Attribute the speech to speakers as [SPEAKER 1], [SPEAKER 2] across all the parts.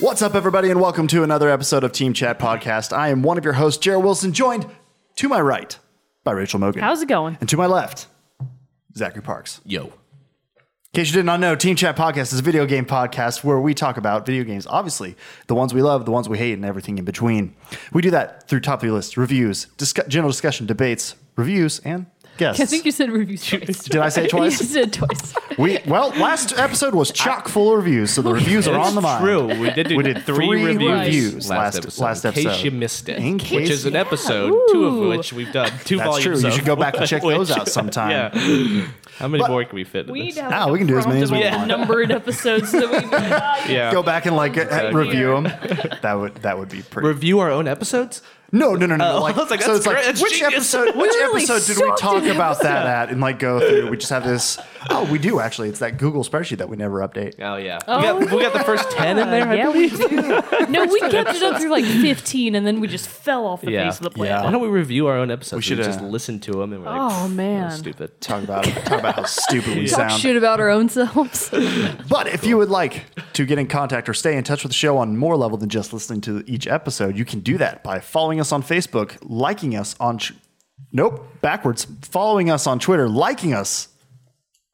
[SPEAKER 1] What's up, everybody, and welcome to another episode of Team Chat Podcast. I am one of your hosts, Jared Wilson, joined to my right by Rachel Mogan.
[SPEAKER 2] How's it going?
[SPEAKER 1] and to my left, Zachary Parks.
[SPEAKER 3] Yo.
[SPEAKER 1] In case you did not know, Team Chat Podcast is a video game podcast where we talk about video games, obviously, the ones we love, the ones we hate, and everything in between. We do that through top three lists, reviews, discu- general discussion, debates, reviews, and guests.
[SPEAKER 2] I think you said review twice.
[SPEAKER 1] Did I say it twice?
[SPEAKER 2] you said twice.
[SPEAKER 1] we well, last episode was chock full of reviews, so the reviews are on the mind.
[SPEAKER 3] True. We did, do
[SPEAKER 1] We did three reviews last- last
[SPEAKER 3] In case
[SPEAKER 1] episode.
[SPEAKER 3] you missed it,
[SPEAKER 1] In
[SPEAKER 3] which
[SPEAKER 1] case-
[SPEAKER 3] is an
[SPEAKER 1] Yeah,
[SPEAKER 3] episode, two of
[SPEAKER 2] ooh.
[SPEAKER 3] which we've done two
[SPEAKER 1] That's true.
[SPEAKER 3] volumes.
[SPEAKER 1] You
[SPEAKER 3] of,
[SPEAKER 1] should go back and check those
[SPEAKER 3] which-
[SPEAKER 1] out sometime.
[SPEAKER 3] Yeah. How many
[SPEAKER 1] But-
[SPEAKER 3] more can we fit? in
[SPEAKER 2] We
[SPEAKER 3] this?
[SPEAKER 2] need to have
[SPEAKER 1] Ah,
[SPEAKER 2] like
[SPEAKER 1] we
[SPEAKER 2] a
[SPEAKER 1] can do as many as we
[SPEAKER 2] prompt
[SPEAKER 1] want.
[SPEAKER 2] of Numbered episodes that we
[SPEAKER 3] Yeah.
[SPEAKER 1] Go back and like uh
[SPEAKER 3] Exactly.
[SPEAKER 1] review them. That would that would be pretty.
[SPEAKER 3] review our own episodes.
[SPEAKER 1] No, no, no, no.
[SPEAKER 3] Oh,
[SPEAKER 1] like,
[SPEAKER 3] I was like,
[SPEAKER 1] so
[SPEAKER 3] that's
[SPEAKER 1] it's like,
[SPEAKER 3] great, that's
[SPEAKER 1] which
[SPEAKER 3] genius.
[SPEAKER 1] episode? Which
[SPEAKER 2] Really
[SPEAKER 1] episode did we
[SPEAKER 2] sucked
[SPEAKER 1] talk
[SPEAKER 2] it
[SPEAKER 1] about
[SPEAKER 2] up.
[SPEAKER 1] that at? And like go through. We just have this. Oh, we do actually. It's that Google spreadsheet that we never update.
[SPEAKER 3] Oh yeah.
[SPEAKER 2] Oh,
[SPEAKER 3] we, got, we got the first ten in there. I
[SPEAKER 2] yeah, we do. No, we kept it up through like 15, and then we just fell off the
[SPEAKER 3] Yeah.
[SPEAKER 2] face of the
[SPEAKER 1] Yeah.
[SPEAKER 3] Why
[SPEAKER 2] planet.
[SPEAKER 3] don't we review our own episodes? We
[SPEAKER 1] should,
[SPEAKER 3] just
[SPEAKER 1] uh,
[SPEAKER 3] listen to them and we're like,
[SPEAKER 2] Oh,
[SPEAKER 3] "Pfft,
[SPEAKER 2] man.
[SPEAKER 3] that's stupid.
[SPEAKER 1] Talk about talk about how stupid we
[SPEAKER 2] Talk
[SPEAKER 1] sound.
[SPEAKER 2] shit about our own selves.
[SPEAKER 1] But if you would like to get in contact or stay in touch with the show on more level than just listening to each episode, you can do that by following us on Facebook, liking us on. Ch- nope, backwards. Following us on Twitter, liking us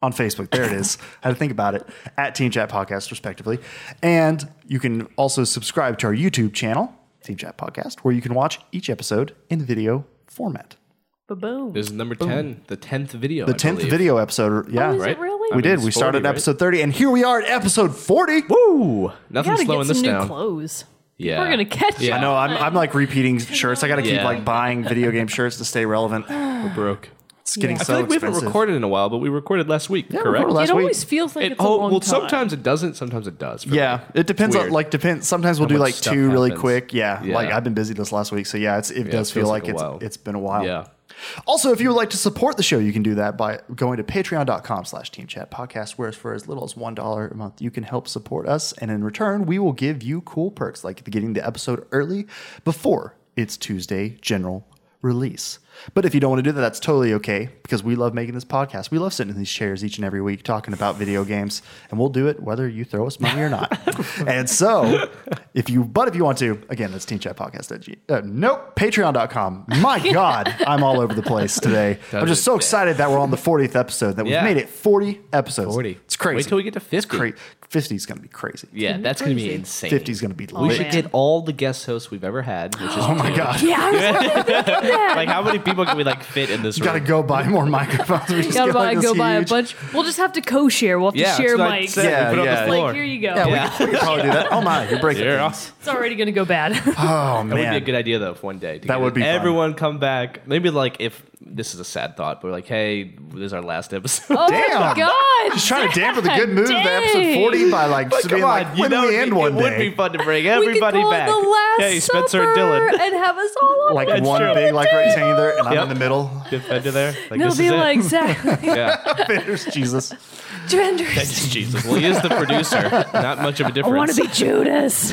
[SPEAKER 1] on Facebook. There it is. I had to think about it. At Team Chat Podcast, respectively. And you can also subscribe to our YouTube channel, Team Chat Podcast, where you can watch each episode in video format.
[SPEAKER 2] Boom.
[SPEAKER 3] This is number ten, the tenth video.
[SPEAKER 1] The 10th video episode. Yeah.
[SPEAKER 2] Oh, is it
[SPEAKER 3] Right?
[SPEAKER 2] really?
[SPEAKER 1] We
[SPEAKER 2] I mean,
[SPEAKER 1] did.
[SPEAKER 3] it's
[SPEAKER 1] We started
[SPEAKER 3] 40,
[SPEAKER 1] at
[SPEAKER 3] right?
[SPEAKER 1] episode 30, and here we are at episode 40.
[SPEAKER 3] Woo! Nothing's
[SPEAKER 2] gotta
[SPEAKER 3] slowing
[SPEAKER 2] get some
[SPEAKER 3] this
[SPEAKER 2] new
[SPEAKER 3] down.
[SPEAKER 2] clothes.
[SPEAKER 3] Yeah.
[SPEAKER 2] We're gonna catch
[SPEAKER 3] Yeah.
[SPEAKER 2] up.
[SPEAKER 1] I know. I'm, I'm like repeating shirts. I got to keep
[SPEAKER 3] Yeah.
[SPEAKER 1] like buying video game shirts to stay relevant.
[SPEAKER 3] We're broke.
[SPEAKER 1] It's getting
[SPEAKER 2] Yeah.
[SPEAKER 1] so
[SPEAKER 2] I
[SPEAKER 3] I feel like we
[SPEAKER 1] expensive.
[SPEAKER 3] haven't recorded in a while, but we recorded last week,
[SPEAKER 1] we
[SPEAKER 3] correct?
[SPEAKER 1] recorded last
[SPEAKER 2] It always
[SPEAKER 1] week.
[SPEAKER 2] feels like
[SPEAKER 3] It-
[SPEAKER 2] it's a
[SPEAKER 3] oh,
[SPEAKER 2] long
[SPEAKER 3] well,
[SPEAKER 2] time.
[SPEAKER 3] sometimes it doesn't, sometimes it does. for me.
[SPEAKER 1] yeah, it depends on
[SPEAKER 3] weird.
[SPEAKER 1] like depends. Sometimes we'll do
[SPEAKER 3] much
[SPEAKER 1] like two
[SPEAKER 3] stuff
[SPEAKER 1] really
[SPEAKER 3] happens.
[SPEAKER 1] quick. Yeah,
[SPEAKER 3] Yeah.
[SPEAKER 1] like I've been busy this last week, so yeah, it's, it does feel
[SPEAKER 3] feels
[SPEAKER 1] like,
[SPEAKER 3] like a
[SPEAKER 1] it's
[SPEAKER 3] while.
[SPEAKER 1] it's been a while.
[SPEAKER 3] Yeah.
[SPEAKER 1] Also, if you would like to support the show, you can do that by going to patreon.com slash team chat podcast, where for as little as $1 a month, you can help support us. And in return, we will give you cool perks like getting the episode early before its Tuesday general release. But if you don't want to do that, that's totally okay because we love making this podcast. We love sitting in these chairs each and every week talking about video games, and we'll do it whether you throw us money or not. and so, if you, but if you want to, again, that's teamchatpodcast.g. Uh, nope, patreon.com. My God, I'm all over the place today. I'm just so excited that we're on the 40th episode, that we've
[SPEAKER 3] Yeah.
[SPEAKER 1] made it 40 episodes.
[SPEAKER 3] 40.
[SPEAKER 1] It's crazy.
[SPEAKER 3] Wait till we get to 50.
[SPEAKER 1] Cra- 50 is going to be crazy.
[SPEAKER 3] Yeah, Oh, that's going to be insane.
[SPEAKER 1] 50 is going to be
[SPEAKER 3] We
[SPEAKER 1] lit.
[SPEAKER 3] should
[SPEAKER 2] Oh, man.
[SPEAKER 3] get all the guest hosts we've ever had, which is
[SPEAKER 1] Oh my God.
[SPEAKER 2] Yeah, I was
[SPEAKER 3] like how many people can we like fit in this
[SPEAKER 1] Gotta
[SPEAKER 3] room?
[SPEAKER 1] go buy more microphones. We just
[SPEAKER 2] gotta
[SPEAKER 1] get, like,
[SPEAKER 2] buy,
[SPEAKER 1] this
[SPEAKER 2] go buy a
[SPEAKER 1] huge-
[SPEAKER 2] bunch. We'll just have to co-share. We'll have to
[SPEAKER 3] Yeah,
[SPEAKER 2] share
[SPEAKER 3] that's what I
[SPEAKER 2] mics.
[SPEAKER 3] said.
[SPEAKER 1] Yeah,
[SPEAKER 3] we put it
[SPEAKER 1] yeah.
[SPEAKER 3] on the floor.
[SPEAKER 2] Like here you go.
[SPEAKER 1] Yeah, we could probably do that. Oh my, you're breaking.
[SPEAKER 3] Yeah.
[SPEAKER 1] things.
[SPEAKER 2] It's already gonna go bad.
[SPEAKER 1] Oh
[SPEAKER 3] That would be a
[SPEAKER 1] man.
[SPEAKER 3] good idea though. If one day to
[SPEAKER 1] That
[SPEAKER 3] get
[SPEAKER 1] would be fun.
[SPEAKER 3] everyone come back. Maybe like if this is a sad thought, but we're like, hey, this is our last episode.
[SPEAKER 2] oh
[SPEAKER 1] Damn.
[SPEAKER 2] my god!
[SPEAKER 1] Just trying to dampen the good mood of the episode
[SPEAKER 2] Dang.
[SPEAKER 1] 40 by like just being like,
[SPEAKER 3] you
[SPEAKER 1] when
[SPEAKER 3] know,
[SPEAKER 1] we
[SPEAKER 3] it-
[SPEAKER 1] end
[SPEAKER 3] it,
[SPEAKER 1] one
[SPEAKER 3] would be
[SPEAKER 1] day.
[SPEAKER 3] fun to
[SPEAKER 2] We
[SPEAKER 3] bring
[SPEAKER 2] could
[SPEAKER 3] everybody
[SPEAKER 2] call it
[SPEAKER 3] back.
[SPEAKER 2] the last
[SPEAKER 3] hey, Spencer and
[SPEAKER 2] Supper
[SPEAKER 3] Dylan,
[SPEAKER 2] and have us all on
[SPEAKER 1] Like
[SPEAKER 2] it.
[SPEAKER 1] one
[SPEAKER 3] true.
[SPEAKER 1] big like rectangular, and I'm
[SPEAKER 3] Yep.
[SPEAKER 1] in the middle.
[SPEAKER 3] defender there. Like,
[SPEAKER 2] They'll
[SPEAKER 3] this
[SPEAKER 2] be
[SPEAKER 3] is
[SPEAKER 2] like,
[SPEAKER 3] it.
[SPEAKER 2] Zach,
[SPEAKER 3] yeah,
[SPEAKER 1] There's Jesus.
[SPEAKER 2] Drenders,
[SPEAKER 3] Jesus. Well, he is the producer. Not much of a
[SPEAKER 2] I
[SPEAKER 3] difference.
[SPEAKER 2] want to be Judas.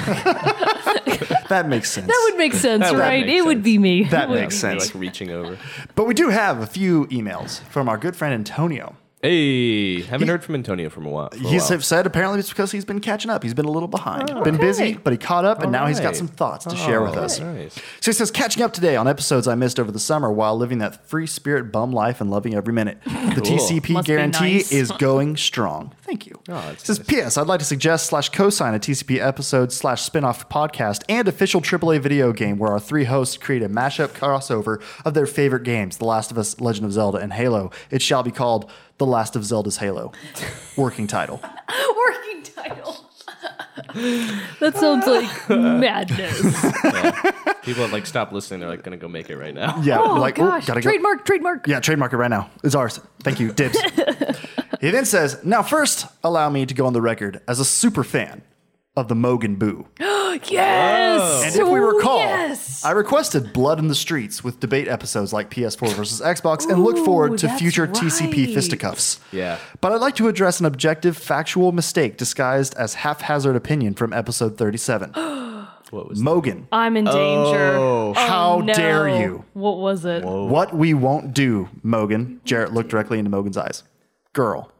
[SPEAKER 1] That makes sense.
[SPEAKER 2] That would make sense,
[SPEAKER 3] would
[SPEAKER 2] right?
[SPEAKER 3] make
[SPEAKER 2] It would
[SPEAKER 3] sense.
[SPEAKER 2] be me.
[SPEAKER 1] That
[SPEAKER 2] It would
[SPEAKER 1] makes
[SPEAKER 2] be
[SPEAKER 1] sense.
[SPEAKER 3] like reaching over.
[SPEAKER 1] but we do have a few emails from our good friend Antonio.
[SPEAKER 3] Oh, Hey, haven't heard from Antonio from a while. For a
[SPEAKER 1] He's
[SPEAKER 3] while.
[SPEAKER 1] have said apparently it's because he's been catching up. He's been a little behind.
[SPEAKER 2] Oh,
[SPEAKER 1] been busy, but he caught up, and now he's got
[SPEAKER 3] right.
[SPEAKER 1] some thoughts to share
[SPEAKER 3] Oh,
[SPEAKER 1] with us.
[SPEAKER 3] nice.
[SPEAKER 1] So he says, catching up today on episodes I missed over the summer while living that free spirit bum life and loving every minute. The
[SPEAKER 3] Cool. Oh,
[SPEAKER 1] TCP
[SPEAKER 2] Must be
[SPEAKER 1] guarantee
[SPEAKER 2] nice.
[SPEAKER 1] is going strong. Thank you.
[SPEAKER 3] that's
[SPEAKER 1] says,
[SPEAKER 3] nice.
[SPEAKER 1] P.S. I'd like to suggest slash cosign a TCP episode slash spinoff podcast and official AAA video game where our three hosts create a mashup crossover of their favorite games, The Last of Us, Legend of Zelda, and Halo. It shall be called The Last of Zelda's Halo. Working title.
[SPEAKER 2] Working title. that sounds like madness.
[SPEAKER 3] People have like stopped listening. They're like gonna go make it right now.
[SPEAKER 1] Yeah.
[SPEAKER 2] Oh
[SPEAKER 1] we're like, "Ooh,
[SPEAKER 2] gosh!
[SPEAKER 1] gotta go-
[SPEAKER 2] trademark, trademark.
[SPEAKER 1] Yeah, trademark it right now. It's ours. Thank you, Dibs. he then says, Now, first, allow me to go on the record as a super fan of the Mogan Boo.
[SPEAKER 2] Yes.
[SPEAKER 1] And if we
[SPEAKER 2] Oh,
[SPEAKER 1] recall,
[SPEAKER 2] yes.
[SPEAKER 1] I requested Blood in the Streets with debate episodes like PS4 versus Xbox and look forward to
[SPEAKER 2] that's
[SPEAKER 1] future TCP
[SPEAKER 2] right.
[SPEAKER 1] fisticuffs.
[SPEAKER 3] Yeah.
[SPEAKER 1] But I'd like to address an objective, factual mistake disguised as haphazard opinion from episode 37.
[SPEAKER 3] What was?
[SPEAKER 1] Mogan,
[SPEAKER 2] I'm in danger.
[SPEAKER 3] Oh.
[SPEAKER 1] How
[SPEAKER 2] no.
[SPEAKER 1] dare you.
[SPEAKER 2] What was it?
[SPEAKER 1] what we won't do, Mogan. Jarrett looked directly into Mogan's eyes. Girl.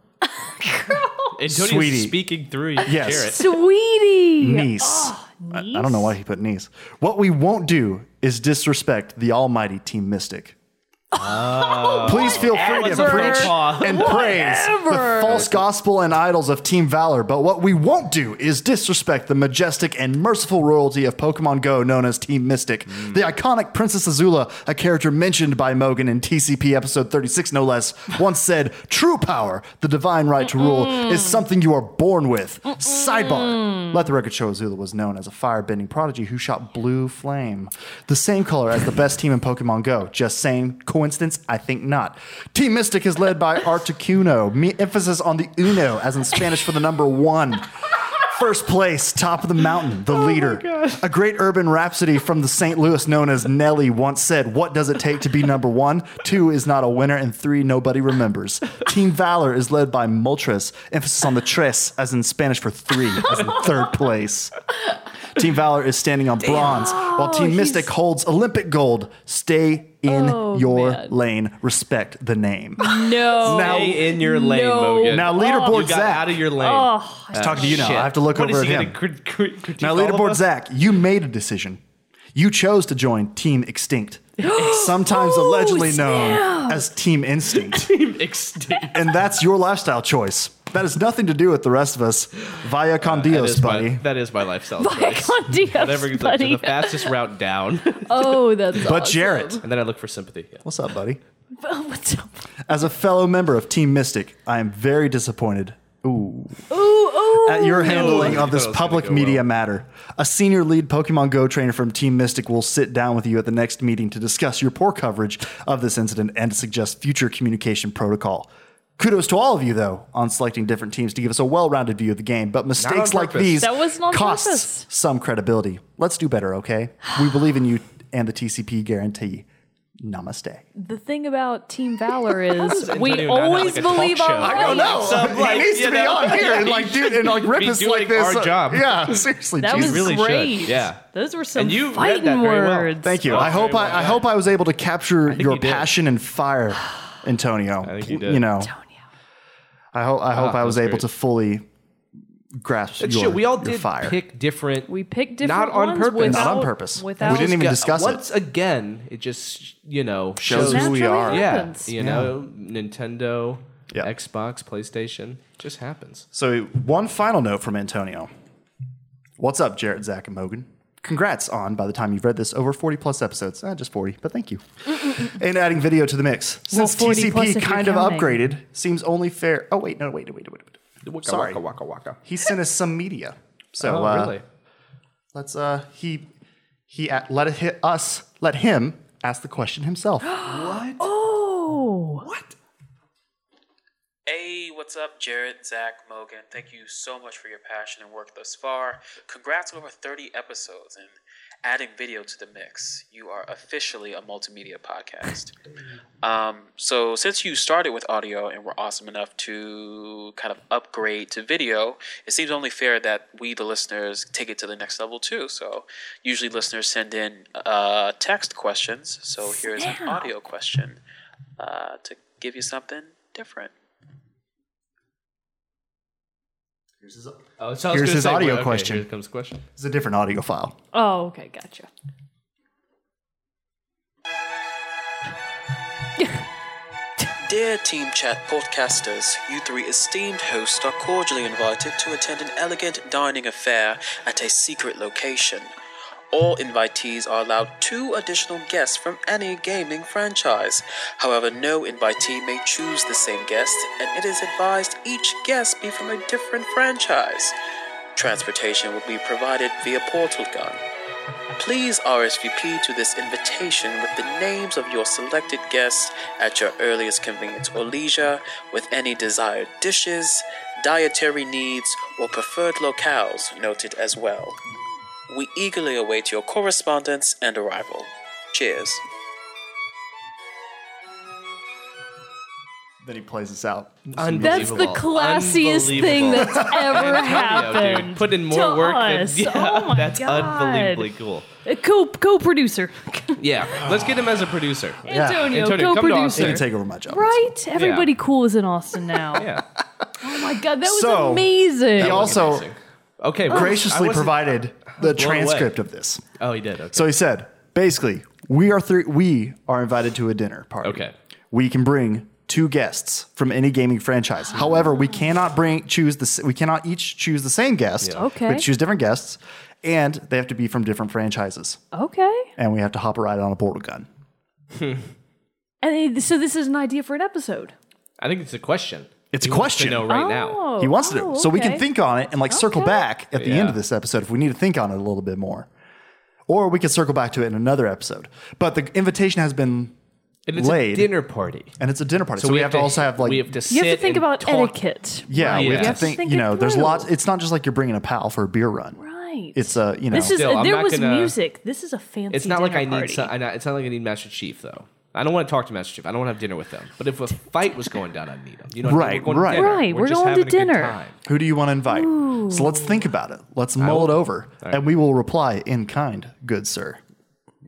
[SPEAKER 3] Antonio's
[SPEAKER 1] Sweetie.
[SPEAKER 3] speaking through
[SPEAKER 1] Yes.
[SPEAKER 3] Jarrett.
[SPEAKER 2] Sweetie.
[SPEAKER 1] Niece. I, I don't know why he put knees. What we won't do is disrespect the almighty Team Mystic. Please feel free to
[SPEAKER 3] Whatever.
[SPEAKER 1] preach and praise the
[SPEAKER 2] Whatever.
[SPEAKER 1] false gospel and idols of Team Valor, but what we won't do is disrespect the majestic and merciful royalty of Pokemon Go known as Team Mystic. The iconic Princess Azula, a character mentioned by Mogan in TCP episode 36 no less, once said, "True power, the divine right to rule, is something you are born with." Sidebar. Let the record show Azula was known as a fire-bending prodigy who shot blue flame, the same color as the best team in Pokemon Go. Just saying, coincidence? I think not. Team Mystic is led by Articuno, me- emphasis on the uno as in Spanish for the number 1. First place, top of the mountain, the leader. A great urban rhapsody from the St. Louis known as Nelly once said, What does it take to be number one? Two is not a winner, and three nobody remembers. Team Valor is led by Moltres, emphasis on the tres, as in Spanish for three, as in third place. Team Valor is standing on bronze, while Team Mystic holds Olympic gold. Stay in
[SPEAKER 2] Oh,
[SPEAKER 1] your
[SPEAKER 2] man.
[SPEAKER 1] lane. Respect the name.
[SPEAKER 2] No.
[SPEAKER 1] Now-
[SPEAKER 3] Stay in your lane,
[SPEAKER 2] Oh, No.
[SPEAKER 3] Mogan.
[SPEAKER 1] Now,
[SPEAKER 3] you
[SPEAKER 1] leaderboard
[SPEAKER 3] got
[SPEAKER 1] Zach.
[SPEAKER 3] out of your lane.
[SPEAKER 2] Oh,
[SPEAKER 1] He's talking to you now.
[SPEAKER 3] Shit.
[SPEAKER 1] I have to look
[SPEAKER 3] What
[SPEAKER 1] over
[SPEAKER 3] is
[SPEAKER 1] at
[SPEAKER 3] he
[SPEAKER 1] him.
[SPEAKER 3] gonna crit- crit- critique
[SPEAKER 1] Now,
[SPEAKER 3] all of
[SPEAKER 1] leaderboard
[SPEAKER 3] us?
[SPEAKER 1] Zach, you made a decision. You chose to join Team Extinct, sometimes
[SPEAKER 2] Oh,
[SPEAKER 1] allegedly known as Team Instinct.
[SPEAKER 3] Extinct.
[SPEAKER 1] and that's your lifestyle choice. That has nothing to do with the rest of us. Via con
[SPEAKER 3] That
[SPEAKER 1] Dios,
[SPEAKER 3] Uh, is my-
[SPEAKER 1] buddy.
[SPEAKER 3] that is my lifestyle choice.
[SPEAKER 2] Icon DS,
[SPEAKER 3] Whatever gets up to
[SPEAKER 2] buddy.
[SPEAKER 3] the fastest route down,
[SPEAKER 2] Oh, that's
[SPEAKER 1] But
[SPEAKER 2] awesome.
[SPEAKER 1] Jarrett,
[SPEAKER 3] and then I look for sympathy. Yeah.
[SPEAKER 1] what's up, buddy?
[SPEAKER 2] Oh, what's up?
[SPEAKER 1] As a fellow member of Team Mystic, I am very disappointed. Ooh.
[SPEAKER 2] Ooh, ooh.
[SPEAKER 1] at your handling
[SPEAKER 3] I
[SPEAKER 1] of this
[SPEAKER 3] thought it was gonna
[SPEAKER 1] public
[SPEAKER 3] go
[SPEAKER 1] media
[SPEAKER 3] well.
[SPEAKER 1] matter. A senior lead Pokemon Go trainer from Team Mystic will sit down with you at the next meeting to discuss your poor coverage of this incident and to suggest future communication protocol. Kudos to all of you, though, on selecting different teams to give us a well rounded view of the game, but mistakes like
[SPEAKER 3] purpose.
[SPEAKER 1] these
[SPEAKER 2] That wasn't on
[SPEAKER 1] costs
[SPEAKER 2] purpose.
[SPEAKER 1] some credibility. Let's do better, okay? We believe in you and the TCP guarantee. Namaste.
[SPEAKER 2] The thing about Team Valor is we
[SPEAKER 3] Antonio not have,
[SPEAKER 2] always
[SPEAKER 3] like, a talk
[SPEAKER 2] believe
[SPEAKER 3] show?
[SPEAKER 2] our
[SPEAKER 3] I don't
[SPEAKER 2] audience.
[SPEAKER 3] Some, Oh, like,
[SPEAKER 1] it needs to
[SPEAKER 3] you
[SPEAKER 1] be
[SPEAKER 3] know,
[SPEAKER 1] on here and like, dude, and like rip
[SPEAKER 3] be
[SPEAKER 1] us
[SPEAKER 3] doing
[SPEAKER 1] like this.
[SPEAKER 3] our job.
[SPEAKER 1] Yeah, seriously.
[SPEAKER 2] That
[SPEAKER 1] Jesus.
[SPEAKER 2] was
[SPEAKER 3] really should.
[SPEAKER 2] great.
[SPEAKER 3] Yeah.
[SPEAKER 2] Those were some
[SPEAKER 3] And you read
[SPEAKER 2] fighting
[SPEAKER 3] that very well.
[SPEAKER 2] words.
[SPEAKER 1] Thank you. I
[SPEAKER 3] Okay,
[SPEAKER 1] hope I,
[SPEAKER 3] well,
[SPEAKER 1] I hope I was able to capture your
[SPEAKER 3] you did.
[SPEAKER 1] passion and fire, Antonio. I
[SPEAKER 3] think you did.
[SPEAKER 1] know,
[SPEAKER 2] Antonio.
[SPEAKER 1] I hope I hope
[SPEAKER 3] Ah,
[SPEAKER 1] I was
[SPEAKER 3] that's
[SPEAKER 1] able
[SPEAKER 3] great.
[SPEAKER 1] to fully grasp your,
[SPEAKER 3] Shit, we all
[SPEAKER 1] your
[SPEAKER 3] did
[SPEAKER 1] fire.
[SPEAKER 3] pick different.
[SPEAKER 2] We picked different
[SPEAKER 3] Not on
[SPEAKER 2] ones
[SPEAKER 3] purpose.
[SPEAKER 2] Without,
[SPEAKER 1] Not on purpose. We
[SPEAKER 2] Without
[SPEAKER 1] didn't even
[SPEAKER 3] Got-
[SPEAKER 1] discuss it.
[SPEAKER 3] Once again, it just you know
[SPEAKER 1] Shows
[SPEAKER 3] shows.
[SPEAKER 1] who we
[SPEAKER 2] Naturally
[SPEAKER 1] are.
[SPEAKER 3] yeah,
[SPEAKER 2] happens.
[SPEAKER 3] you know, Nintendo,
[SPEAKER 1] Yeah.
[SPEAKER 3] Xbox, PlayStation, just happens.
[SPEAKER 1] So one final note from Antonio. What's up, Jarrett, Zach, and Mogan? Congrats on by the time you've read this over 40 plus episodes. Eh, just 40, but thank you. and adding video to the mix.
[SPEAKER 2] Well,
[SPEAKER 1] Since
[SPEAKER 2] 40 plus
[SPEAKER 1] TCP
[SPEAKER 2] if you're
[SPEAKER 1] kind of
[SPEAKER 2] counting.
[SPEAKER 1] upgraded, seems only fair. Oh wait, no, wait, wait, wait, wait.
[SPEAKER 3] Waka,
[SPEAKER 1] Sorry.
[SPEAKER 3] waka, waka, waka.
[SPEAKER 1] He sent us some media. So
[SPEAKER 3] Oh,
[SPEAKER 1] uh,
[SPEAKER 3] really?
[SPEAKER 1] Let's uh he he a- let it hit us let him ask the question himself.
[SPEAKER 2] Oh.
[SPEAKER 4] Hey, what's up, Jarrett, Zach, Mogan? Thank you so much for your passion and work thus far. Congrats on over 30 episodes and adding video to the mix. You are officially a multimedia podcast. Um, so, since you started with audio and were awesome enough to kind of upgrade to video, it seems only fair that we, the listeners, take it to the next level too. So, usually listeners send in uh, text questions. So, here's an audio question uh, to give you something different.
[SPEAKER 1] Here's his- It's
[SPEAKER 3] Oh, so I was
[SPEAKER 1] Here's
[SPEAKER 3] gonna
[SPEAKER 1] his
[SPEAKER 3] say,
[SPEAKER 1] audio
[SPEAKER 3] wait, okay,
[SPEAKER 1] question.
[SPEAKER 3] Here comes the question.
[SPEAKER 1] a different audio file.
[SPEAKER 2] Oh, okay. Gotcha.
[SPEAKER 4] Dear Team Chat podcasters, you three esteemed hosts are cordially invited to attend an elegant dining affair at a secret location. All invitees are allowed two additional guests from any gaming franchise. However, no invitee may choose the same guest, and it is advised each guest be from a different franchise. Transportation will be provided via portal gun. Please RSVP to this invitation with the names of your selected guests at your earliest convenience or leisure, with any desired dishes, dietary needs, or preferred locales noted as well. We eagerly await your correspondence and arrival. Cheers.
[SPEAKER 1] Then he plays this out.
[SPEAKER 2] That's the
[SPEAKER 3] Unbelievable.
[SPEAKER 2] classiest thing that's ever
[SPEAKER 3] Antonio, dude,
[SPEAKER 2] happened.
[SPEAKER 3] put in more
[SPEAKER 2] to
[SPEAKER 3] work
[SPEAKER 2] Us.
[SPEAKER 3] than yeah,
[SPEAKER 2] oh my
[SPEAKER 3] that's
[SPEAKER 2] God.
[SPEAKER 3] unbelievably cool.
[SPEAKER 2] A Uh, co co producer.
[SPEAKER 3] Yeah, let's get him as a producer.
[SPEAKER 2] Antonio,
[SPEAKER 3] Antonio,
[SPEAKER 2] co
[SPEAKER 3] come to us,
[SPEAKER 1] He
[SPEAKER 2] producer.
[SPEAKER 1] can take over my job.
[SPEAKER 2] Right? Everybody cool is in Austin now.
[SPEAKER 3] Yeah.
[SPEAKER 2] Oh my God. That was
[SPEAKER 1] So,
[SPEAKER 2] amazing.
[SPEAKER 1] He also
[SPEAKER 3] Amazing. Okay, well, I
[SPEAKER 1] graciously
[SPEAKER 3] wasn't-
[SPEAKER 1] provided the
[SPEAKER 3] blown away.
[SPEAKER 1] transcript of this.
[SPEAKER 3] Oh, he did. Okay.
[SPEAKER 1] So he said, basically, we are three. We are invited to a dinner party.
[SPEAKER 3] Okay.
[SPEAKER 1] We can bring two guests from any gaming franchise. However, we cannot bring choose the. s- We cannot each choose the same guest.
[SPEAKER 3] Yeah.
[SPEAKER 2] Okay.
[SPEAKER 1] We choose different guests, and they have to be from different franchises.
[SPEAKER 2] Okay.
[SPEAKER 1] And we have to hop a ride on a portal gun.
[SPEAKER 2] And they- so this is an idea for an episode.
[SPEAKER 3] I think it's a question.
[SPEAKER 1] It's a
[SPEAKER 3] He wants
[SPEAKER 1] question.
[SPEAKER 3] To know right now.
[SPEAKER 2] Oh,
[SPEAKER 1] He wants to,
[SPEAKER 2] oh,
[SPEAKER 1] so we can
[SPEAKER 2] okay.
[SPEAKER 1] think on it and like circle
[SPEAKER 2] Okay.
[SPEAKER 1] back at the end
[SPEAKER 3] Yeah.
[SPEAKER 1] of this episode if we need to think on it a little bit more, or we can circle back to it in another episode. But the invitation has been,
[SPEAKER 3] And it's
[SPEAKER 1] Laid.
[SPEAKER 3] a dinner party.
[SPEAKER 1] and it's a dinner party, so, we have, to also have like
[SPEAKER 3] we have to
[SPEAKER 2] You have
[SPEAKER 3] sit
[SPEAKER 2] to think
[SPEAKER 3] and
[SPEAKER 2] about
[SPEAKER 3] talk.
[SPEAKER 2] etiquette.
[SPEAKER 1] Yeah, we have
[SPEAKER 3] Yeah.
[SPEAKER 1] to think.
[SPEAKER 2] Think
[SPEAKER 1] you
[SPEAKER 2] it
[SPEAKER 1] know, there's
[SPEAKER 2] through.
[SPEAKER 1] lots. It's not just like you're bringing a pal for a beer run.
[SPEAKER 2] Right.
[SPEAKER 1] It's a you know.
[SPEAKER 2] this is
[SPEAKER 3] Still, I'm
[SPEAKER 2] there
[SPEAKER 3] not
[SPEAKER 2] was
[SPEAKER 3] gonna-
[SPEAKER 2] music. This is a fancy.
[SPEAKER 3] It's not like
[SPEAKER 2] dinner
[SPEAKER 3] I need.
[SPEAKER 2] party.
[SPEAKER 3] Some, I, not- it's not like I need Master Chief though. I don't want to talk to Master Chief. I don't want to have dinner with them. But if a fight was going down, I'd meet them. You know, what I mean?
[SPEAKER 1] Right,
[SPEAKER 3] We're going
[SPEAKER 1] right.
[SPEAKER 3] to dinner.
[SPEAKER 2] Right,
[SPEAKER 3] We're,
[SPEAKER 2] we're
[SPEAKER 3] just
[SPEAKER 2] going to
[SPEAKER 3] having a good
[SPEAKER 2] dinner.
[SPEAKER 3] time.
[SPEAKER 1] who do you want to invite? So let's think about it. Let's mull it over,
[SPEAKER 3] All right.
[SPEAKER 1] and we will reply in kind, good sir.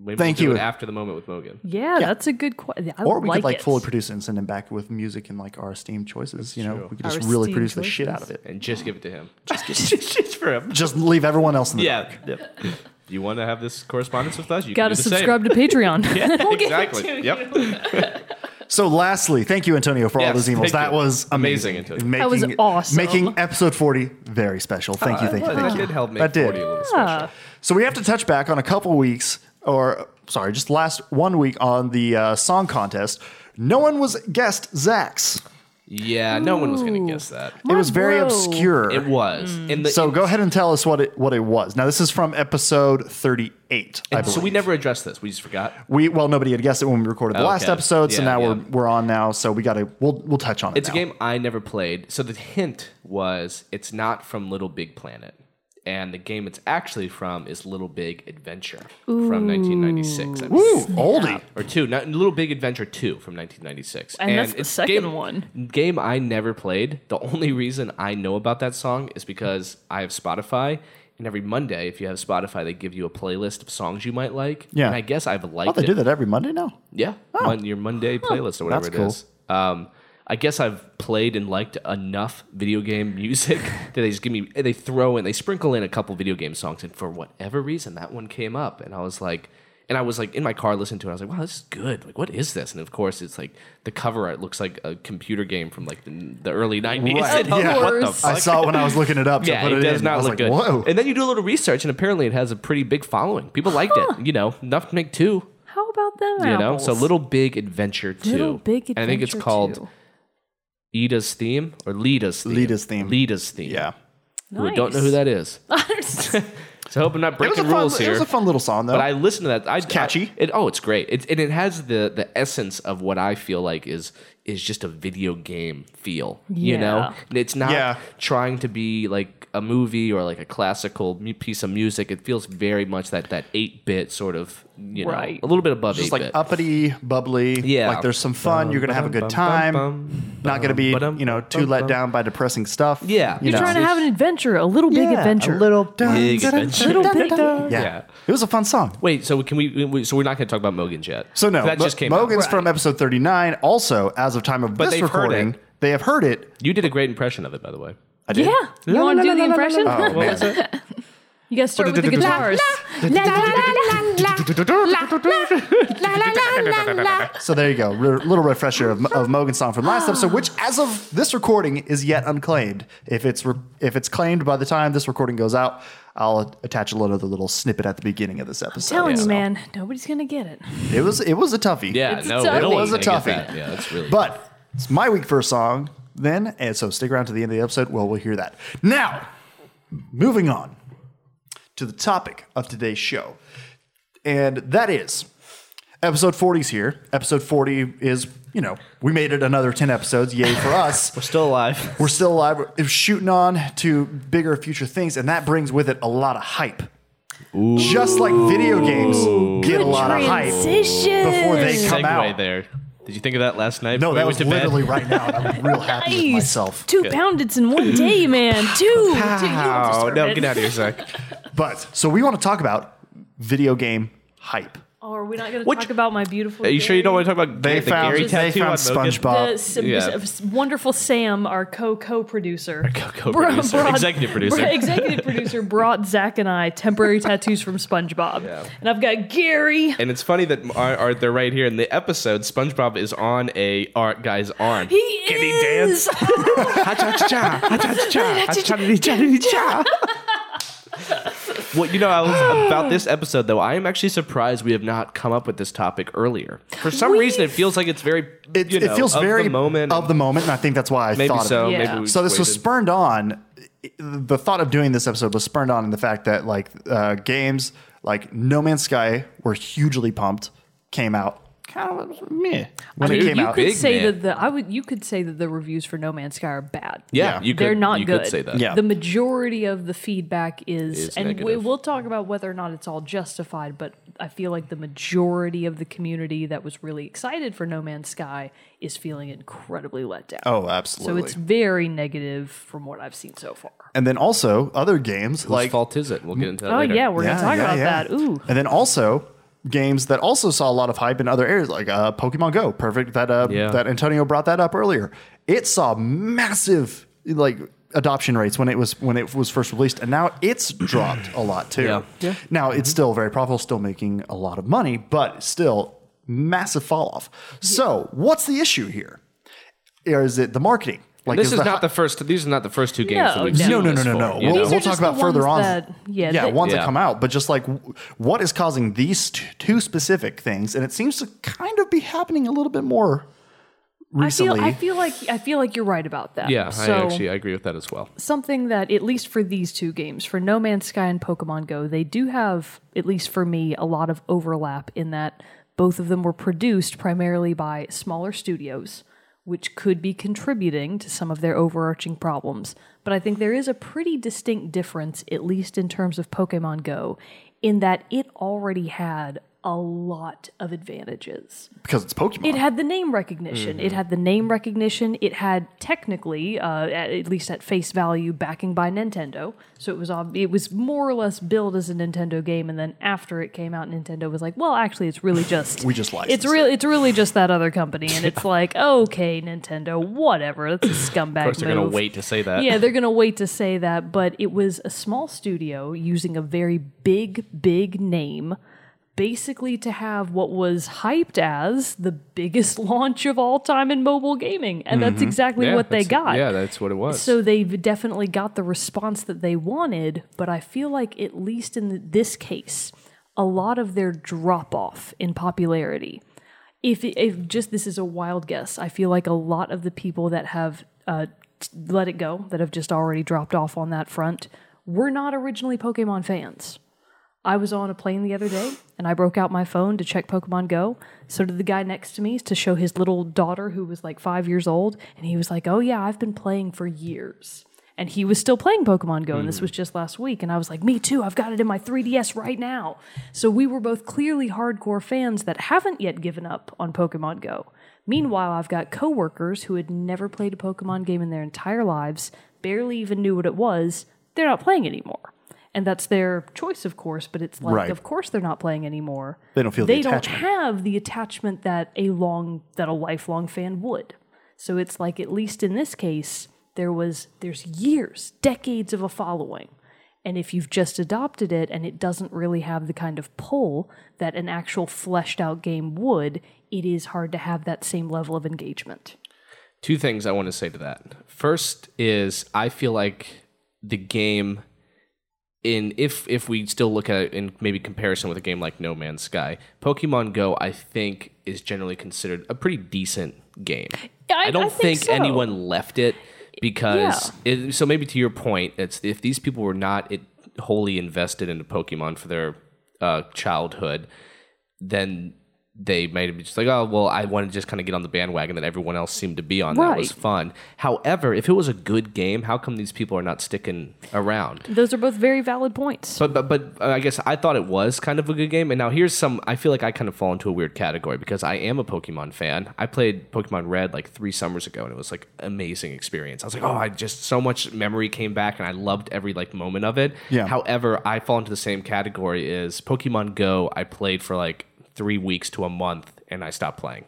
[SPEAKER 3] Maybe
[SPEAKER 1] Thank
[SPEAKER 3] we'll do
[SPEAKER 1] you.
[SPEAKER 3] it after the moment with Mogan.
[SPEAKER 2] yeah, that's a good question.
[SPEAKER 1] Or we
[SPEAKER 2] like
[SPEAKER 1] could like
[SPEAKER 2] it.
[SPEAKER 1] fully produce it and send it back with music and like our esteemed choices. you know, we could just
[SPEAKER 2] Our
[SPEAKER 1] really
[SPEAKER 2] esteemed
[SPEAKER 1] produce the shit out
[SPEAKER 2] choices.
[SPEAKER 1] of it.
[SPEAKER 3] and just give it to him. Just, just, just for him.
[SPEAKER 1] Just leave everyone else in the dark.
[SPEAKER 3] Yeah. You want to have this correspondence with us? You
[SPEAKER 2] Got to
[SPEAKER 3] can do the
[SPEAKER 2] subscribe to Patreon.
[SPEAKER 3] Same. Yeah,
[SPEAKER 2] give it
[SPEAKER 3] exactly.
[SPEAKER 2] to
[SPEAKER 3] yep.
[SPEAKER 1] So, lastly, thank you, Antonio, for all
[SPEAKER 3] Yes,
[SPEAKER 1] those emails.
[SPEAKER 3] thank
[SPEAKER 1] That
[SPEAKER 3] you.
[SPEAKER 1] was amazing.
[SPEAKER 3] Amazing, Antonio.
[SPEAKER 1] Making,
[SPEAKER 2] That was awesome.
[SPEAKER 1] Making episode 40 very special. Thank you, thank you,
[SPEAKER 3] Uh, Well,
[SPEAKER 1] thank
[SPEAKER 3] that
[SPEAKER 1] you.
[SPEAKER 3] did help make
[SPEAKER 1] That did.
[SPEAKER 3] 40 a little special.
[SPEAKER 2] uh,
[SPEAKER 1] So we have to touch back on a couple weeks, or sorry, just last one week on the uh, song contest. No one was guessed Zach's.
[SPEAKER 3] Yeah, no one was going to guess that.
[SPEAKER 1] It was very
[SPEAKER 2] bro.
[SPEAKER 1] obscure.
[SPEAKER 3] It was. And the,
[SPEAKER 1] so go ahead and tell us what it what it was. Now this is from episode thirty eight. I believe.
[SPEAKER 3] so we never addressed this. We just forgot.
[SPEAKER 1] we well nobody had guessed it when we recorded the last
[SPEAKER 3] Okay.
[SPEAKER 1] episode. So
[SPEAKER 3] Yeah,
[SPEAKER 1] now
[SPEAKER 3] yeah.
[SPEAKER 1] we're we're on now. So we got to we'll we'll touch on it.
[SPEAKER 3] It's
[SPEAKER 1] now.
[SPEAKER 3] a game I never played. So the hint was it's not from Little Big Planet. And the game it's actually from is Little Big Adventure from 1996. I believe.
[SPEAKER 1] Ooh, oldie.
[SPEAKER 3] or two, not Little Big Adventure two from 1996,
[SPEAKER 2] And that's the
[SPEAKER 3] it's
[SPEAKER 2] second
[SPEAKER 3] game,
[SPEAKER 2] one.
[SPEAKER 3] Game I never played. The only reason I know about that song is because I have Spotify, and every Monday, if you have Spotify, they give you a playlist of songs you might like.
[SPEAKER 1] Yeah.
[SPEAKER 3] and I guess I've liked
[SPEAKER 1] Oh, they
[SPEAKER 3] it.
[SPEAKER 1] do that every Monday now.
[SPEAKER 3] Yeah, Mon- your Monday playlist or whatever
[SPEAKER 1] that's
[SPEAKER 3] it is. Um, I guess I've played and liked enough video game music that they just give me. They throw in, they sprinkle in a couple video game songs, and for whatever reason, that one came up, and I was like, and I was like in my car listening to it. I was like, wow, this is good. Like, what is this? And of course, it's like the cover art looks like a computer game from like the, the early nineties.
[SPEAKER 1] Right, yeah.
[SPEAKER 3] What the
[SPEAKER 2] Of
[SPEAKER 1] I
[SPEAKER 3] fuck?
[SPEAKER 1] saw it when I was looking it up. So I
[SPEAKER 3] Yeah,
[SPEAKER 1] put
[SPEAKER 3] it,
[SPEAKER 1] it,
[SPEAKER 3] does
[SPEAKER 1] in. I
[SPEAKER 3] not
[SPEAKER 1] was
[SPEAKER 3] look
[SPEAKER 1] like,
[SPEAKER 3] good.
[SPEAKER 1] Whoa.
[SPEAKER 3] And then you do a little research, and apparently it has a pretty big following. People liked it. You know, enough to make two
[SPEAKER 2] How about them
[SPEAKER 3] you know
[SPEAKER 2] apples?
[SPEAKER 3] so little big adventure 2
[SPEAKER 2] Little Big
[SPEAKER 3] and i think it's
[SPEAKER 2] Adventure
[SPEAKER 3] called
[SPEAKER 2] 2.
[SPEAKER 3] Ida's theme or Lita's theme.
[SPEAKER 1] Lita's theme.
[SPEAKER 3] Lita's theme.
[SPEAKER 1] yeah.
[SPEAKER 3] Who I don't know who that is. So I hope I'm not
[SPEAKER 1] It was,
[SPEAKER 3] breaking
[SPEAKER 1] a fun,
[SPEAKER 3] rules
[SPEAKER 1] it
[SPEAKER 3] here.
[SPEAKER 1] was a fun little song though.
[SPEAKER 3] but I listen to that. I,
[SPEAKER 1] catchy.
[SPEAKER 3] I- it, oh, it's great. It, and it has the the essence of what I feel like is is just a video game feel. You know,
[SPEAKER 2] Yeah.
[SPEAKER 3] And it's not
[SPEAKER 1] Yeah.
[SPEAKER 3] trying to be like a movie or like a classical mu- piece of music. It feels very much that that eight bit sort of you know
[SPEAKER 2] Right.
[SPEAKER 3] a little bit above
[SPEAKER 1] just
[SPEAKER 3] eight
[SPEAKER 1] like
[SPEAKER 3] bit.
[SPEAKER 1] uppity, bubbly.
[SPEAKER 3] Yeah.
[SPEAKER 1] Like there's some fun. You're gonna have a good time. Not gonna be you know too let down by depressing stuff.
[SPEAKER 3] Yeah.
[SPEAKER 1] You
[SPEAKER 2] You're
[SPEAKER 1] know.
[SPEAKER 2] trying to have an adventure, a little big adventure.
[SPEAKER 3] Big adventure.
[SPEAKER 2] Little big adventure.
[SPEAKER 1] Yeah.
[SPEAKER 3] Yeah.
[SPEAKER 1] It was a fun song.
[SPEAKER 3] Wait, so can we, we? So we're not going to talk about Mogan yet.
[SPEAKER 1] So no,
[SPEAKER 3] that
[SPEAKER 1] Mo-
[SPEAKER 3] just came. out.
[SPEAKER 1] Mogan's from episode 39. Also, as of time of
[SPEAKER 3] But
[SPEAKER 1] this
[SPEAKER 3] they've heard
[SPEAKER 1] recording,
[SPEAKER 3] it.
[SPEAKER 1] they have heard it.
[SPEAKER 3] You did a great impression of it, by the way.
[SPEAKER 1] I
[SPEAKER 2] Yeah.
[SPEAKER 1] did.
[SPEAKER 2] You want to do the impression?
[SPEAKER 1] Oh, man.
[SPEAKER 2] You guys start with the guitars.
[SPEAKER 1] So there you go. Re- little refresher of, of Mogan's song from last episode, which, as of this recording, is yet unclaimed. If it's re- if it's claimed by the time this recording goes out, I'll attach a little other little snippet at the beginning of this episode.
[SPEAKER 2] Telling
[SPEAKER 1] So
[SPEAKER 2] you, man, nobody's gonna get it.
[SPEAKER 1] It was it was a toughie.
[SPEAKER 3] Yeah,
[SPEAKER 2] It's a
[SPEAKER 3] no,
[SPEAKER 2] toughie.
[SPEAKER 3] no
[SPEAKER 2] It
[SPEAKER 1] was a
[SPEAKER 3] one's gonna
[SPEAKER 1] toughie.
[SPEAKER 3] get that. Yeah, that's really.
[SPEAKER 1] But it's my week for a song then, and so stick around to the end of the episode where we'll hear that. Now, moving on to the topic of today's show. And that is episode 40's here. Episode 40 is, you know, we made it another 10 episodes. Yay for us.
[SPEAKER 3] we're still alive.
[SPEAKER 1] We're still alive. We're shooting on to bigger future things, and that brings with it a lot of hype. Just like video games get a lot of hype
[SPEAKER 2] Transition.
[SPEAKER 1] before they come
[SPEAKER 3] Segue
[SPEAKER 1] out.
[SPEAKER 3] there. Did you think of that last night?
[SPEAKER 1] No,
[SPEAKER 3] when
[SPEAKER 1] that
[SPEAKER 3] we
[SPEAKER 1] was
[SPEAKER 3] went to bed?
[SPEAKER 1] literally right now. and I'm real happy with
[SPEAKER 2] Nice.
[SPEAKER 1] myself.
[SPEAKER 2] Two poundits in one day, man. Two. Two.
[SPEAKER 3] Wow.
[SPEAKER 2] Oh,
[SPEAKER 3] No, get out of here, Zach.
[SPEAKER 1] But so we want to talk about video game hype.
[SPEAKER 2] Oh, are we not going to
[SPEAKER 3] Which-
[SPEAKER 2] talk about my beautiful?
[SPEAKER 3] Are you sure you don't
[SPEAKER 2] Gary?
[SPEAKER 3] want to talk about
[SPEAKER 1] They
[SPEAKER 3] the
[SPEAKER 1] found
[SPEAKER 3] Gary
[SPEAKER 1] they
[SPEAKER 3] tattoo
[SPEAKER 1] found
[SPEAKER 3] on Mogan?
[SPEAKER 1] SpongeBob.
[SPEAKER 2] The s- uh,
[SPEAKER 3] Yeah.
[SPEAKER 2] s- wonderful Sam, our co co producer,
[SPEAKER 3] co-producer, executive producer.
[SPEAKER 2] executive producer brought Zach and I temporary tattoos from SpongeBob,
[SPEAKER 3] Yeah.
[SPEAKER 2] and I've got Gary.
[SPEAKER 3] And it's funny that are, are they're right here in the episode. SpongeBob is on a art guy's arm.
[SPEAKER 2] He
[SPEAKER 3] Can he
[SPEAKER 2] is.
[SPEAKER 3] Well, you know, I was about this episode though. I am actually surprised we have not come up with this topic earlier. For some reason, it feels like it's very.
[SPEAKER 1] It,
[SPEAKER 3] you
[SPEAKER 1] it
[SPEAKER 3] know,
[SPEAKER 1] feels
[SPEAKER 3] of
[SPEAKER 1] very
[SPEAKER 3] the moment.
[SPEAKER 1] of the moment, and I think that's why I
[SPEAKER 3] maybe
[SPEAKER 1] thought of it.
[SPEAKER 3] so.
[SPEAKER 2] Yeah.
[SPEAKER 3] Maybe we
[SPEAKER 1] So this was
[SPEAKER 3] waited.
[SPEAKER 1] spurned on. The thought of doing this episode was spurned on in the fact that like uh, games like No Man's Sky were hugely pumped, came out kind of meh when it
[SPEAKER 3] mean,
[SPEAKER 1] came
[SPEAKER 2] you
[SPEAKER 1] out.
[SPEAKER 2] could
[SPEAKER 3] Big
[SPEAKER 2] say
[SPEAKER 3] man.
[SPEAKER 2] that the I would you could say that the reviews for No Man's Sky are bad.
[SPEAKER 3] Yeah, you could,
[SPEAKER 2] They're not
[SPEAKER 3] you
[SPEAKER 2] good.
[SPEAKER 3] could say that.
[SPEAKER 1] Yeah.
[SPEAKER 2] The majority of the feedback is,
[SPEAKER 3] Is
[SPEAKER 2] and we,
[SPEAKER 3] negative.
[SPEAKER 2] we'll talk about whether or not it's all justified, but I feel like the majority of the community that was really excited for No Man's Sky is feeling incredibly let down.
[SPEAKER 1] oh,
[SPEAKER 2] so
[SPEAKER 1] absolutely.
[SPEAKER 2] it's very negative from what I've seen so far.
[SPEAKER 1] and then also other games
[SPEAKER 3] Whose
[SPEAKER 1] like
[SPEAKER 3] fault is it? We'll get into that
[SPEAKER 2] Oh
[SPEAKER 3] later.
[SPEAKER 2] yeah, we're gonna
[SPEAKER 1] Yeah,
[SPEAKER 2] talk
[SPEAKER 1] yeah,
[SPEAKER 2] about
[SPEAKER 1] yeah.
[SPEAKER 2] that. Ooh,
[SPEAKER 1] And then also games that also saw a lot of hype in other areas, like uh, Pokemon Go. Perfect that uh,
[SPEAKER 3] Yeah.
[SPEAKER 1] that Antonio brought that up earlier. It saw massive like adoption rates when it was when it was first released, and now it's dropped a lot too.
[SPEAKER 3] Yeah. Yeah.
[SPEAKER 1] Now
[SPEAKER 2] Mm-hmm.
[SPEAKER 1] it's still very profitable, still making a lot of money, but still massive fall off. So what's the issue here? Or is it the marketing? Like
[SPEAKER 3] This is
[SPEAKER 1] the
[SPEAKER 3] not the first. These are not the first two games
[SPEAKER 2] No,
[SPEAKER 3] that we've
[SPEAKER 2] no.
[SPEAKER 3] seen.
[SPEAKER 1] no, no, no,
[SPEAKER 3] this
[SPEAKER 1] no,
[SPEAKER 3] for,
[SPEAKER 1] no.
[SPEAKER 3] you
[SPEAKER 1] We'll,
[SPEAKER 3] know?
[SPEAKER 2] These are
[SPEAKER 1] we'll talk
[SPEAKER 2] just the
[SPEAKER 1] about further on.
[SPEAKER 2] ones that- yeah,
[SPEAKER 1] yeah,
[SPEAKER 2] they-
[SPEAKER 1] ones that
[SPEAKER 3] Yeah.
[SPEAKER 1] come out. But just like, w- what is causing these t- two specific things? And it seems to kind of be happening a little bit more recently.
[SPEAKER 2] I feel I feel like I feel like you're right about that.
[SPEAKER 3] Yeah,
[SPEAKER 2] so,
[SPEAKER 3] I actually I agree with that as well.
[SPEAKER 2] something that at least for these two games for no man's sky and pokemon go they do have at least for me a lot of overlap in that both of them were produced primarily by smaller studios which could be contributing to some of their overarching problems but i think there is a pretty distinct difference at least in terms of pokemon go in that it already had a lot of advantages
[SPEAKER 1] because it's Pokemon.
[SPEAKER 2] it had the name recognition.
[SPEAKER 3] Mm-hmm.
[SPEAKER 2] It had the name recognition. It had technically, uh, at, at least at face value, backing by Nintendo. So it was ob- it was more or less billed as a Nintendo game, and then after it came out, Nintendo was like, "Well, actually, it's really just
[SPEAKER 1] We just licensed
[SPEAKER 2] It's really it's really just that other company." And it's like, "Okay, Nintendo, whatever. That's a scumbag."
[SPEAKER 3] Of course, they're gonna
[SPEAKER 2] move."
[SPEAKER 3] wait to say that.
[SPEAKER 2] Yeah, they're going to wait to say that, but it was a small studio using a very big, big name basically to have what was hyped as the biggest launch of all time in mobile gaming. And that's exactly
[SPEAKER 3] Mm-hmm. Yeah,
[SPEAKER 2] what they
[SPEAKER 3] that's-
[SPEAKER 2] got.
[SPEAKER 3] Yeah, that's what it was.
[SPEAKER 2] So they've definitely got the response that they wanted, but I feel like at least in th- this case, a lot of their drop off in popularity. If, if just this is a wild guess, I feel like a lot of the people that have uh, t- let it go, that have just already dropped off on that front, were not originally Pokemon fans. I was on a plane the other day and I broke out my phone to check Pokemon Go. So did the guy next to me to show his little daughter who was like five years old. And he was like, Oh, yeah, I've been playing for years. And he was still playing Pokemon Go. And this was just last week. And I was like, Me too. I've got it in my 3DS right now. So we were both clearly hardcore fans that haven't yet given up on Pokemon Go. Meanwhile, I've got coworkers who had never played a Pokemon game in their entire lives, barely even knew what it was. They're not playing anymore and that's their choice, of course. But it's like,
[SPEAKER 1] Right.
[SPEAKER 2] of course, they're not playing anymore.
[SPEAKER 1] They don't feel the
[SPEAKER 2] they don't
[SPEAKER 1] attachment.
[SPEAKER 2] have the attachment that a long that a lifelong fan would. So it's like, at least in this case, there was there's years, decades of a following. And if you've just adopted it and it doesn't really have the kind of pull that an actual fleshed out game would, it is hard to have that same level of engagement.
[SPEAKER 3] two things I want to say to that. First is I feel like the game in if if we still look at it in maybe comparison with a game like No Man's Sky, Pokemon Go I think is generally considered a pretty decent game.
[SPEAKER 2] I-
[SPEAKER 3] don't
[SPEAKER 2] I think so.
[SPEAKER 3] anyone left it because it, so maybe to your point, it's if these people were not it, wholly invested into Pokemon for their uh, childhood, then they might be just like, oh, well, I want to just kind of get on the bandwagon that everyone else seemed to be on. That was
[SPEAKER 2] Right.
[SPEAKER 3] fun. However, if it was a good game, how come these people are not sticking around?
[SPEAKER 2] Those are both very valid points.
[SPEAKER 3] But, but but uh, I guess I thought it was kind of a good game. And now here's some. I feel like I kind of fall into a weird category because I am a Pokemon fan. I played Pokemon Red like three summers ago, and it was like amazing experience. I was like, oh, I just so much memory came back, and I loved every like moment of it.
[SPEAKER 1] Yeah.
[SPEAKER 3] However, I fall into the same category as Pokemon Go. I played for like three weeks to a month, and I stopped playing.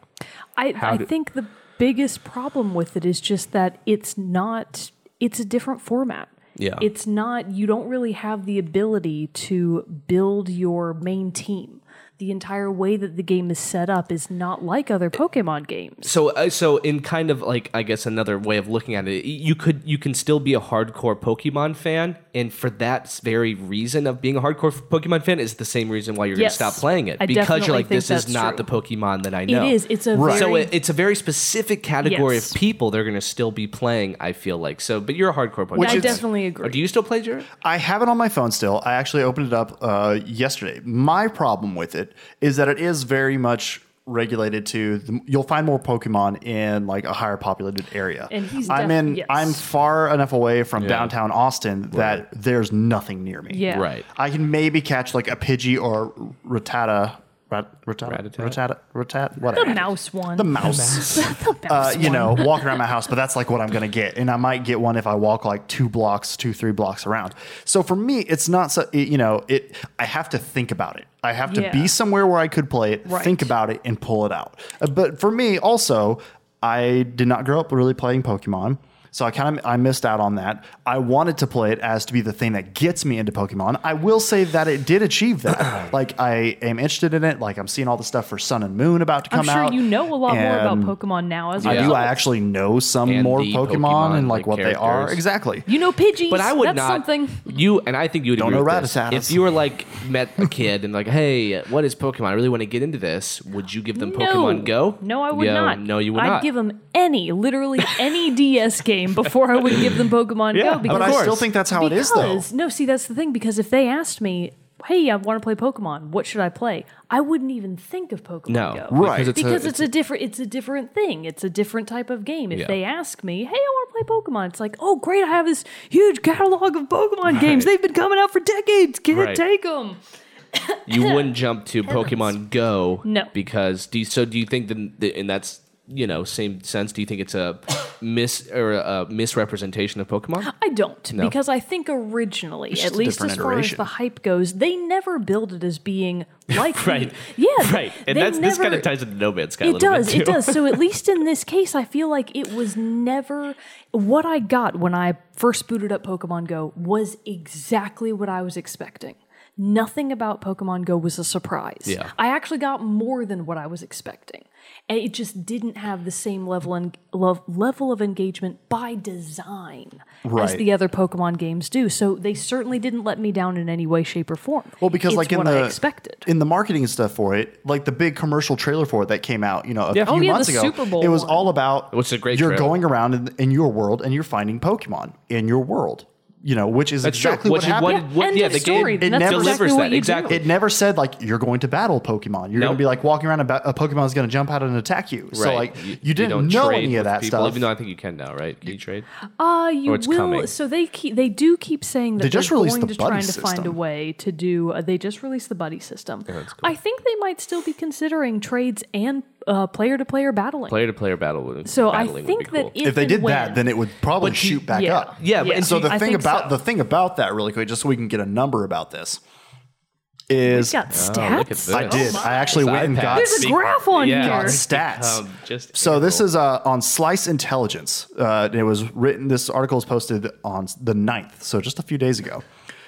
[SPEAKER 2] I, I
[SPEAKER 3] did-
[SPEAKER 2] think the biggest problem with it is just that it's not, it's a different format.
[SPEAKER 3] Yeah.
[SPEAKER 2] It's not, you don't really have the ability to build your main team. The entire way that the game is set up is not like other Pokemon games.
[SPEAKER 3] So, uh, so in kind of like I guess another way of looking at it, you could you can still be a hardcore Pokemon fan, and for that very reason of being a hardcore Pokemon fan is the same reason why you're
[SPEAKER 2] Yes.
[SPEAKER 3] going to stop playing it
[SPEAKER 2] I
[SPEAKER 3] because
[SPEAKER 2] definitely
[SPEAKER 3] you're like,
[SPEAKER 2] think
[SPEAKER 3] this is
[SPEAKER 2] that's
[SPEAKER 3] not
[SPEAKER 2] true.
[SPEAKER 3] the Pokemon that I
[SPEAKER 2] It
[SPEAKER 3] know.
[SPEAKER 2] is. It's a
[SPEAKER 1] Right.
[SPEAKER 2] very
[SPEAKER 3] so it, it's a very specific category
[SPEAKER 2] Yes.
[SPEAKER 3] of people they're going to still be playing. I feel like so, but you're a hardcore Pokemon.
[SPEAKER 1] Which
[SPEAKER 2] I
[SPEAKER 1] is-
[SPEAKER 2] definitely
[SPEAKER 3] Or
[SPEAKER 2] agree.
[SPEAKER 3] do you still play Jared?
[SPEAKER 1] I have it on my phone still. I actually opened it up uh, yesterday. My problem with it is that it is very much regulated to the, you'll find more Pokemon in like a higher populated area.
[SPEAKER 2] And he's
[SPEAKER 1] I'm
[SPEAKER 2] def-
[SPEAKER 1] in
[SPEAKER 2] yes.
[SPEAKER 1] I'm far enough away from downtown Austin that there's nothing near me.
[SPEAKER 2] yeah.
[SPEAKER 3] Right.
[SPEAKER 1] I can maybe catch like a Pidgey or Rattata. Rat, Rattata,
[SPEAKER 3] Ratata.
[SPEAKER 1] Rattata, Rattata,
[SPEAKER 2] The
[SPEAKER 1] whatever.
[SPEAKER 2] mouse one.
[SPEAKER 1] The mouse.
[SPEAKER 2] The mouse
[SPEAKER 1] Uh, you
[SPEAKER 2] one.
[SPEAKER 1] know, walking around my house, but that's like what I'm going to get. And I might get one if I walk like two blocks, two, three blocks around. So for me, it's not so, it, you know, it, I have to think about it. I have to
[SPEAKER 2] Yeah.
[SPEAKER 1] be somewhere where I could play it,
[SPEAKER 2] Right.
[SPEAKER 1] think about it, and pull it out. Uh, but for me, also, I did not grow up really playing Pokemon. So I kind of I missed out on that. I wanted to play it as to be the thing that gets me into Pokemon. I will say that it did achieve that. like I am interested in it. Like I'm seeing all the stuff for Sun and Moon about to come
[SPEAKER 2] I'm sure
[SPEAKER 1] out.
[SPEAKER 2] you know a lot
[SPEAKER 1] and-
[SPEAKER 2] more about Pokemon now as
[SPEAKER 1] I
[SPEAKER 2] well.
[SPEAKER 1] do. I actually know some
[SPEAKER 3] And
[SPEAKER 1] more
[SPEAKER 3] the
[SPEAKER 1] Pokemon,
[SPEAKER 3] Pokemon,
[SPEAKER 1] and like
[SPEAKER 3] like,
[SPEAKER 1] what they are
[SPEAKER 3] characters.
[SPEAKER 1] exactly.
[SPEAKER 2] You know Pidgeys.
[SPEAKER 3] But I would
[SPEAKER 2] That's
[SPEAKER 3] not.
[SPEAKER 2] something.
[SPEAKER 3] You and I think you would
[SPEAKER 1] Don't
[SPEAKER 3] agree
[SPEAKER 1] know
[SPEAKER 3] with this.
[SPEAKER 1] Ratatas.
[SPEAKER 3] If you were like met a kid and like, hey, what is Pokemon? I really want to get into this. Would you give them Pokemon
[SPEAKER 2] no.
[SPEAKER 3] Go?
[SPEAKER 2] No, I would
[SPEAKER 3] Yo,
[SPEAKER 2] not.
[SPEAKER 3] No, you would
[SPEAKER 2] I'd
[SPEAKER 3] not.
[SPEAKER 2] give them any, literally any DS game before I would give them Pokemon
[SPEAKER 3] Yeah,
[SPEAKER 2] Go.
[SPEAKER 3] of
[SPEAKER 2] Because,
[SPEAKER 1] but I still
[SPEAKER 3] course.
[SPEAKER 1] think that's how it is,
[SPEAKER 2] because- No, see, that's the thing. Because if they asked me, hey, I want to play Pokemon, what should I play? I wouldn't even think of Pokemon
[SPEAKER 3] no,
[SPEAKER 2] Go.
[SPEAKER 1] Right.
[SPEAKER 3] Because it's
[SPEAKER 2] Because
[SPEAKER 3] a,
[SPEAKER 2] it's, a, different it's a different thing. It's a different type of game. If
[SPEAKER 3] Yeah.
[SPEAKER 2] they ask me, "Hey, I want to play Pokemon." It's like, "Oh, great. I have this huge catalog of Pokemon games. They've been coming out for decades. Kid,
[SPEAKER 3] Right.
[SPEAKER 2] take them."
[SPEAKER 3] you wouldn't jump to
[SPEAKER 2] Heavens.
[SPEAKER 3] Pokemon Go.
[SPEAKER 2] No.
[SPEAKER 3] because do you, so. Do you think then? the- And that's you know same sense. Do you think it's a mis or a misrepresentation of Pokemon?
[SPEAKER 2] I don't because I think originally,
[SPEAKER 1] just
[SPEAKER 2] at
[SPEAKER 1] a
[SPEAKER 2] least
[SPEAKER 1] different
[SPEAKER 2] as far as
[SPEAKER 1] iteration.
[SPEAKER 2] the hype goes, they never build it as being like the-
[SPEAKER 3] Right.
[SPEAKER 2] yeah,
[SPEAKER 3] right. And
[SPEAKER 2] they
[SPEAKER 3] that's this
[SPEAKER 2] never-
[SPEAKER 3] kind of ties into No Man's Sky. a
[SPEAKER 2] It
[SPEAKER 3] little bit,
[SPEAKER 2] does. It
[SPEAKER 3] too.
[SPEAKER 2] does. So at least in this case, I feel like it was never what I got when I first booted up Pokemon Go was exactly what I was expecting. Nothing about Pokemon Go was a surprise.
[SPEAKER 3] Yeah.
[SPEAKER 2] I actually got more than what I was expecting. And it just didn't have the same level and level of engagement by design as
[SPEAKER 1] Right.
[SPEAKER 2] the other Pokemon games do. So they certainly didn't let me down in any way, shape, or form.
[SPEAKER 1] Well, because
[SPEAKER 2] It's
[SPEAKER 1] like in
[SPEAKER 2] what
[SPEAKER 1] the
[SPEAKER 2] I expected.
[SPEAKER 1] in the marketing and stuff for it, like the big commercial trailer for it that came out, you know, a few
[SPEAKER 2] Oh, yeah,
[SPEAKER 1] months
[SPEAKER 2] the
[SPEAKER 1] ago,
[SPEAKER 2] Super Bowl
[SPEAKER 1] it was
[SPEAKER 2] one.
[SPEAKER 1] all about
[SPEAKER 3] Which is a great
[SPEAKER 1] You're
[SPEAKER 3] trailer.
[SPEAKER 1] going around in, in your world and you're finding Pokemon in your world, you know, which is
[SPEAKER 3] That's true.
[SPEAKER 1] exactly what
[SPEAKER 3] Which is
[SPEAKER 1] happened.
[SPEAKER 3] what- what-
[SPEAKER 2] End
[SPEAKER 3] yeah,
[SPEAKER 2] of
[SPEAKER 3] the game
[SPEAKER 2] story. then. That's
[SPEAKER 1] never-
[SPEAKER 2] exactly
[SPEAKER 3] delivers
[SPEAKER 2] what
[SPEAKER 3] that,
[SPEAKER 2] you do.
[SPEAKER 3] exactly.
[SPEAKER 1] it never said like you're going to battle Pokemon. You're going
[SPEAKER 3] Nope.
[SPEAKER 1] to be like walking around and ba- a Pokemon is going to jump out and attack you. So like you, didn't
[SPEAKER 3] don't
[SPEAKER 1] know
[SPEAKER 3] trade
[SPEAKER 1] any of
[SPEAKER 3] with
[SPEAKER 1] that
[SPEAKER 3] people,
[SPEAKER 1] stuff.
[SPEAKER 3] Even though I think you can now, right? Can you trade?
[SPEAKER 2] Uh, you
[SPEAKER 3] Or Oh, it's
[SPEAKER 2] will.
[SPEAKER 3] coming.
[SPEAKER 2] So they keep, they do keep saying that
[SPEAKER 1] They
[SPEAKER 2] they are
[SPEAKER 1] just released
[SPEAKER 2] going
[SPEAKER 1] the
[SPEAKER 2] to trying
[SPEAKER 1] buddy
[SPEAKER 2] to find a
[SPEAKER 1] system.
[SPEAKER 2] way to do. Uh, they just released the buddy system. I think they might still be considering trades and uh, player to player battling.
[SPEAKER 3] Player to player battle. would-
[SPEAKER 2] so I
[SPEAKER 3] battling would be
[SPEAKER 2] think that
[SPEAKER 3] cool.
[SPEAKER 2] if,
[SPEAKER 1] if they
[SPEAKER 2] and
[SPEAKER 1] did
[SPEAKER 2] when-
[SPEAKER 1] that, then it would probably shoot back
[SPEAKER 2] yeah.
[SPEAKER 1] up.
[SPEAKER 3] Yeah, but-
[SPEAKER 2] Yeah.
[SPEAKER 3] and so
[SPEAKER 1] So the
[SPEAKER 2] I
[SPEAKER 1] thing
[SPEAKER 2] think
[SPEAKER 1] about
[SPEAKER 2] so.
[SPEAKER 1] the thing about that really quick, just so we can get a number about this, is
[SPEAKER 2] got stats.
[SPEAKER 3] Oh, look at this.
[SPEAKER 1] I did.
[SPEAKER 2] my.
[SPEAKER 1] I actually went and
[SPEAKER 3] iPad.
[SPEAKER 1] got
[SPEAKER 2] There's a
[SPEAKER 1] stats.
[SPEAKER 2] graph on
[SPEAKER 3] Yeah.
[SPEAKER 2] here.
[SPEAKER 3] It's
[SPEAKER 1] stats.
[SPEAKER 3] Um, just
[SPEAKER 1] so this
[SPEAKER 3] April.
[SPEAKER 1] is uh, on Slice Intelligence. Uh, it was written. This article is posted on the 9th, so just a few days ago,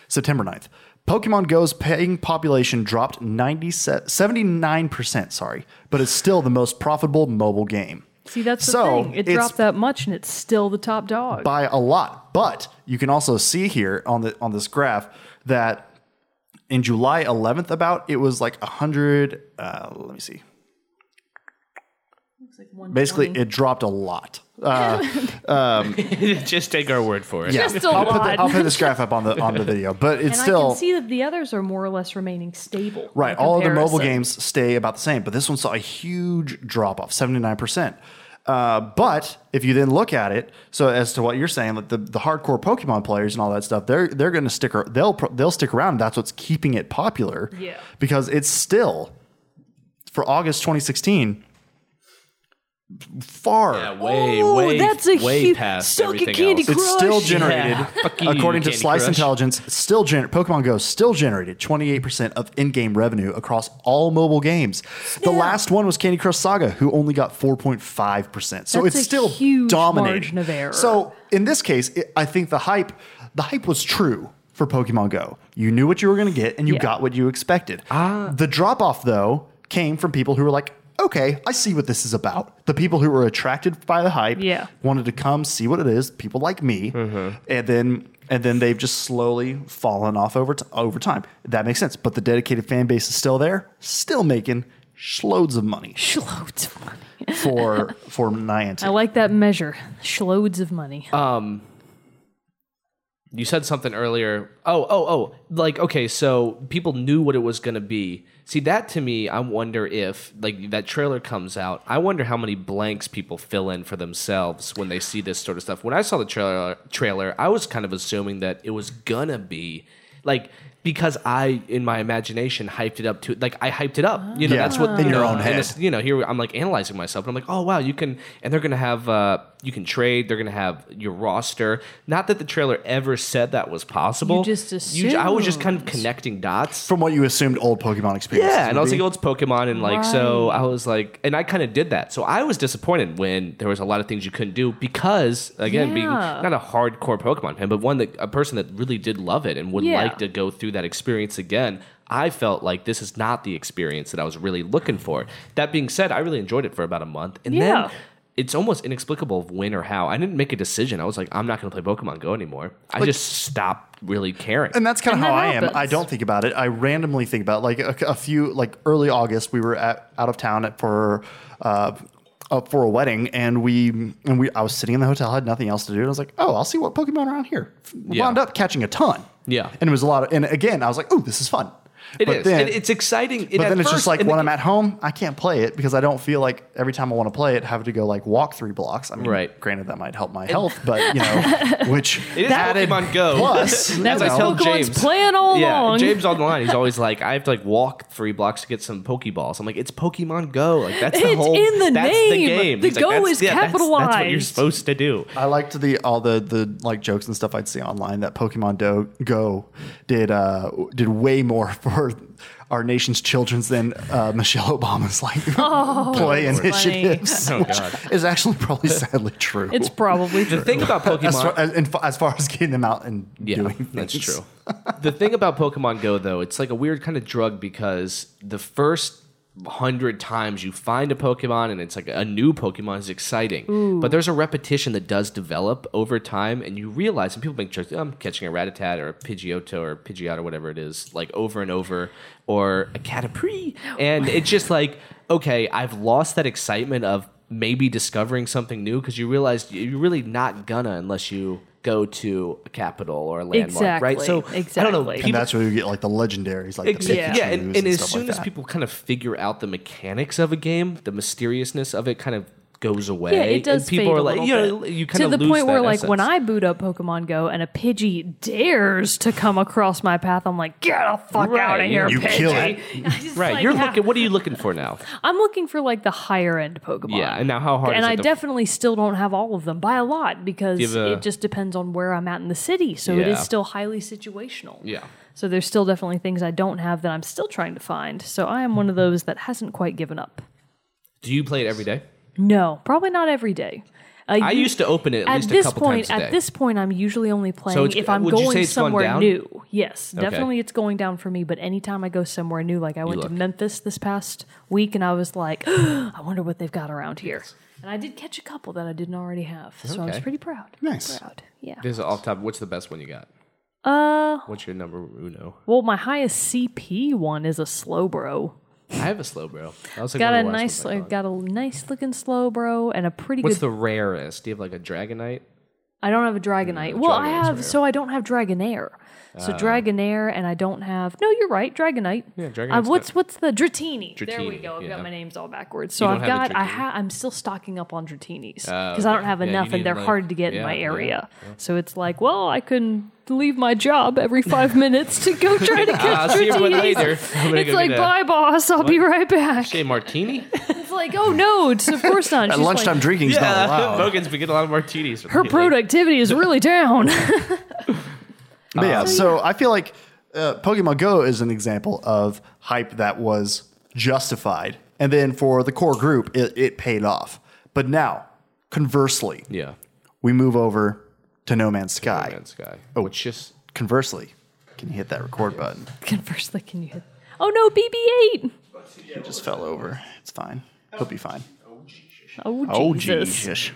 [SPEAKER 1] September 9th. Pokemon Go's paying population dropped 90 79 percent. Sorry, but it's still the most profitable mobile game.
[SPEAKER 2] See, that's the
[SPEAKER 1] So,
[SPEAKER 2] thing. It
[SPEAKER 1] it's-
[SPEAKER 2] dropped that much, and it's still the top dog.
[SPEAKER 1] by a lot. But you can also see here on the on this graph that in July 11th, about it was like 100. Uh, let me see. Basically, it dropped a lot. Uh,
[SPEAKER 3] just take our word for it.
[SPEAKER 1] Yeah.
[SPEAKER 2] Just a
[SPEAKER 1] I'll Put
[SPEAKER 2] lot.
[SPEAKER 1] the, I'll put this graph up on the on the video, but it's
[SPEAKER 2] and I
[SPEAKER 1] still
[SPEAKER 2] can see that the others are more or less remaining stable.
[SPEAKER 1] right.
[SPEAKER 2] in
[SPEAKER 1] All other mobile
[SPEAKER 2] comparison.
[SPEAKER 1] games stay about the same, but this one saw a huge drop off, 79 percent. Uh, but if you then look at it, so as to what you're saying, like the, the hardcore Pokemon players and all that stuff, they're they're going to stick ar- they'll pro- they'll stick around. That's what's keeping it popular.
[SPEAKER 2] Yeah.
[SPEAKER 1] because it's still for August 2016. far.
[SPEAKER 3] Yeah, way,
[SPEAKER 2] Oh,
[SPEAKER 3] way,
[SPEAKER 2] that's a
[SPEAKER 3] way
[SPEAKER 2] huge-
[SPEAKER 3] past
[SPEAKER 2] suck it,
[SPEAKER 3] everything
[SPEAKER 2] Candy
[SPEAKER 3] else.
[SPEAKER 2] Crush.
[SPEAKER 1] it's still generated,
[SPEAKER 3] Yeah. Fuck you,
[SPEAKER 1] according to
[SPEAKER 3] Candy
[SPEAKER 1] Slice
[SPEAKER 3] Crush.
[SPEAKER 1] Intelligence, still gen- Pokemon Go still generated 28% of in-game revenue across all mobile games. The last one was Candy Crush Saga, who only got 4.5%. So
[SPEAKER 2] That's
[SPEAKER 1] it's
[SPEAKER 2] a
[SPEAKER 1] still
[SPEAKER 2] huge
[SPEAKER 1] dominating.
[SPEAKER 2] margin of error.
[SPEAKER 1] So in this case, it, I think the hype, the hype was true for Pokemon Go. You knew what you were going to get, and you
[SPEAKER 2] Yeah.
[SPEAKER 1] got what you expected.
[SPEAKER 3] Ah.
[SPEAKER 1] The drop off though came from people who were like. Okay, I see what this is about. The people who were attracted by the hype
[SPEAKER 2] Yeah.
[SPEAKER 1] wanted to come see what it is. People like me,
[SPEAKER 3] Mm-hmm.
[SPEAKER 1] and then and then they've just slowly fallen off over t- over time. That makes sense. But the dedicated fan base is still there, still making shloads of money
[SPEAKER 2] Shloads of money.
[SPEAKER 1] for for
[SPEAKER 2] I
[SPEAKER 1] Niantic.
[SPEAKER 2] like that measure. Shloads of money.
[SPEAKER 3] You said something earlier. Oh, oh, oh. Like, okay, so people knew what it was going to be. See, that to me, I wonder if, like, that trailer comes out. I wonder how many blanks people fill in for themselves when they see this sort of stuff. When I saw the trailer, trailer I was kind of assuming that it was going to be, like, because I, in my imagination, hyped it up to, like, I hyped it up. You know,
[SPEAKER 1] Yeah,
[SPEAKER 3] that's what
[SPEAKER 1] in
[SPEAKER 3] you
[SPEAKER 1] your
[SPEAKER 3] know,
[SPEAKER 1] own
[SPEAKER 3] and
[SPEAKER 1] head.
[SPEAKER 3] it's- you know, here I'm like analyzing myself, and I'm like, oh wow, you can, and they're gonna have, uh, you can trade, they're gonna have your roster. Not that the trailer ever said that was possible.
[SPEAKER 2] You just
[SPEAKER 3] ju- I was just kind of
[SPEAKER 2] assumed.
[SPEAKER 3] connecting dots.
[SPEAKER 1] From what you assumed old Pokemon experience.
[SPEAKER 3] yeah, and I was like, oh, it's Pokemon, and like, so I was like, and I kind of did that. So I was disappointed when there was a lot of things you couldn't do because, again, being
[SPEAKER 2] Yeah.
[SPEAKER 3] not a hardcore Pokemon fan, but one that a person that really did love it and would
[SPEAKER 2] Yeah.
[SPEAKER 3] like to go through that experience again. I felt like this is not the experience that I was really looking for. That being said, I really enjoyed it for about a month, and
[SPEAKER 2] Yeah.
[SPEAKER 3] then it's almost inexplicable of when or how. I didn't make a decision. I was like, I'm not going to play Pokemon Go anymore. I just stopped really caring.
[SPEAKER 1] And that's kind of
[SPEAKER 2] And
[SPEAKER 1] how
[SPEAKER 2] that
[SPEAKER 1] I am.
[SPEAKER 2] happens.
[SPEAKER 1] I don't think about it. I randomly think about it. like a, a few like early August. We were at, out of town at, for uh, uh, for a wedding, and we and we I was sitting in the hotel, had nothing else to do, and I was like, oh, I'll see what Pokemon around here.
[SPEAKER 3] Yeah.
[SPEAKER 1] Wound up catching a ton.
[SPEAKER 3] Yeah.
[SPEAKER 1] and it was a lot. Of, and again, I was like, oh, this is fun.
[SPEAKER 3] It
[SPEAKER 1] but
[SPEAKER 3] is.
[SPEAKER 1] Then,
[SPEAKER 3] And it's exciting.
[SPEAKER 1] but then it's just like when I'm at home, I can't play it because I don't feel like every time I want to play it, having to go like walk three blocks. I mean,
[SPEAKER 3] Right.
[SPEAKER 1] granted, that might help my health, but you know, which
[SPEAKER 3] It is
[SPEAKER 1] added
[SPEAKER 3] Pokemon Go.
[SPEAKER 1] Plus, you
[SPEAKER 3] As I
[SPEAKER 1] know.
[SPEAKER 3] tell
[SPEAKER 2] Pokemon's
[SPEAKER 3] James,
[SPEAKER 2] playing all
[SPEAKER 3] yeah,
[SPEAKER 2] along.
[SPEAKER 3] James online, he's always like, I have to like walk three blocks to get some Pokeballs. I'm like, it's Pokemon Go. Like that's the
[SPEAKER 2] It's
[SPEAKER 3] whole.
[SPEAKER 2] in the
[SPEAKER 3] that's The
[SPEAKER 2] name.
[SPEAKER 3] game.
[SPEAKER 2] The
[SPEAKER 3] He's like,
[SPEAKER 2] Go
[SPEAKER 3] "That's-
[SPEAKER 2] is
[SPEAKER 3] yeah, that's- That's what you're
[SPEAKER 2] capitalized."
[SPEAKER 3] supposed to do.
[SPEAKER 1] I liked the all the the like jokes and stuff I'd see online that Pokemon Do- Go did uh did way more for our nation's children's than uh, Michelle Obama's like play
[SPEAKER 2] Oh, that's funny.
[SPEAKER 1] initiatives.
[SPEAKER 3] Oh, God.
[SPEAKER 1] which Is actually probably sadly true.
[SPEAKER 2] it's probably
[SPEAKER 3] The
[SPEAKER 2] true.
[SPEAKER 3] thing about Pokemon,
[SPEAKER 1] as far as, and fa- as far as getting them out and
[SPEAKER 3] Yeah,
[SPEAKER 1] doing things.
[SPEAKER 3] that's true. the thing about Pokemon Go though, it's like a weird kind of drug because the first hundred times you find a Pokemon and it's like a new Pokemon is exciting, but there's a repetition that does develop over time, and you realize, and people make jokes, "Oh, I'm catching a Rattata or a Pidgeotto or Pidgeot or whatever it is, like over and over, or a Caterpie, and it's just like, okay, I've lost that excitement of maybe discovering something new because you realize you're really not gonna unless you go to a capital or a landmark, right? So
[SPEAKER 2] Exactly,
[SPEAKER 3] I don't know.
[SPEAKER 2] exactly.
[SPEAKER 1] And
[SPEAKER 3] people-
[SPEAKER 1] that's where you get like the legendaries, like the
[SPEAKER 3] Exactly.
[SPEAKER 2] Yeah.
[SPEAKER 1] Pikachus
[SPEAKER 3] Yeah, and, and as
[SPEAKER 1] stuff
[SPEAKER 3] soon
[SPEAKER 1] like
[SPEAKER 3] as
[SPEAKER 1] that.
[SPEAKER 3] people kind of figure out the mechanics of a game, the mysteriousness of it kind of goes away.
[SPEAKER 2] yeah, it does.
[SPEAKER 3] And people
[SPEAKER 2] fade
[SPEAKER 3] are
[SPEAKER 2] a
[SPEAKER 3] like,
[SPEAKER 2] little
[SPEAKER 3] you know,
[SPEAKER 2] bit.
[SPEAKER 3] you kind
[SPEAKER 2] to
[SPEAKER 3] of
[SPEAKER 2] the
[SPEAKER 3] lose
[SPEAKER 2] point where,
[SPEAKER 3] that
[SPEAKER 2] like, when
[SPEAKER 3] essence.
[SPEAKER 2] I boot up Pokemon Go and a Pidgey dares to come across my path, I'm like, get the fuck
[SPEAKER 3] Right,
[SPEAKER 2] out of
[SPEAKER 3] you-
[SPEAKER 2] here,
[SPEAKER 1] you
[SPEAKER 2] Pidgey.
[SPEAKER 1] kill it.
[SPEAKER 2] I'm just
[SPEAKER 3] right,
[SPEAKER 2] like,
[SPEAKER 3] you're
[SPEAKER 2] "Ah."
[SPEAKER 3] looking. What are you looking for now?
[SPEAKER 2] I'm looking for like the higher end Pokemon.
[SPEAKER 3] Yeah, and now how hard
[SPEAKER 2] And
[SPEAKER 3] is it
[SPEAKER 2] I
[SPEAKER 3] to-
[SPEAKER 2] definitely still don't have all of them by a lot because
[SPEAKER 3] Give a-
[SPEAKER 2] it just depends on where I'm at in the city. So it
[SPEAKER 3] Yeah.
[SPEAKER 2] is still highly situational.
[SPEAKER 3] Yeah.
[SPEAKER 2] So there's still definitely things I don't have that I'm still trying to find. So I am one of those that hasn't quite given up.
[SPEAKER 3] Do you play it every day?
[SPEAKER 2] No, probably not every day. Uh,
[SPEAKER 3] I
[SPEAKER 2] you-
[SPEAKER 3] used to open it at,
[SPEAKER 2] at
[SPEAKER 3] least
[SPEAKER 2] this
[SPEAKER 3] a couple
[SPEAKER 2] point,
[SPEAKER 3] times a day.
[SPEAKER 2] at this point, I'm usually only playing
[SPEAKER 3] it's-
[SPEAKER 2] if I'm
[SPEAKER 3] would you say
[SPEAKER 2] going
[SPEAKER 3] it's gone
[SPEAKER 2] somewhere
[SPEAKER 3] down?
[SPEAKER 2] new. Yes, definitely, it's going down for me. But anytime I go somewhere new, like I went to
[SPEAKER 3] look.
[SPEAKER 2] Memphis this past week, and I was like, I wonder what they've got around here. And I did catch a couple that I didn't already have, so I was
[SPEAKER 3] Okay.
[SPEAKER 2] pretty proud.
[SPEAKER 1] Nice.
[SPEAKER 2] proud. Yeah.
[SPEAKER 3] this is off top. What's the best one you got?
[SPEAKER 2] Uh,
[SPEAKER 3] What's your number uno?
[SPEAKER 2] well, my highest CP one is a Slowbro.
[SPEAKER 3] I have a slow bro. That was like
[SPEAKER 2] Got
[SPEAKER 3] one
[SPEAKER 2] a
[SPEAKER 3] of the last
[SPEAKER 2] nice,
[SPEAKER 3] ones I
[SPEAKER 2] uh,
[SPEAKER 3] bought.
[SPEAKER 2] got a nice looking Slowbro and a pretty
[SPEAKER 3] What's
[SPEAKER 2] good.
[SPEAKER 3] the rarest? Do you have like a Dragonite?
[SPEAKER 2] I don't have a
[SPEAKER 3] Mm,
[SPEAKER 2] Dragonite. well, I
[SPEAKER 3] Dragonite's
[SPEAKER 2] have, so I don't have Dragonair. So
[SPEAKER 3] Ah.
[SPEAKER 2] Dragonair, and I don't have. No, you're right, Dragonite. Yeah,
[SPEAKER 3] Dragonite's
[SPEAKER 2] what's what's the Dratini? There we
[SPEAKER 3] Dratini,
[SPEAKER 2] go. I've
[SPEAKER 3] yeah.
[SPEAKER 2] got my names all backwards. So
[SPEAKER 3] don't
[SPEAKER 2] I've
[SPEAKER 3] have a
[SPEAKER 2] got. I
[SPEAKER 3] Dratini? Oh,
[SPEAKER 2] ha- I'm still stocking up on Dratinis because I don't have
[SPEAKER 3] Yeah, you
[SPEAKER 2] enough,
[SPEAKER 3] need,
[SPEAKER 2] and they're
[SPEAKER 3] like-
[SPEAKER 2] hard to get
[SPEAKER 3] yeah,
[SPEAKER 2] in my
[SPEAKER 3] yeah,
[SPEAKER 2] area. So it's like, well, I can leave my job every five minutes to go try to catch
[SPEAKER 3] Ah, I'll see you
[SPEAKER 2] Dratinis.
[SPEAKER 3] later. I'm gonna
[SPEAKER 2] It's
[SPEAKER 3] go
[SPEAKER 2] like,
[SPEAKER 3] get a-
[SPEAKER 2] bye, boss. I'll be right back.
[SPEAKER 3] Hey, Martini.
[SPEAKER 2] It's like, like, oh no, it's of course not.
[SPEAKER 1] At
[SPEAKER 2] She's
[SPEAKER 1] lunchtime,
[SPEAKER 2] like,
[SPEAKER 1] drinking's not allowed.
[SPEAKER 3] Bogan's been getting a lot of martinis.
[SPEAKER 2] her
[SPEAKER 3] um,
[SPEAKER 2] productivity is really down.
[SPEAKER 1] But yeah, so I feel like uh, Pokemon Go is an example of hype that was justified, and then for the core group, it, it paid off. But now, conversely,
[SPEAKER 3] Yeah.
[SPEAKER 1] we move over to No Man's Sky.
[SPEAKER 3] Man's Sky. Oh, it's just
[SPEAKER 1] Conversely, can you hit that record button?
[SPEAKER 2] Conversely, can you hit? Oh no, BB-8.
[SPEAKER 1] It just fell over. It's fine. He'll be fine.
[SPEAKER 2] Oh, Jesus.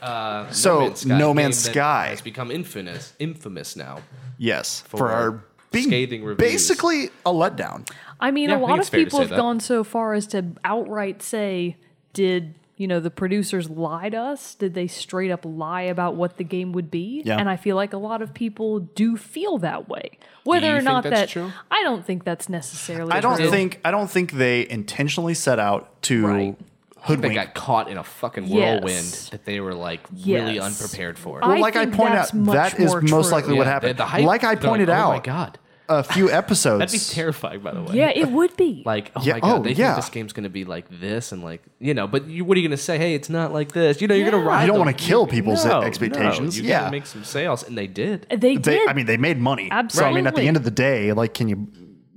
[SPEAKER 1] Uh, so No Man's
[SPEAKER 3] game that
[SPEAKER 1] Sky,
[SPEAKER 3] has become infamous. Infamous now.
[SPEAKER 1] yes, for our
[SPEAKER 3] scathing
[SPEAKER 1] being
[SPEAKER 3] reviews.
[SPEAKER 1] basically a letdown.
[SPEAKER 2] I mean,
[SPEAKER 3] Yeah, I
[SPEAKER 2] a
[SPEAKER 3] think
[SPEAKER 2] lot
[SPEAKER 3] it's
[SPEAKER 2] of
[SPEAKER 3] fair to
[SPEAKER 2] people
[SPEAKER 3] say
[SPEAKER 2] have
[SPEAKER 3] that.
[SPEAKER 2] gone so far as to outright say, did you know the producers lie to us? Did they straight up lie about what the game would be?
[SPEAKER 1] Yeah.
[SPEAKER 2] And I feel like a lot of people do feel that way. Whether
[SPEAKER 3] you
[SPEAKER 2] or
[SPEAKER 3] think
[SPEAKER 2] not
[SPEAKER 3] that's
[SPEAKER 2] that
[SPEAKER 3] true?
[SPEAKER 2] I don't think that's necessarily
[SPEAKER 1] I don't
[SPEAKER 2] true.
[SPEAKER 1] think I don't think they intentionally set out to
[SPEAKER 2] Right.
[SPEAKER 3] They
[SPEAKER 1] hoodwink
[SPEAKER 3] got caught in a fucking whirlwind
[SPEAKER 2] Yes.
[SPEAKER 3] that they were like really
[SPEAKER 2] Yes.
[SPEAKER 3] unprepared for.
[SPEAKER 2] I
[SPEAKER 1] Well, like I
[SPEAKER 2] think
[SPEAKER 1] point out,
[SPEAKER 2] that's much
[SPEAKER 1] that is
[SPEAKER 2] more
[SPEAKER 1] most
[SPEAKER 2] true.
[SPEAKER 1] likely what
[SPEAKER 3] Yeah, the-
[SPEAKER 1] happened.
[SPEAKER 3] the hype,
[SPEAKER 1] like I
[SPEAKER 3] they're
[SPEAKER 1] pointed
[SPEAKER 3] like,
[SPEAKER 1] out
[SPEAKER 3] Oh my god,
[SPEAKER 1] a few episodes.
[SPEAKER 3] that'd be terrifying. By the way,
[SPEAKER 2] Yeah, it would be.
[SPEAKER 3] Like, oh
[SPEAKER 1] Yeah,
[SPEAKER 3] my god,
[SPEAKER 1] oh,
[SPEAKER 3] they
[SPEAKER 1] yeah.
[SPEAKER 3] think this game's gonna be like this and like you know. But you, what are you gonna say? Hey, it's not like this. You know, you're gonna
[SPEAKER 2] Yeah.
[SPEAKER 3] ride.
[SPEAKER 1] You don't
[SPEAKER 3] them.
[SPEAKER 1] wanna kill people's
[SPEAKER 3] No,
[SPEAKER 1] expectations.
[SPEAKER 3] No, you
[SPEAKER 1] Yeah.
[SPEAKER 3] gotta make some sales, and they did.
[SPEAKER 2] they did.
[SPEAKER 1] they, I mean, they made money. So I mean, at the
[SPEAKER 2] Absolutely.
[SPEAKER 1] end of the day, like, can you,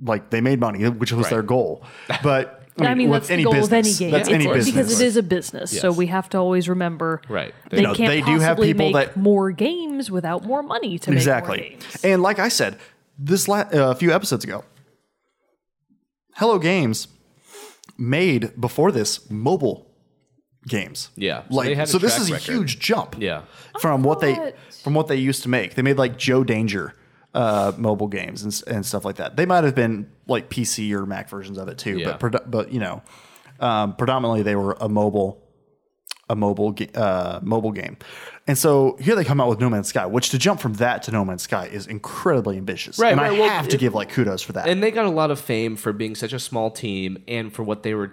[SPEAKER 1] like, they made money, which was their goal. But I mean,
[SPEAKER 2] I mean,
[SPEAKER 1] with
[SPEAKER 2] that's
[SPEAKER 1] any
[SPEAKER 2] the goal
[SPEAKER 1] business,
[SPEAKER 2] of any game.
[SPEAKER 1] That's
[SPEAKER 2] It's-
[SPEAKER 1] any
[SPEAKER 2] it's
[SPEAKER 1] business
[SPEAKER 2] Because it is a business, so
[SPEAKER 3] Yes.
[SPEAKER 2] we have to always remember
[SPEAKER 3] Right.
[SPEAKER 2] they
[SPEAKER 3] You know,
[SPEAKER 2] can't
[SPEAKER 1] they do
[SPEAKER 2] possibly
[SPEAKER 1] have people
[SPEAKER 2] make
[SPEAKER 1] that-
[SPEAKER 2] more games without more money to make more
[SPEAKER 1] exactly.
[SPEAKER 2] games.
[SPEAKER 1] And like I said, this la- uh, a few episodes ago, Hello Games made before this mobile games.
[SPEAKER 3] Yeah. So they
[SPEAKER 1] like
[SPEAKER 3] had a
[SPEAKER 1] so, this
[SPEAKER 3] track
[SPEAKER 1] is a
[SPEAKER 3] record.
[SPEAKER 1] huge jump.
[SPEAKER 3] Yeah.
[SPEAKER 1] Oh, from what they
[SPEAKER 2] thought-
[SPEAKER 1] from what they used to make. They made like Joe Danger uh, mobile games and, s- and stuff like that. They might have been like PC or Mac versions of it too,
[SPEAKER 3] Yeah.
[SPEAKER 1] but produ- but you know, um, predominantly they were a mobile a mobile ga- uh, mobile game. And so here they come out with No Man's Sky, which to jump from that to No Man's Sky is incredibly ambitious.
[SPEAKER 3] Right,
[SPEAKER 1] and I
[SPEAKER 3] right, well,
[SPEAKER 1] have to
[SPEAKER 3] it-
[SPEAKER 1] give like kudos for that.
[SPEAKER 3] and they got a lot of fame for being such a small team and for what they were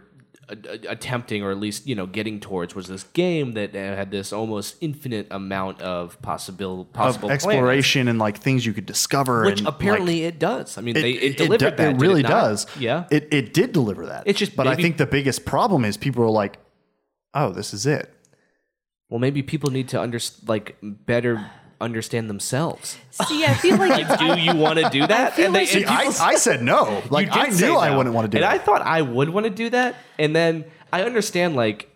[SPEAKER 3] uh, uh, attempting or at least you know getting towards was this game that uh, had this almost infinite amount of possible
[SPEAKER 1] of
[SPEAKER 3] possible planets,
[SPEAKER 1] exploration and like things you could discover,
[SPEAKER 3] which
[SPEAKER 1] and, like,
[SPEAKER 3] apparently it does i mean they it
[SPEAKER 1] do-
[SPEAKER 3] delivered that
[SPEAKER 1] It
[SPEAKER 3] did
[SPEAKER 1] really
[SPEAKER 3] not?
[SPEAKER 1] does.
[SPEAKER 3] yeah
[SPEAKER 1] It it did deliver that.
[SPEAKER 3] It's just
[SPEAKER 1] but I
[SPEAKER 3] maybe-
[SPEAKER 1] think the biggest problem is people are like, oh, this is it.
[SPEAKER 3] well maybe people need to under like better understand themselves
[SPEAKER 2] See, I feel like it's
[SPEAKER 3] do you want to do that and they
[SPEAKER 2] like-
[SPEAKER 3] and
[SPEAKER 1] See, I,
[SPEAKER 3] people-
[SPEAKER 1] I said no. Like
[SPEAKER 3] You did
[SPEAKER 1] I
[SPEAKER 3] say
[SPEAKER 1] knew I
[SPEAKER 3] no.
[SPEAKER 1] wouldn't want to do
[SPEAKER 3] and
[SPEAKER 1] that.
[SPEAKER 3] I thought I would want to do that. And then I understand like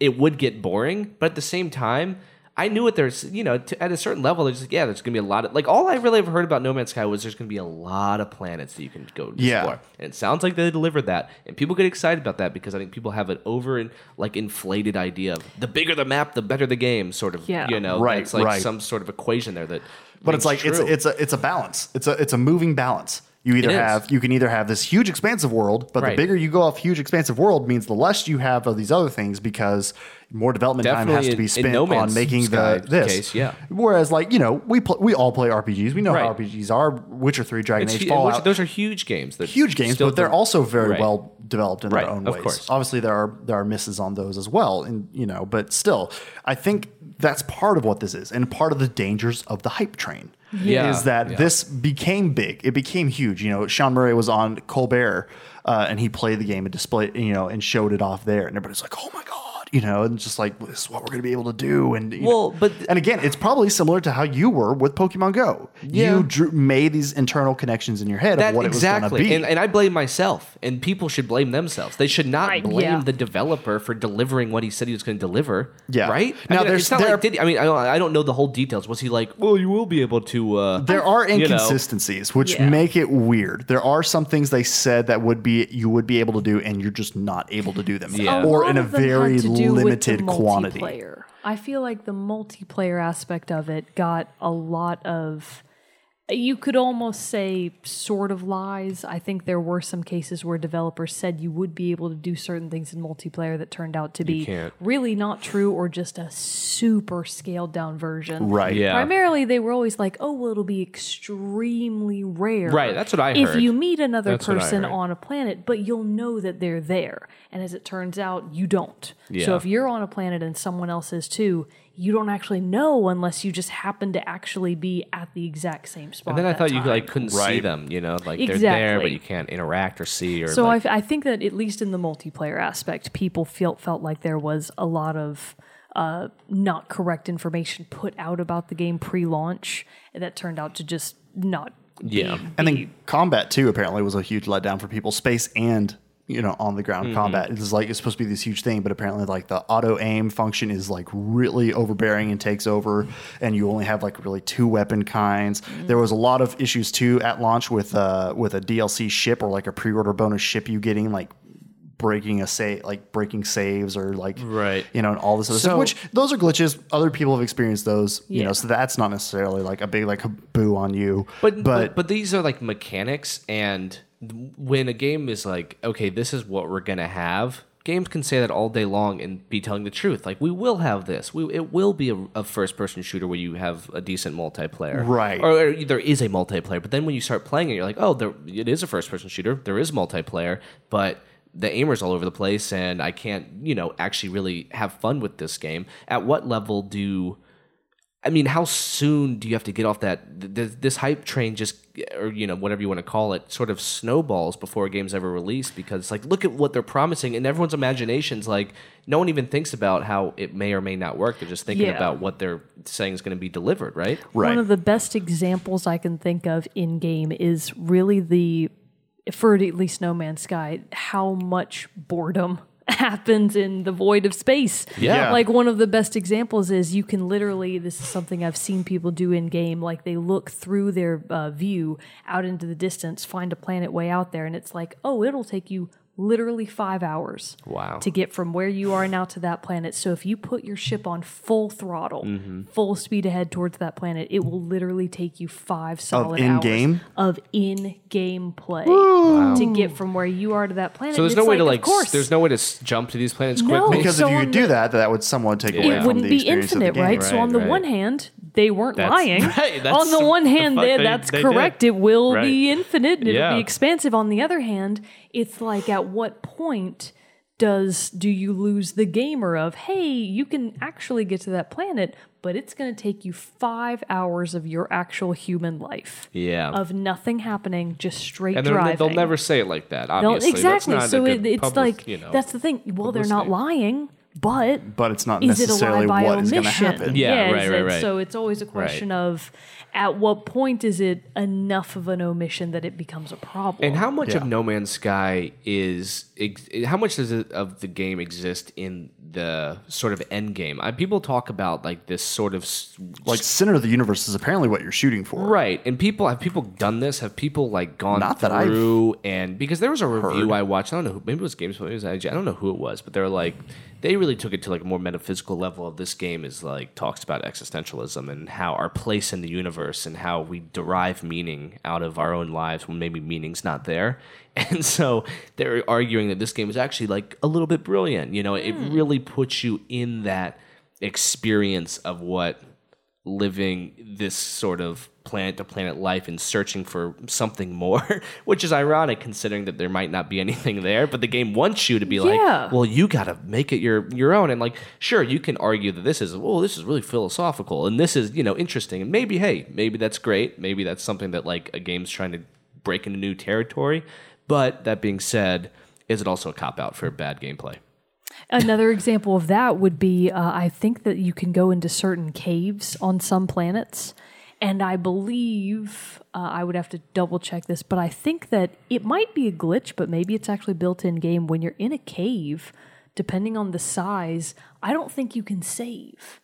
[SPEAKER 3] it would get boring, but at the same time, I knew what there's you know to, at a certain level. There's like yeah, there's gonna be a lot of like all I really ever heard about No Man's Sky was there's gonna be a lot of planets that you can go
[SPEAKER 1] Yeah.
[SPEAKER 3] explore. And it sounds like they delivered that, and people get excited about that because I think people have an over and like inflated idea of the bigger the map, the better the game, sort of.
[SPEAKER 2] Yeah.
[SPEAKER 3] you know,
[SPEAKER 1] Right,
[SPEAKER 3] It's like
[SPEAKER 1] right.
[SPEAKER 3] some sort of equation there that.
[SPEAKER 1] but it's like
[SPEAKER 3] rings true.
[SPEAKER 1] it's it's a it's a balance. It's a it's a moving balance. You either
[SPEAKER 3] It is.
[SPEAKER 1] have you can either have this huge expansive world, but the
[SPEAKER 3] Right.
[SPEAKER 1] bigger you go off huge expansive world means the less you have of these other things because more development time has
[SPEAKER 3] Definitely
[SPEAKER 1] to be
[SPEAKER 3] in- in
[SPEAKER 1] spent
[SPEAKER 3] No
[SPEAKER 1] on
[SPEAKER 3] Man's
[SPEAKER 1] making
[SPEAKER 3] Sky
[SPEAKER 1] the this.
[SPEAKER 3] case, yeah.
[SPEAKER 1] Whereas like you know we pl- we all play RPGs. We know how
[SPEAKER 3] Right.
[SPEAKER 1] RPGs are. Witcher three, Dragon
[SPEAKER 3] It's
[SPEAKER 1] Age,
[SPEAKER 3] hu-
[SPEAKER 1] Fallout.
[SPEAKER 3] which- those are huge games. That
[SPEAKER 1] huge games,
[SPEAKER 3] still
[SPEAKER 1] but they're
[SPEAKER 3] don't-
[SPEAKER 1] also very
[SPEAKER 3] Right.
[SPEAKER 1] well developed in
[SPEAKER 3] Right,
[SPEAKER 1] their own
[SPEAKER 3] of
[SPEAKER 1] ways.
[SPEAKER 3] course.
[SPEAKER 1] Obviously, there are there are misses on those as well, and you know, but still, I think that's part of what this is, and part of the dangers of the hype train.
[SPEAKER 3] Yeah.
[SPEAKER 1] is that
[SPEAKER 3] Yeah.
[SPEAKER 1] this became big? It became huge. You know, Sean Murray was on Colbert, uh, and he played the game and displayed, you know, and showed it off there, and everybody's like, "Oh my god!" You know, and just like this is what we're going to be able to do. And you know,
[SPEAKER 3] Well, but-
[SPEAKER 1] and again, it's probably similar to how you were with Pokemon Go.
[SPEAKER 3] Yeah.
[SPEAKER 1] You drew, made these internal connections in your head
[SPEAKER 3] that
[SPEAKER 1] of what it was
[SPEAKER 3] exactly
[SPEAKER 1] going to be.
[SPEAKER 3] and, and i blame myself and people should blame themselves they should not
[SPEAKER 2] Right,
[SPEAKER 3] blame
[SPEAKER 2] yeah.
[SPEAKER 3] the developer for delivering what he said he was going to deliver
[SPEAKER 1] Yeah.
[SPEAKER 3] right
[SPEAKER 1] Now,
[SPEAKER 3] I mean,
[SPEAKER 1] there's-
[SPEAKER 3] it's not
[SPEAKER 1] there
[SPEAKER 3] like
[SPEAKER 1] are-
[SPEAKER 3] did, i mean I don't, I don't know the whole details was he like well you will be able to uh
[SPEAKER 1] There are
[SPEAKER 3] you know.
[SPEAKER 1] inconsistencies which
[SPEAKER 2] Yeah.
[SPEAKER 1] make it weird. There are some things they said that would be you would be able to do and you're just not able to do them
[SPEAKER 3] Yeah. A
[SPEAKER 1] or
[SPEAKER 2] lot
[SPEAKER 1] in a
[SPEAKER 2] of them had
[SPEAKER 1] very
[SPEAKER 2] to do with the
[SPEAKER 1] limited quantity.
[SPEAKER 2] multiplayer. I feel like the multiplayer aspect of it got a lot of. You could almost say sort of lies. I think there were some cases where developers said you would be able to do certain things in multiplayer that turned out to be
[SPEAKER 3] can't.
[SPEAKER 2] really not true or just a super scaled down version.
[SPEAKER 1] Right.
[SPEAKER 3] yeah
[SPEAKER 2] Primarily, they were always like, "Oh, well, it'll be extremely rare."
[SPEAKER 3] Right, that's what I
[SPEAKER 2] If
[SPEAKER 3] heard.
[SPEAKER 2] you meet another
[SPEAKER 3] That's what I
[SPEAKER 2] person
[SPEAKER 3] heard.
[SPEAKER 2] on a planet, but you'll know that they're there, and as it turns out, you don't.
[SPEAKER 3] Yeah.
[SPEAKER 2] So if you're on a planet and someone else is too, you don't actually know unless you just happen to actually be at the exact same spot.
[SPEAKER 3] And then I
[SPEAKER 2] that
[SPEAKER 3] thought
[SPEAKER 2] time.
[SPEAKER 3] you like couldn't see
[SPEAKER 5] Right.
[SPEAKER 3] them, you know, like they're there,
[SPEAKER 2] Exactly.
[SPEAKER 3] but you can't interact or see or.
[SPEAKER 2] So
[SPEAKER 3] like,
[SPEAKER 2] I, I think that at least in the multiplayer aspect, people felt felt like there was a lot of uh, not correct information put out about the game pre-launch and that turned out to just not. be-
[SPEAKER 3] Yeah.
[SPEAKER 1] And then combat too apparently was a huge letdown for people. Space and you know on the ground
[SPEAKER 3] Mm-hmm.
[SPEAKER 1] combat It's like it's supposed to be this huge thing, but apparently like the auto aim function is like really overbearing and takes over, and you only have like really two weapon kinds.
[SPEAKER 3] Mm-hmm.
[SPEAKER 1] There was a lot of issues too at launch with uh with a DLC ship or like a pre order bonus ship you getting like breaking a save like breaking saves or like
[SPEAKER 3] Right.
[SPEAKER 1] you know and all this other stuff
[SPEAKER 3] So-
[SPEAKER 1] which those are glitches other people have experienced those you
[SPEAKER 2] Yeah.
[SPEAKER 1] know so that's not necessarily like a big like boo on you
[SPEAKER 3] but, but but these are like mechanics, and when a game is like, okay, this is what we're gonna have. Games can say that all day long and be telling the truth. Like we will have this. We it will be a, a first person shooter where you have a decent multiplayer,
[SPEAKER 1] Right.
[SPEAKER 3] Or, or there is a multiplayer. But then when you start playing it, you're like, oh, there it is a first person shooter. There is multiplayer, but the aimer's all over the place, and I can't, you know, actually really have fun with this game. At what level do I mean, how soon do you have to get off that? th- Th- this hype train just, or you know, whatever you want to call it, sort of snowballs before a game's ever released because, like, look at what they're promising, and everyone's imagination's like, no one even thinks about how it may or may not work. They're just thinking
[SPEAKER 2] Yeah.
[SPEAKER 3] about what they're saying is going to be delivered, right?
[SPEAKER 1] Right.
[SPEAKER 2] One of the best examples I can think of in game is really the, for at least No Man's Sky, how much boredom happens in the void of space.
[SPEAKER 1] Yeah.
[SPEAKER 2] Like one of the best examples is you can literally, this is something I've seen people do in game, like they look through their uh, view out into the distance, find a planet way out there, and it's like, oh, it'll take you literally five hours
[SPEAKER 3] Wow.
[SPEAKER 2] to get from where you are now to that planet. So if you put your ship on full throttle,
[SPEAKER 3] Mm-hmm.
[SPEAKER 2] full speed ahead towards that planet, it will literally take you five solid
[SPEAKER 1] in-game?
[SPEAKER 2] hours of in-game play to get from where you are to that planet.
[SPEAKER 3] So there's
[SPEAKER 2] And
[SPEAKER 3] no
[SPEAKER 2] it's
[SPEAKER 3] way to
[SPEAKER 2] of
[SPEAKER 3] like, s-
[SPEAKER 2] course,
[SPEAKER 3] there's no way to s- jump to these planets
[SPEAKER 2] No.
[SPEAKER 3] quickly.
[SPEAKER 1] because
[SPEAKER 2] So
[SPEAKER 1] if you
[SPEAKER 2] on
[SPEAKER 1] could do
[SPEAKER 2] the-
[SPEAKER 1] that, that would somewhat take away
[SPEAKER 2] it
[SPEAKER 1] from
[SPEAKER 2] wouldn't
[SPEAKER 1] the
[SPEAKER 2] be
[SPEAKER 1] experience of the
[SPEAKER 2] infinite,
[SPEAKER 1] game.
[SPEAKER 2] right? So on the
[SPEAKER 3] right.
[SPEAKER 2] one hand, they weren't
[SPEAKER 3] That's-
[SPEAKER 2] lying.
[SPEAKER 3] right, that's
[SPEAKER 2] on the one
[SPEAKER 3] the
[SPEAKER 2] hand,
[SPEAKER 3] fuck
[SPEAKER 2] they-
[SPEAKER 3] they-
[SPEAKER 2] that's
[SPEAKER 3] they did.
[SPEAKER 2] correct. It will
[SPEAKER 5] Right.
[SPEAKER 2] be infinite. and It'll
[SPEAKER 5] Yeah.
[SPEAKER 2] be expansive. On the other hand, it's like at what point does do you lose the gamer of hey, you can actually get to that planet, but it's going to take you five hours of your actual human life
[SPEAKER 3] yeah.
[SPEAKER 2] of nothing happening, just straight
[SPEAKER 3] and they're-
[SPEAKER 2] driving.
[SPEAKER 3] they'll never say it like that.
[SPEAKER 2] They'll-
[SPEAKER 3] Obviously, That's
[SPEAKER 2] exactly.
[SPEAKER 3] not a
[SPEAKER 2] So it,
[SPEAKER 3] good
[SPEAKER 2] it's
[SPEAKER 3] public-
[SPEAKER 2] like
[SPEAKER 3] you know.
[SPEAKER 2] that's the thing. Well, they're not
[SPEAKER 3] publicity.
[SPEAKER 2] lying, but
[SPEAKER 1] But it's not
[SPEAKER 2] is it a lie
[SPEAKER 1] necessarily
[SPEAKER 2] by
[SPEAKER 1] what is going to
[SPEAKER 2] omission?
[SPEAKER 1] happen.
[SPEAKER 3] Yeah,
[SPEAKER 2] is
[SPEAKER 3] right, right,
[SPEAKER 2] it-
[SPEAKER 3] right.
[SPEAKER 2] So it's always a question of at what point is it enough of an omission that it becomes a problem?
[SPEAKER 3] And how much of No Man's Sky is ex- how much does it, of the game exist in the sort of end game? I, people talk about like this sort of s-
[SPEAKER 1] Like center of the universe is apparently what you're shooting for.
[SPEAKER 3] right, and people have people done this? Have people like gone
[SPEAKER 1] Not that I've
[SPEAKER 3] through and because there was a review I watched. I don't know, who, maybe it was GameSpot, maybe it was IGN, I don't know who it was, but they're like they really took it to like a more metaphysical level of this game is like talks about existentialism and how our place in the universe and how we derive meaning out of our own lives when maybe meaning's not there. And so they're arguing that this game is actually like a little bit brilliant. You know, it
[SPEAKER 1] Hmm.
[SPEAKER 3] really puts you in that experience of what living this sort of planet to planet life and searching for something more, which is ironic considering that there might not be anything there. But the game wants you to be
[SPEAKER 2] Yeah.
[SPEAKER 3] like, well, you got to make it your your own. And like, sure, you can argue that this is, well, this is really philosophical and this is, you know, interesting. And maybe, hey, maybe that's great. Maybe that's something that like a game's trying to break into new territory. But that being said, is it also a cop out for bad gameplay?
[SPEAKER 2] Another example of that would be uh, I think that you can go into certain caves on some planets. And I believe, uh, I would have to double check this, but I think that it might be a glitch, but maybe it's actually built in game. When you're in a cave, depending on the size, I don't think you can save.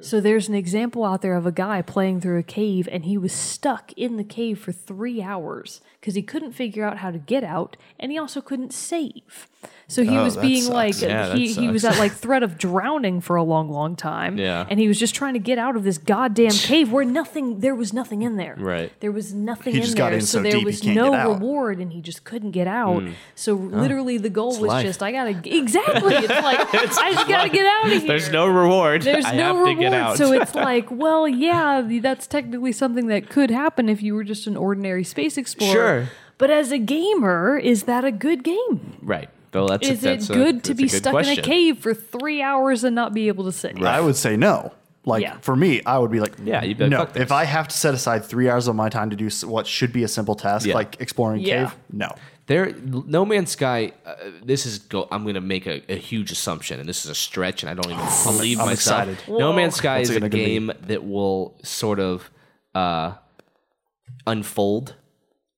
[SPEAKER 2] So there's an example out there of a guy playing through a cave and he was stuck in the cave for three hours because he couldn't figure out how to get out and he also couldn't save. So he was
[SPEAKER 1] Oh, that
[SPEAKER 2] being
[SPEAKER 1] sucks.
[SPEAKER 2] like
[SPEAKER 3] Yeah, that
[SPEAKER 2] he, he was at like threat of drowning for a long, long time.
[SPEAKER 3] Yeah.
[SPEAKER 2] And he was just trying to get out of this goddamn cave where nothing there was nothing in there.
[SPEAKER 3] Right.
[SPEAKER 2] There was nothing
[SPEAKER 1] He
[SPEAKER 2] in
[SPEAKER 1] just
[SPEAKER 2] there.
[SPEAKER 1] got in
[SPEAKER 2] so
[SPEAKER 1] so
[SPEAKER 2] there
[SPEAKER 1] deep he
[SPEAKER 2] was
[SPEAKER 1] can't
[SPEAKER 2] no
[SPEAKER 1] get out.
[SPEAKER 2] reward and he just couldn't get out.
[SPEAKER 3] Hmm.
[SPEAKER 2] So literally the goal was
[SPEAKER 1] life.
[SPEAKER 2] just I gotta exactly it's like I just gotta get out of here.
[SPEAKER 3] There's no reward.
[SPEAKER 2] There's
[SPEAKER 3] I
[SPEAKER 2] no
[SPEAKER 3] have
[SPEAKER 2] reward.
[SPEAKER 3] to get out.
[SPEAKER 2] So it's like, well, yeah, th- that's technically something that could happen if you were just an ordinary space explorer.
[SPEAKER 3] Sure.
[SPEAKER 2] But as a gamer, is that a good game?
[SPEAKER 3] Right.
[SPEAKER 5] Phil, that's
[SPEAKER 2] Is
[SPEAKER 5] that's
[SPEAKER 2] it
[SPEAKER 5] a-
[SPEAKER 2] good
[SPEAKER 5] that's
[SPEAKER 2] to be
[SPEAKER 5] good
[SPEAKER 2] stuck in
[SPEAKER 5] question.
[SPEAKER 2] a cave for three hours and not be able to sing?
[SPEAKER 1] I would say no. Like
[SPEAKER 2] Yeah.
[SPEAKER 1] for me, I would be like,
[SPEAKER 5] Yeah, you'd be like,
[SPEAKER 1] no.
[SPEAKER 5] fuck this.
[SPEAKER 1] If I have to set aside three hours of my time to do s- what should be a simple task,
[SPEAKER 5] Yeah.
[SPEAKER 1] like exploring a
[SPEAKER 2] Yeah.
[SPEAKER 1] cave, no.
[SPEAKER 3] There, No Man's Sky. Uh, this is. Go, I'm going to make a, a huge assumption, and this is a stretch, and I don't even believe
[SPEAKER 1] I'm
[SPEAKER 3] myself.
[SPEAKER 1] excited.
[SPEAKER 3] No Man's Sky
[SPEAKER 1] What's
[SPEAKER 3] is
[SPEAKER 1] it
[SPEAKER 3] a
[SPEAKER 1] gonna be?
[SPEAKER 3] game that will sort of uh, unfold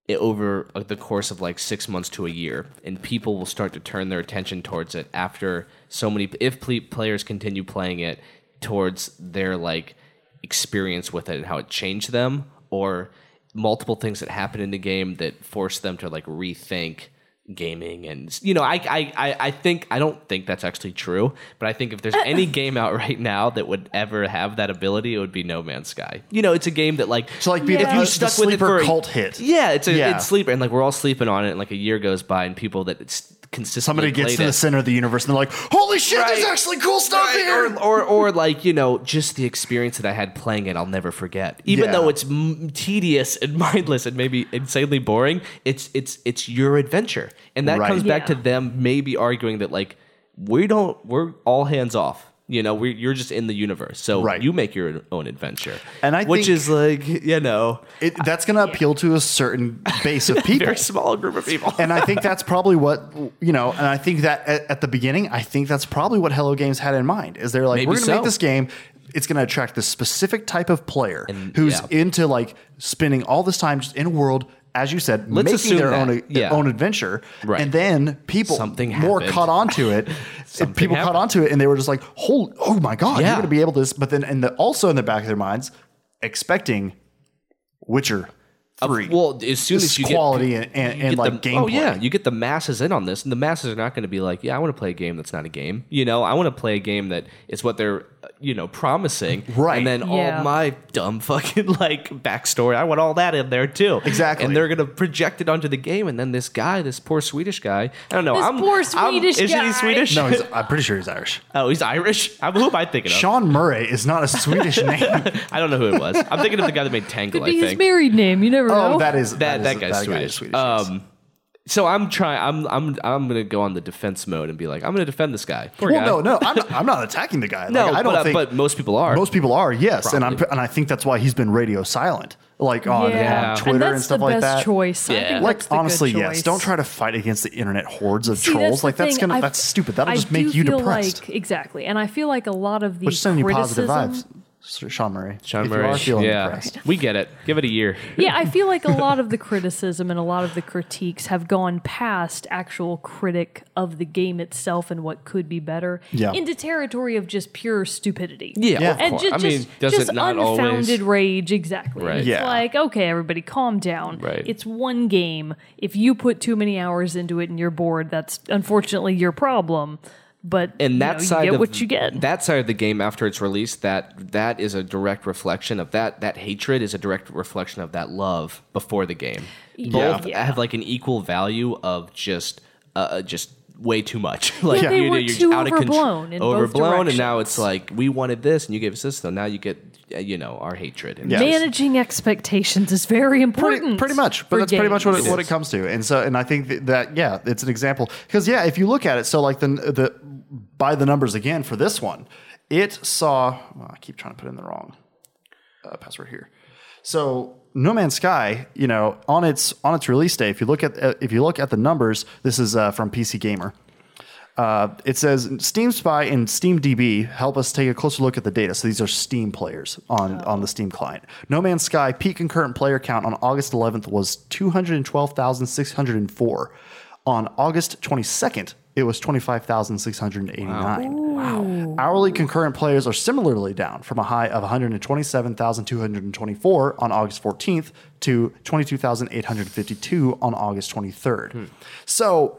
[SPEAKER 3] i- over uh, the course of like six months to a year, and people will start to turn their attention towards it after so many. If ple- players continue playing it, towards their like experience with it and how it changed them, or multiple things that happened in the game that forced them to like rethink gaming and you know I, I I- I think i don't think that's actually true but i think if there's any game out right now that would ever have that ability it would be no man's sky you know it's a game that like
[SPEAKER 1] So like be
[SPEAKER 2] Yeah.
[SPEAKER 1] the,
[SPEAKER 2] If you
[SPEAKER 1] the
[SPEAKER 3] stuck with it
[SPEAKER 1] sleeper
[SPEAKER 3] for a-
[SPEAKER 1] cult hit.
[SPEAKER 3] yeah, it's a
[SPEAKER 1] Yeah.
[SPEAKER 3] it's sleeper, and like we're all sleeping on it. And like a year goes by, and people that it's consistently
[SPEAKER 1] Somebody gets to
[SPEAKER 3] played
[SPEAKER 1] the
[SPEAKER 3] it-
[SPEAKER 1] center of the universe and they're like, holy shit, there's
[SPEAKER 3] Right.
[SPEAKER 1] actually cool stuff
[SPEAKER 3] Right,
[SPEAKER 1] here.
[SPEAKER 3] Or, or or like you know, just the experience that I had playing it, I'll never forget. Even
[SPEAKER 1] Yeah.
[SPEAKER 3] though it's m- tedious and mindless and maybe insanely boring, it's it's it's your adventure, and that
[SPEAKER 1] Right.
[SPEAKER 3] comes back
[SPEAKER 2] Yeah.
[SPEAKER 3] to them maybe arguing that like we don't we're all hands off. You know, we you're just in the universe, so
[SPEAKER 1] Right.
[SPEAKER 3] you make your own adventure.
[SPEAKER 1] And I
[SPEAKER 3] which
[SPEAKER 1] think-
[SPEAKER 3] is like you know,
[SPEAKER 1] it, that's going to appeal to a certain base of people.
[SPEAKER 3] very small group of people.
[SPEAKER 1] and I think that's probably what you know. And I think that at, at the beginning, I think that's probably what Hello Games had in mind. Is they're like,
[SPEAKER 3] Maybe
[SPEAKER 1] we're going to
[SPEAKER 3] so.
[SPEAKER 1] make this game. It's going to attract this specific type of player who's
[SPEAKER 3] yeah.
[SPEAKER 1] into like spending all this time just in a world. As you said,
[SPEAKER 3] Let's
[SPEAKER 1] making
[SPEAKER 3] assume
[SPEAKER 1] their
[SPEAKER 3] that,
[SPEAKER 1] own
[SPEAKER 3] yeah.
[SPEAKER 1] their own adventure,
[SPEAKER 3] Right.
[SPEAKER 1] and then people
[SPEAKER 3] Something
[SPEAKER 1] more
[SPEAKER 3] happened.
[SPEAKER 1] caught on to it.
[SPEAKER 3] Something
[SPEAKER 1] people caught
[SPEAKER 3] happened.
[SPEAKER 1] on to it, and they were just like, "Holy, oh my god,
[SPEAKER 3] Yeah.
[SPEAKER 1] you're going to be able to!" This. But then, and the, also in the back of their minds, expecting Witcher three.
[SPEAKER 3] Well, as soon as
[SPEAKER 1] Just
[SPEAKER 3] you
[SPEAKER 1] quality
[SPEAKER 3] get
[SPEAKER 1] and- and-
[SPEAKER 3] you
[SPEAKER 1] and,
[SPEAKER 3] get
[SPEAKER 1] like,
[SPEAKER 3] the,
[SPEAKER 1] gameplay.
[SPEAKER 3] Oh yeah, you get the masses in on this, and the masses are not going to be like, yeah, I want to play a game that's not a game. You know, I want to play a game that is what they're uh, you know promising.
[SPEAKER 1] Right.
[SPEAKER 3] And then
[SPEAKER 2] Yeah.
[SPEAKER 3] all my dumb fucking like backstory, I want all that in there too.
[SPEAKER 1] Exactly.
[SPEAKER 3] And they're going to project it onto the game, and then this guy, this poor Swedish guy, I don't know.
[SPEAKER 2] This
[SPEAKER 3] I'm
[SPEAKER 2] poor
[SPEAKER 3] I'm-
[SPEAKER 2] Swedish
[SPEAKER 3] Isn't
[SPEAKER 2] guy.
[SPEAKER 3] he Swedish?
[SPEAKER 1] no, he's, I'm pretty sure he's Irish.
[SPEAKER 3] oh, he's Irish. I'm, who am I thinking of?
[SPEAKER 1] Sean Murray is not a Swedish name.
[SPEAKER 3] I don't know who it was. I'm thinking of the guy that made Tangle.
[SPEAKER 2] Could
[SPEAKER 3] I
[SPEAKER 2] be
[SPEAKER 3] think.
[SPEAKER 2] his married name. You never know.
[SPEAKER 1] Oh, that is
[SPEAKER 3] that that,
[SPEAKER 1] is-
[SPEAKER 3] guy's
[SPEAKER 1] guy
[SPEAKER 3] Swedish.
[SPEAKER 1] is yes.
[SPEAKER 3] um, so I'm trying. I'm I'm I'm gonna go on the defense mode and be like, I'm gonna defend this guy. Poor
[SPEAKER 1] well,
[SPEAKER 3] guy.
[SPEAKER 1] no, no, I'm not, I'm not attacking the guy.
[SPEAKER 3] no.
[SPEAKER 1] Like, I don't
[SPEAKER 3] but, uh,
[SPEAKER 1] think
[SPEAKER 3] but most people are.
[SPEAKER 1] most people are. Yes, and I'm
[SPEAKER 3] Probably.
[SPEAKER 1] and I think that's why he's been radio silent, like on,
[SPEAKER 2] yeah.
[SPEAKER 1] on Twitter and,
[SPEAKER 2] that's
[SPEAKER 1] stuff
[SPEAKER 2] the
[SPEAKER 1] like
[SPEAKER 2] best
[SPEAKER 1] that.
[SPEAKER 2] Choice. I
[SPEAKER 3] Yeah.
[SPEAKER 2] think
[SPEAKER 1] Like
[SPEAKER 2] that's the good
[SPEAKER 1] honestly, yes.
[SPEAKER 2] choice.
[SPEAKER 1] Don't try to fight against the internet hordes of
[SPEAKER 2] See, that's
[SPEAKER 1] trolls.
[SPEAKER 2] the
[SPEAKER 1] Like that's
[SPEAKER 2] thing.
[SPEAKER 1] gonna
[SPEAKER 2] I-
[SPEAKER 1] that's stupid. That'll
[SPEAKER 2] I
[SPEAKER 1] just make
[SPEAKER 2] do
[SPEAKER 1] you
[SPEAKER 2] feel
[SPEAKER 1] depressed.
[SPEAKER 2] Like, exactly, and I feel like a lot of the
[SPEAKER 1] which is sending you
[SPEAKER 2] criticism,
[SPEAKER 1] positive vibes. Sir Sean Murray.
[SPEAKER 3] Sean
[SPEAKER 1] if
[SPEAKER 3] Murray.
[SPEAKER 1] you are feeling
[SPEAKER 3] yeah,
[SPEAKER 1] depressed.
[SPEAKER 3] we get it. Give it a year.
[SPEAKER 2] yeah, I feel like a lot of the criticism and a lot of the critiques have gone past actual critic of the game itself and what could be better
[SPEAKER 1] Yeah.
[SPEAKER 2] into territory of just pure stupidity.
[SPEAKER 1] Yeah.
[SPEAKER 3] of
[SPEAKER 1] And
[SPEAKER 2] And
[SPEAKER 3] course.
[SPEAKER 2] just,
[SPEAKER 3] I mean,
[SPEAKER 2] just,
[SPEAKER 3] does
[SPEAKER 2] just
[SPEAKER 3] it not always?
[SPEAKER 2] unfounded rage, exactly.
[SPEAKER 3] Right.
[SPEAKER 2] It's
[SPEAKER 1] Yeah.
[SPEAKER 2] like, okay, everybody, calm down.
[SPEAKER 3] Right.
[SPEAKER 2] It's one game. If you put too many hours into it and you're bored, that's unfortunately your problem. But
[SPEAKER 3] and
[SPEAKER 2] you
[SPEAKER 3] that
[SPEAKER 2] know,
[SPEAKER 3] side
[SPEAKER 2] you get
[SPEAKER 3] of
[SPEAKER 2] what you get.
[SPEAKER 3] that side of the game after it's released that that is a direct reflection of that that hatred is a direct reflection of that love before the game both
[SPEAKER 2] Yeah.
[SPEAKER 3] have like an equal value of just uh just way too much like
[SPEAKER 2] they were too overblown in both
[SPEAKER 3] overblown and now it's
[SPEAKER 2] directions.
[SPEAKER 3] like we wanted this and you gave us this so now you get uh, you know our hatred and
[SPEAKER 1] Yeah.
[SPEAKER 2] Managing expectations is very important.
[SPEAKER 1] Pretty, pretty much, but
[SPEAKER 2] for
[SPEAKER 1] that's pretty much what
[SPEAKER 2] games.
[SPEAKER 1] it, what it comes to. And so, and I think that, that yeah, it's an example because yeah, if you look at it, so like the the by the numbers again for this one, it saw. Well, I keep trying to put in the wrong uh, password here. So No Man's Sky, you know, on its on its release day, if you look at uh, if you look at the numbers, this is uh, from PC Gamer. Uh, it says Steam Spy and Steam DB help us take a closer look at the data. So these are Steam players on, on the Steam client. No Man's Sky peak concurrent player count on August 11th was 212,604. On August 22nd, it was 25,689. Hourly concurrent players are similarly down from a high of 127,224 on August 14th to 22,852 on August 23rd.
[SPEAKER 3] Hmm.
[SPEAKER 1] So,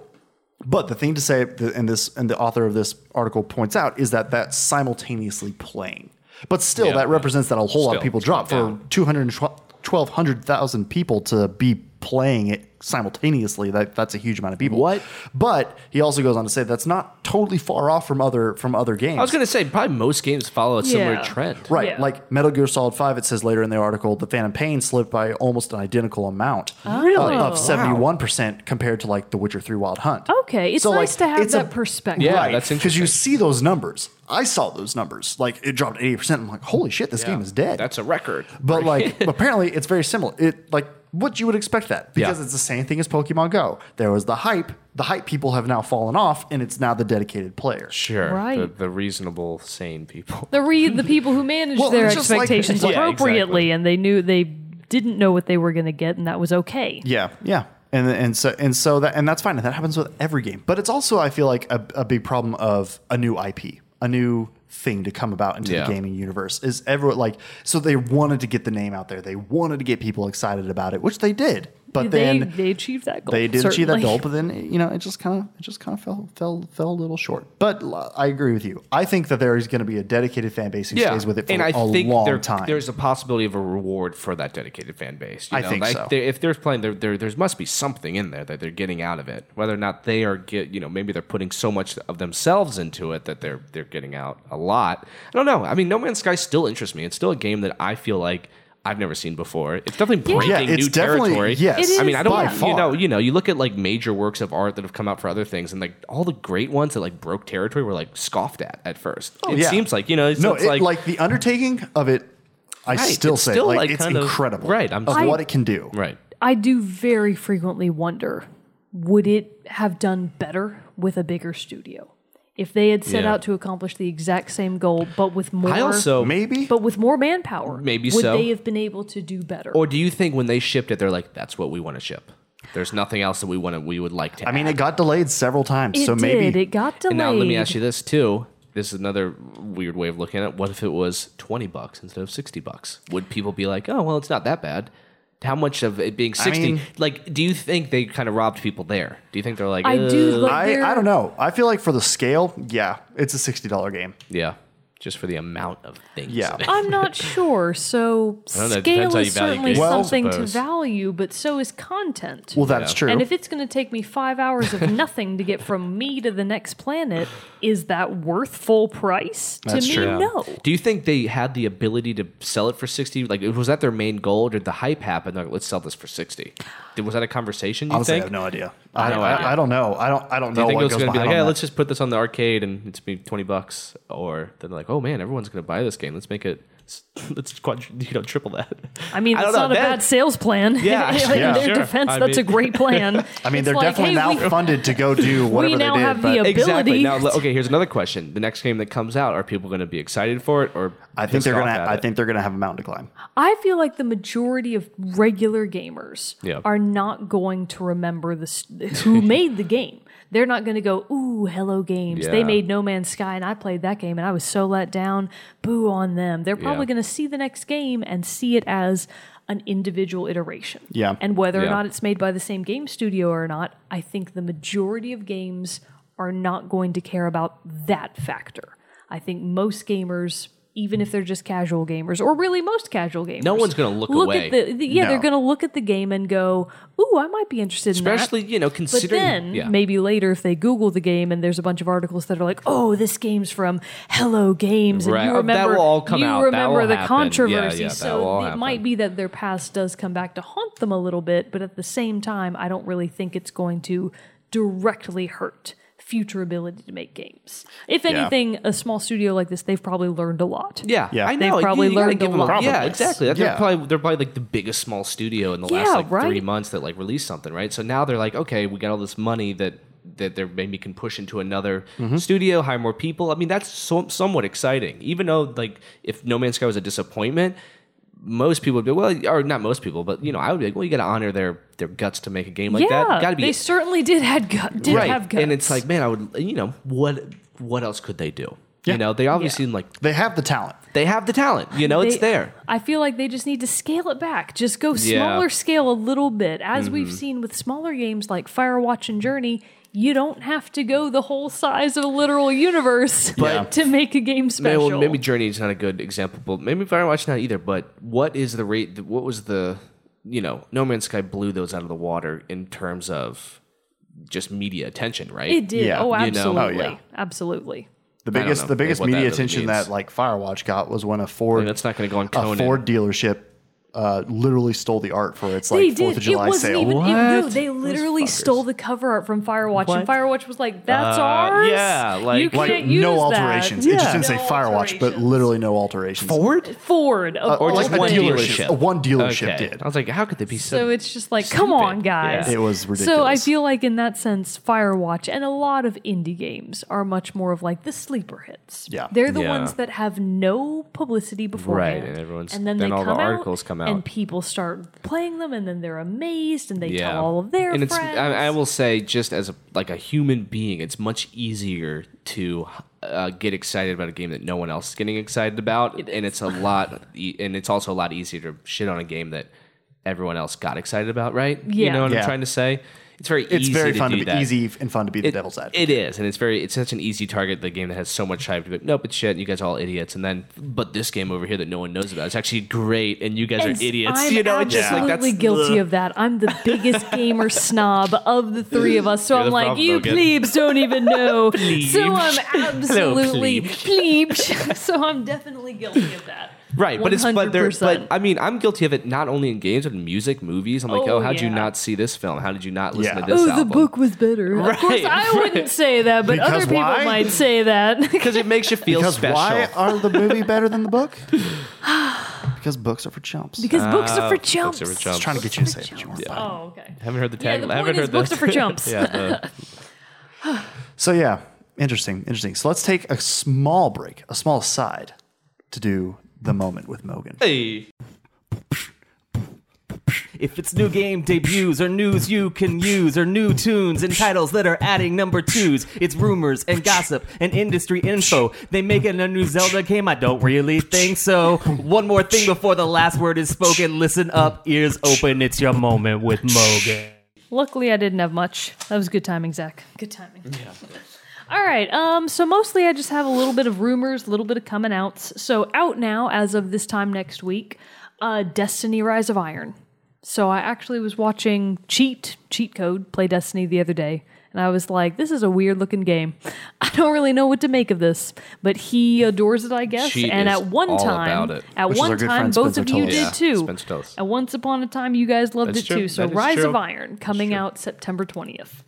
[SPEAKER 1] but the thing to say, th- and this and the author of this article points out, is that that's simultaneously playing. But still,
[SPEAKER 3] Yeah.
[SPEAKER 1] that represents that a whole lot
[SPEAKER 3] Still,
[SPEAKER 1] of people drop
[SPEAKER 3] yeah.
[SPEAKER 1] for 200 and 12 1,200,000 people to be playing it simultaneously. That that's a huge amount of people.
[SPEAKER 3] What?
[SPEAKER 1] But he also goes on to say that's not totally far off from other from other games.
[SPEAKER 3] I was going to say probably most games follow a similar
[SPEAKER 2] Yeah.
[SPEAKER 3] trend.
[SPEAKER 1] Right,
[SPEAKER 2] Yeah.
[SPEAKER 1] like Metal Gear Solid Five, it says later in the article, the Phantom Pain slipped by almost an identical amount, uh,
[SPEAKER 2] Really?
[SPEAKER 1] of
[SPEAKER 2] Oh.
[SPEAKER 1] seventy one percent compared to like The Witcher Three Wild Hunt.
[SPEAKER 2] Okay, it's
[SPEAKER 1] So, like,
[SPEAKER 2] nice to have
[SPEAKER 1] it's
[SPEAKER 2] that
[SPEAKER 1] a-
[SPEAKER 2] perspective.
[SPEAKER 3] Yeah,
[SPEAKER 1] right,
[SPEAKER 3] that's
[SPEAKER 1] because you see those numbers. I saw those numbers. Like it dropped eighty percent. I'm like, holy shit, this game is dead.
[SPEAKER 3] That's a record.
[SPEAKER 1] but like apparently it's very similar. It like what you would expect that because
[SPEAKER 3] Yeah.
[SPEAKER 1] it's the same thing as Pokemon Go. There was the hype. The hype people have now fallen off, and it's now the dedicated player.
[SPEAKER 3] Sure.
[SPEAKER 2] Right.
[SPEAKER 3] The, the reasonable, sane people.
[SPEAKER 2] The re- the people who managed
[SPEAKER 1] Well,
[SPEAKER 2] their
[SPEAKER 1] it's just like-
[SPEAKER 2] expectations
[SPEAKER 3] Yeah,
[SPEAKER 2] appropriately,
[SPEAKER 3] exactly.
[SPEAKER 2] and they knew they didn't know what they were going to get, and that was okay.
[SPEAKER 1] Yeah, yeah, and and so and so that and that's fine. And that happens with every game, but it's also I feel like a, a big problem of a new IP, a new thing to come about into
[SPEAKER 3] Yeah.
[SPEAKER 1] the gaming universe is everyone like so they wanted to get the name out there, they wanted to get people excited about it, which they did, but
[SPEAKER 2] they
[SPEAKER 1] then.
[SPEAKER 2] they achieved that goal.
[SPEAKER 1] they did achieve that
[SPEAKER 2] certainly.
[SPEAKER 1] goal, but then you know it just kind of it just kind of fell fell fell a little short. But l- I agree with you. I think that there is going to be a dedicated fan base who stays with it for
[SPEAKER 3] and
[SPEAKER 1] a
[SPEAKER 3] I think
[SPEAKER 1] long
[SPEAKER 3] there-
[SPEAKER 1] time.
[SPEAKER 3] there's a possibility of a reward for that dedicated fan base. You
[SPEAKER 1] I
[SPEAKER 3] know?
[SPEAKER 1] think
[SPEAKER 3] like
[SPEAKER 1] so.
[SPEAKER 3] they if they're playing, there there there must be something in there that they're getting out of it. Whether or not they are get, you know, maybe they're putting so much of themselves into it that they're they're getting out a lot. I don't know. I mean, No Man's Sky still interests me. It's still a game that I feel like. I've never seen before. It's definitely breaking
[SPEAKER 1] Yeah, it's
[SPEAKER 3] new
[SPEAKER 1] definitely-
[SPEAKER 3] territory.
[SPEAKER 1] yes,
[SPEAKER 2] It
[SPEAKER 3] I mean,
[SPEAKER 2] is,
[SPEAKER 3] I don't
[SPEAKER 2] by
[SPEAKER 3] you
[SPEAKER 1] far.
[SPEAKER 3] know, you know, you look at like major works of art that have come out for other things, and like all the great ones that like broke territory were like scoffed at at first. it
[SPEAKER 1] Oh, Yeah.
[SPEAKER 3] seems like you know, it's,
[SPEAKER 1] no,
[SPEAKER 3] it's
[SPEAKER 1] it-
[SPEAKER 3] like,
[SPEAKER 1] like, the undertaking of it. I
[SPEAKER 3] Right,
[SPEAKER 1] still
[SPEAKER 3] it's
[SPEAKER 1] say
[SPEAKER 3] still,
[SPEAKER 1] like,
[SPEAKER 3] like,
[SPEAKER 1] it's
[SPEAKER 3] kind of-
[SPEAKER 1] incredible,
[SPEAKER 3] right, I'm
[SPEAKER 1] of
[SPEAKER 3] still-
[SPEAKER 1] what it can do.
[SPEAKER 3] right.
[SPEAKER 2] I do very frequently wonder would it have done better with a bigger studio if they had set
[SPEAKER 3] Yeah.
[SPEAKER 2] out to accomplish the exact same goal but with more
[SPEAKER 3] I also
[SPEAKER 1] Maybe,
[SPEAKER 2] but with more manpower
[SPEAKER 3] Maybe
[SPEAKER 2] would
[SPEAKER 3] so.
[SPEAKER 2] they have been able to do better
[SPEAKER 3] Or do you think when they shipped it, they're like, "That's what we want to ship. There's nothing else that we want to we would like to."
[SPEAKER 1] I mean,
[SPEAKER 3] add."
[SPEAKER 1] it got delayed several times,
[SPEAKER 2] it
[SPEAKER 1] so
[SPEAKER 2] did
[SPEAKER 1] maybe
[SPEAKER 2] it got delayed
[SPEAKER 3] And now let me ask you this too. This is another weird way of looking at it. What if it was twenty bucks instead of sixty bucks? Would people be like, "Oh, well, it's not that bad"? How much of it being sixty?
[SPEAKER 1] mean-
[SPEAKER 3] like, do you think they kind of robbed people there? Do you think they're like,
[SPEAKER 2] I do
[SPEAKER 3] "Ugh."
[SPEAKER 2] look-
[SPEAKER 1] I,
[SPEAKER 2] there-
[SPEAKER 1] I don't know. I feel like for the scale, yeah, it's a sixty dollar game.
[SPEAKER 3] yeah, just for the amount of things?
[SPEAKER 1] Yeah.
[SPEAKER 3] in it.
[SPEAKER 2] I'm not sure. So
[SPEAKER 3] don't know, it
[SPEAKER 2] scale
[SPEAKER 3] depends how you
[SPEAKER 2] is
[SPEAKER 3] value
[SPEAKER 2] certainly
[SPEAKER 3] games,
[SPEAKER 1] I
[SPEAKER 2] something to
[SPEAKER 3] suppose.
[SPEAKER 2] value, but so is content.
[SPEAKER 1] Well, that's true.
[SPEAKER 2] and if it's going to take me five hours of nothing to get from me to the next planet, is that worth full price? To
[SPEAKER 1] That's
[SPEAKER 2] me,
[SPEAKER 1] true. Yeah.
[SPEAKER 2] no.
[SPEAKER 3] Do you think they had the ability to sell it for sixty? Like, was that their main goal? Or did the hype happen? They're Like, let's sell this for sixty. Did, was that a conversation? You
[SPEAKER 1] Honestly, I
[SPEAKER 3] think?
[SPEAKER 1] have no idea. I,
[SPEAKER 3] No
[SPEAKER 1] I,
[SPEAKER 3] idea.
[SPEAKER 1] I don't know. I don't. I don't
[SPEAKER 3] Do you
[SPEAKER 1] know
[SPEAKER 3] think it
[SPEAKER 1] what
[SPEAKER 3] was
[SPEAKER 1] goes
[SPEAKER 3] going
[SPEAKER 1] behind.
[SPEAKER 3] to be like, yeah,
[SPEAKER 1] on
[SPEAKER 3] let's
[SPEAKER 1] that.
[SPEAKER 3] just put this on the arcade and it's be twenty bucks, or then they're like, oh man, everyone's going to buy this game. Let's make it. Let's quadru- you know triple that.
[SPEAKER 2] I mean,
[SPEAKER 3] I
[SPEAKER 2] that's
[SPEAKER 3] don't know,
[SPEAKER 2] not a
[SPEAKER 3] that-
[SPEAKER 2] bad sales plan.
[SPEAKER 3] Yeah,
[SPEAKER 2] In
[SPEAKER 3] yeah,
[SPEAKER 2] their
[SPEAKER 3] sure.
[SPEAKER 2] defense,
[SPEAKER 3] I
[SPEAKER 2] that's a
[SPEAKER 3] mean-
[SPEAKER 2] great plan.
[SPEAKER 1] I mean,
[SPEAKER 2] It's
[SPEAKER 1] they're
[SPEAKER 2] like,
[SPEAKER 1] definitely
[SPEAKER 2] hey,
[SPEAKER 1] now
[SPEAKER 2] we-
[SPEAKER 1] funded to go do whatever
[SPEAKER 2] now
[SPEAKER 1] they did.
[SPEAKER 2] have the
[SPEAKER 1] but
[SPEAKER 2] ab-
[SPEAKER 3] Exactly.
[SPEAKER 2] Ability.
[SPEAKER 3] Now, le- okay, here's another question: the next game that comes out, are people going to be excited for it, or
[SPEAKER 1] I think
[SPEAKER 3] pissed
[SPEAKER 1] they're
[SPEAKER 3] off
[SPEAKER 1] gonna.
[SPEAKER 3] at
[SPEAKER 1] I
[SPEAKER 3] it?
[SPEAKER 1] think they're gonna have a mountain to climb.
[SPEAKER 2] I feel like the majority of regular gamers
[SPEAKER 3] Yeah.
[SPEAKER 2] are not going to remember this who made the game. They're not going to go, "Ooh, Hello Games. They
[SPEAKER 3] Yeah.
[SPEAKER 2] made No Man's Sky and I played that game and I was so let down. Boo on them." They're probably
[SPEAKER 3] Yeah.
[SPEAKER 2] going to see the next game and see it as an individual iteration.
[SPEAKER 1] Yeah.
[SPEAKER 2] And whether or
[SPEAKER 3] Yeah.
[SPEAKER 2] not it's made by the same game studio or not, I think the majority of games are not going to care about that factor. I think most gamers, even if they're just casual gamers, or really most casual gamers,
[SPEAKER 3] No one's gonna look away.
[SPEAKER 2] At the, the- yeah,
[SPEAKER 1] No.
[SPEAKER 2] they're going to look at the game and go, "Ooh, I might be interested."
[SPEAKER 3] especially
[SPEAKER 2] in that.
[SPEAKER 3] you know
[SPEAKER 2] But
[SPEAKER 3] considering
[SPEAKER 2] then
[SPEAKER 3] yeah.
[SPEAKER 2] maybe later, if they Google the game and there's a bunch of articles that are like, "Oh, this game's from Hello Games," and
[SPEAKER 3] Right.
[SPEAKER 2] you
[SPEAKER 3] Oh, that
[SPEAKER 2] remember
[SPEAKER 3] will all come
[SPEAKER 2] you
[SPEAKER 3] out. That
[SPEAKER 2] remember
[SPEAKER 3] will
[SPEAKER 2] the
[SPEAKER 3] happen. Yeah,
[SPEAKER 2] controversy,
[SPEAKER 3] yeah, that will
[SPEAKER 2] so
[SPEAKER 3] all
[SPEAKER 2] it
[SPEAKER 3] happen.
[SPEAKER 2] might be that their past does come back to haunt them a little bit. But at the same time, I don't really think it's going to directly hurt future ability to make games. If anything, a small studio like this, they've probably learned a lot.
[SPEAKER 3] Yeah,
[SPEAKER 1] Yeah.
[SPEAKER 3] I
[SPEAKER 1] They've
[SPEAKER 3] know.
[SPEAKER 2] probably
[SPEAKER 3] gotta
[SPEAKER 2] learned
[SPEAKER 3] give
[SPEAKER 2] a
[SPEAKER 3] them
[SPEAKER 2] lot.
[SPEAKER 3] Yeah,
[SPEAKER 2] Probably.
[SPEAKER 3] exactly. That's
[SPEAKER 1] Yeah.
[SPEAKER 3] They're probably they're probably like the biggest small studio in the
[SPEAKER 2] Yeah,
[SPEAKER 3] last like three
[SPEAKER 2] right.
[SPEAKER 3] months that like released something, right? So now they're like, okay, we got all this money that that they maybe can push into another
[SPEAKER 1] Mm-hmm.
[SPEAKER 3] studio, hire more people. I mean, that's so, somewhat exciting. Even though like if No Man's Sky was a disappointment, most people would be well, or not most people, but you know, I would be like, well, you got to honor their their guts to make a game like
[SPEAKER 2] yeah,
[SPEAKER 3] that. Got to be
[SPEAKER 2] they certainly did had gut, did
[SPEAKER 3] right.
[SPEAKER 2] have guts,
[SPEAKER 3] And it's like, man, I would, you know, what what else could they do?
[SPEAKER 1] Yeah.
[SPEAKER 3] You know, they obviously like
[SPEAKER 1] They have the talent.
[SPEAKER 3] they have the talent. You know, it's
[SPEAKER 2] They-
[SPEAKER 3] there.
[SPEAKER 2] I feel like they just need to scale it back. Just go
[SPEAKER 3] Yeah. Mm-hmm.
[SPEAKER 2] smaller scale a little bit. As we've seen with smaller games like Firewatch and Journey, you don't have to go the whole size of a literal universe
[SPEAKER 1] But-
[SPEAKER 2] to make a game
[SPEAKER 3] Maybe,
[SPEAKER 2] special.
[SPEAKER 3] well, maybe Journey is not a good example, but maybe Firewatch not either. But what is the rate? What was the you know, No Man's Sky blew those out of the water in terms of just media attention, right?
[SPEAKER 2] It did.
[SPEAKER 1] Yeah.
[SPEAKER 2] Oh,
[SPEAKER 3] You know.
[SPEAKER 2] absolutely.
[SPEAKER 3] Oh,
[SPEAKER 1] yeah.
[SPEAKER 2] Absolutely.
[SPEAKER 1] The
[SPEAKER 3] don't
[SPEAKER 1] biggest
[SPEAKER 3] know
[SPEAKER 1] the biggest
[SPEAKER 3] what that
[SPEAKER 1] media
[SPEAKER 3] really
[SPEAKER 1] attention
[SPEAKER 3] means.
[SPEAKER 1] that like Firewatch got was when a
[SPEAKER 3] I mean,
[SPEAKER 1] Ford
[SPEAKER 3] that's not going to go on
[SPEAKER 1] a
[SPEAKER 3] Conan.
[SPEAKER 1] Ford dealership uh, literally stole the art for its
[SPEAKER 2] they
[SPEAKER 1] like Fourth
[SPEAKER 2] did.
[SPEAKER 1] of
[SPEAKER 2] It
[SPEAKER 1] July
[SPEAKER 2] wasn't
[SPEAKER 1] sale.
[SPEAKER 2] even. It, no,
[SPEAKER 3] What?
[SPEAKER 2] they
[SPEAKER 3] Those
[SPEAKER 2] literally
[SPEAKER 3] fuckers.
[SPEAKER 2] stole the cover art from Firewatch, and
[SPEAKER 3] What?
[SPEAKER 2] Firewatch was like, "That's
[SPEAKER 3] Uh,
[SPEAKER 2] ours.
[SPEAKER 3] yeah, like-
[SPEAKER 2] you
[SPEAKER 1] like
[SPEAKER 2] can't use
[SPEAKER 1] no
[SPEAKER 2] that."
[SPEAKER 1] alterations. It just
[SPEAKER 3] Yeah.
[SPEAKER 1] didn't say
[SPEAKER 2] No
[SPEAKER 1] Firewatch, but
[SPEAKER 2] alterations.
[SPEAKER 1] literally no alterations.
[SPEAKER 3] Ford?
[SPEAKER 2] Ford of
[SPEAKER 1] or
[SPEAKER 2] all
[SPEAKER 1] just one
[SPEAKER 3] Like one
[SPEAKER 2] things.
[SPEAKER 1] dealership.
[SPEAKER 3] dealership.
[SPEAKER 1] Uh, One dealership
[SPEAKER 3] Okay.
[SPEAKER 1] did.
[SPEAKER 3] I was like, how could they be so?
[SPEAKER 2] So it's just like, come on, guys.
[SPEAKER 3] Yeah.
[SPEAKER 1] It was
[SPEAKER 2] So I
[SPEAKER 1] ridiculous.
[SPEAKER 2] feel like in that sense, Firewatch and a lot of indie games are much more of like the sleeper hits.
[SPEAKER 1] Yeah.
[SPEAKER 2] They're the
[SPEAKER 3] Yeah.
[SPEAKER 2] ones that have no publicity beforehand.
[SPEAKER 3] and everyone's-
[SPEAKER 2] and then,
[SPEAKER 3] then
[SPEAKER 2] they
[SPEAKER 3] all the
[SPEAKER 2] come out,
[SPEAKER 3] articles come out.
[SPEAKER 2] And people start playing them and then they're amazed and they
[SPEAKER 3] yeah,
[SPEAKER 2] tell all of their
[SPEAKER 3] and
[SPEAKER 2] friends.
[SPEAKER 3] it's I, I will say just as a like a human being, it's much easier to uh, get excited about a game that no one else is getting excited about, and it's a lot, e- and it's also a lot easier to shit on a game that everyone else got excited about, right?
[SPEAKER 2] Yeah.
[SPEAKER 3] you know what
[SPEAKER 1] Yeah.
[SPEAKER 3] I'm trying to say. It's very
[SPEAKER 1] it's
[SPEAKER 3] easy
[SPEAKER 1] very
[SPEAKER 3] to
[SPEAKER 1] fun
[SPEAKER 3] do
[SPEAKER 1] to be
[SPEAKER 3] that.
[SPEAKER 1] easy and fun to be the devil's advocate.
[SPEAKER 3] It is, and it's very it's such an easy target. The game that has so much hype to be like, nope, it's shit. And you guys are all idiots. And then, but this game over here that no one knows about, it's actually great, and you guys
[SPEAKER 2] And
[SPEAKER 3] are idiots.
[SPEAKER 2] I'm
[SPEAKER 3] you know,
[SPEAKER 2] absolutely
[SPEAKER 3] it's just like that's
[SPEAKER 2] guilty of that. I'm the biggest gamer snob of the three of us, so
[SPEAKER 3] You're
[SPEAKER 2] I'm
[SPEAKER 3] the
[SPEAKER 2] like,
[SPEAKER 3] problem,
[SPEAKER 2] you
[SPEAKER 3] Logan."
[SPEAKER 2] plebes don't even know. so I'm absolutely
[SPEAKER 3] plebe.
[SPEAKER 2] plebes. so I'm definitely guilty of that.
[SPEAKER 3] right. But it's but there,
[SPEAKER 2] 100%.
[SPEAKER 3] but I mean, I'm guilty of it not only in games but in music, movies. I'm like,
[SPEAKER 2] Oh,
[SPEAKER 3] oh, how'd you
[SPEAKER 2] yeah.
[SPEAKER 3] not see this film? How did you not listen
[SPEAKER 1] Yeah.
[SPEAKER 3] to this
[SPEAKER 2] oh,
[SPEAKER 3] album?
[SPEAKER 2] the book was better. of course,
[SPEAKER 3] Right,
[SPEAKER 2] I wouldn't say that, but
[SPEAKER 1] Because
[SPEAKER 2] other people
[SPEAKER 1] why?
[SPEAKER 2] might say that.
[SPEAKER 3] because it makes you feel
[SPEAKER 1] because
[SPEAKER 3] special.
[SPEAKER 1] why are the movie better than the book? because books are for chumps.
[SPEAKER 2] because books are for
[SPEAKER 3] Uh, books
[SPEAKER 2] chumps.
[SPEAKER 3] are for
[SPEAKER 1] I was
[SPEAKER 3] chumps.
[SPEAKER 1] trying to get you to say that you weren't. buying.
[SPEAKER 2] Oh, okay.
[SPEAKER 3] haven't heard the
[SPEAKER 2] Yeah,
[SPEAKER 3] tag.
[SPEAKER 2] the
[SPEAKER 3] I haven't
[SPEAKER 2] point is
[SPEAKER 3] heard the-
[SPEAKER 2] books are for chumps.
[SPEAKER 3] yeah, the,
[SPEAKER 1] So yeah, interesting, interesting. So let's take a small break, a small aside, to do the moment with Mogan.
[SPEAKER 3] hey,
[SPEAKER 5] If it's new game debuts or news you can use or new tunes and titles that are adding number twos, it's rumors and gossip and industry info. They make it a new Zelda game? I don't really think so. One more thing before the last word is spoken. Listen up, ears open. It's your moment with Mogan.
[SPEAKER 2] Luckily, I didn't have much. That was good timing, Zach. Good timing. All right. Um. So mostly, I just have a little bit of rumors, a little bit of coming outs. So out now, as of this time next week, uh, Destiny: Rise of Iron. So I actually was watching Cheat Cheat Code play Destiny the other day, and I was like, "This is a weird looking game. I don't really know what to make of this." But he adores it, I guess.
[SPEAKER 3] Cheat
[SPEAKER 2] and
[SPEAKER 3] is
[SPEAKER 2] at one
[SPEAKER 3] all
[SPEAKER 2] time,
[SPEAKER 3] about it.
[SPEAKER 2] at
[SPEAKER 1] Which is our
[SPEAKER 2] one
[SPEAKER 1] good
[SPEAKER 2] time,
[SPEAKER 1] friend
[SPEAKER 2] both
[SPEAKER 1] Spencer
[SPEAKER 2] of you
[SPEAKER 1] Tullis.
[SPEAKER 2] did
[SPEAKER 1] Yeah,
[SPEAKER 2] too.
[SPEAKER 3] Spencer Tullis.
[SPEAKER 2] And once upon a time, you guys loved
[SPEAKER 3] That's
[SPEAKER 2] it too.
[SPEAKER 3] true.
[SPEAKER 2] So
[SPEAKER 3] That is
[SPEAKER 2] Rise
[SPEAKER 3] true.
[SPEAKER 2] of Iron coming out September 20th.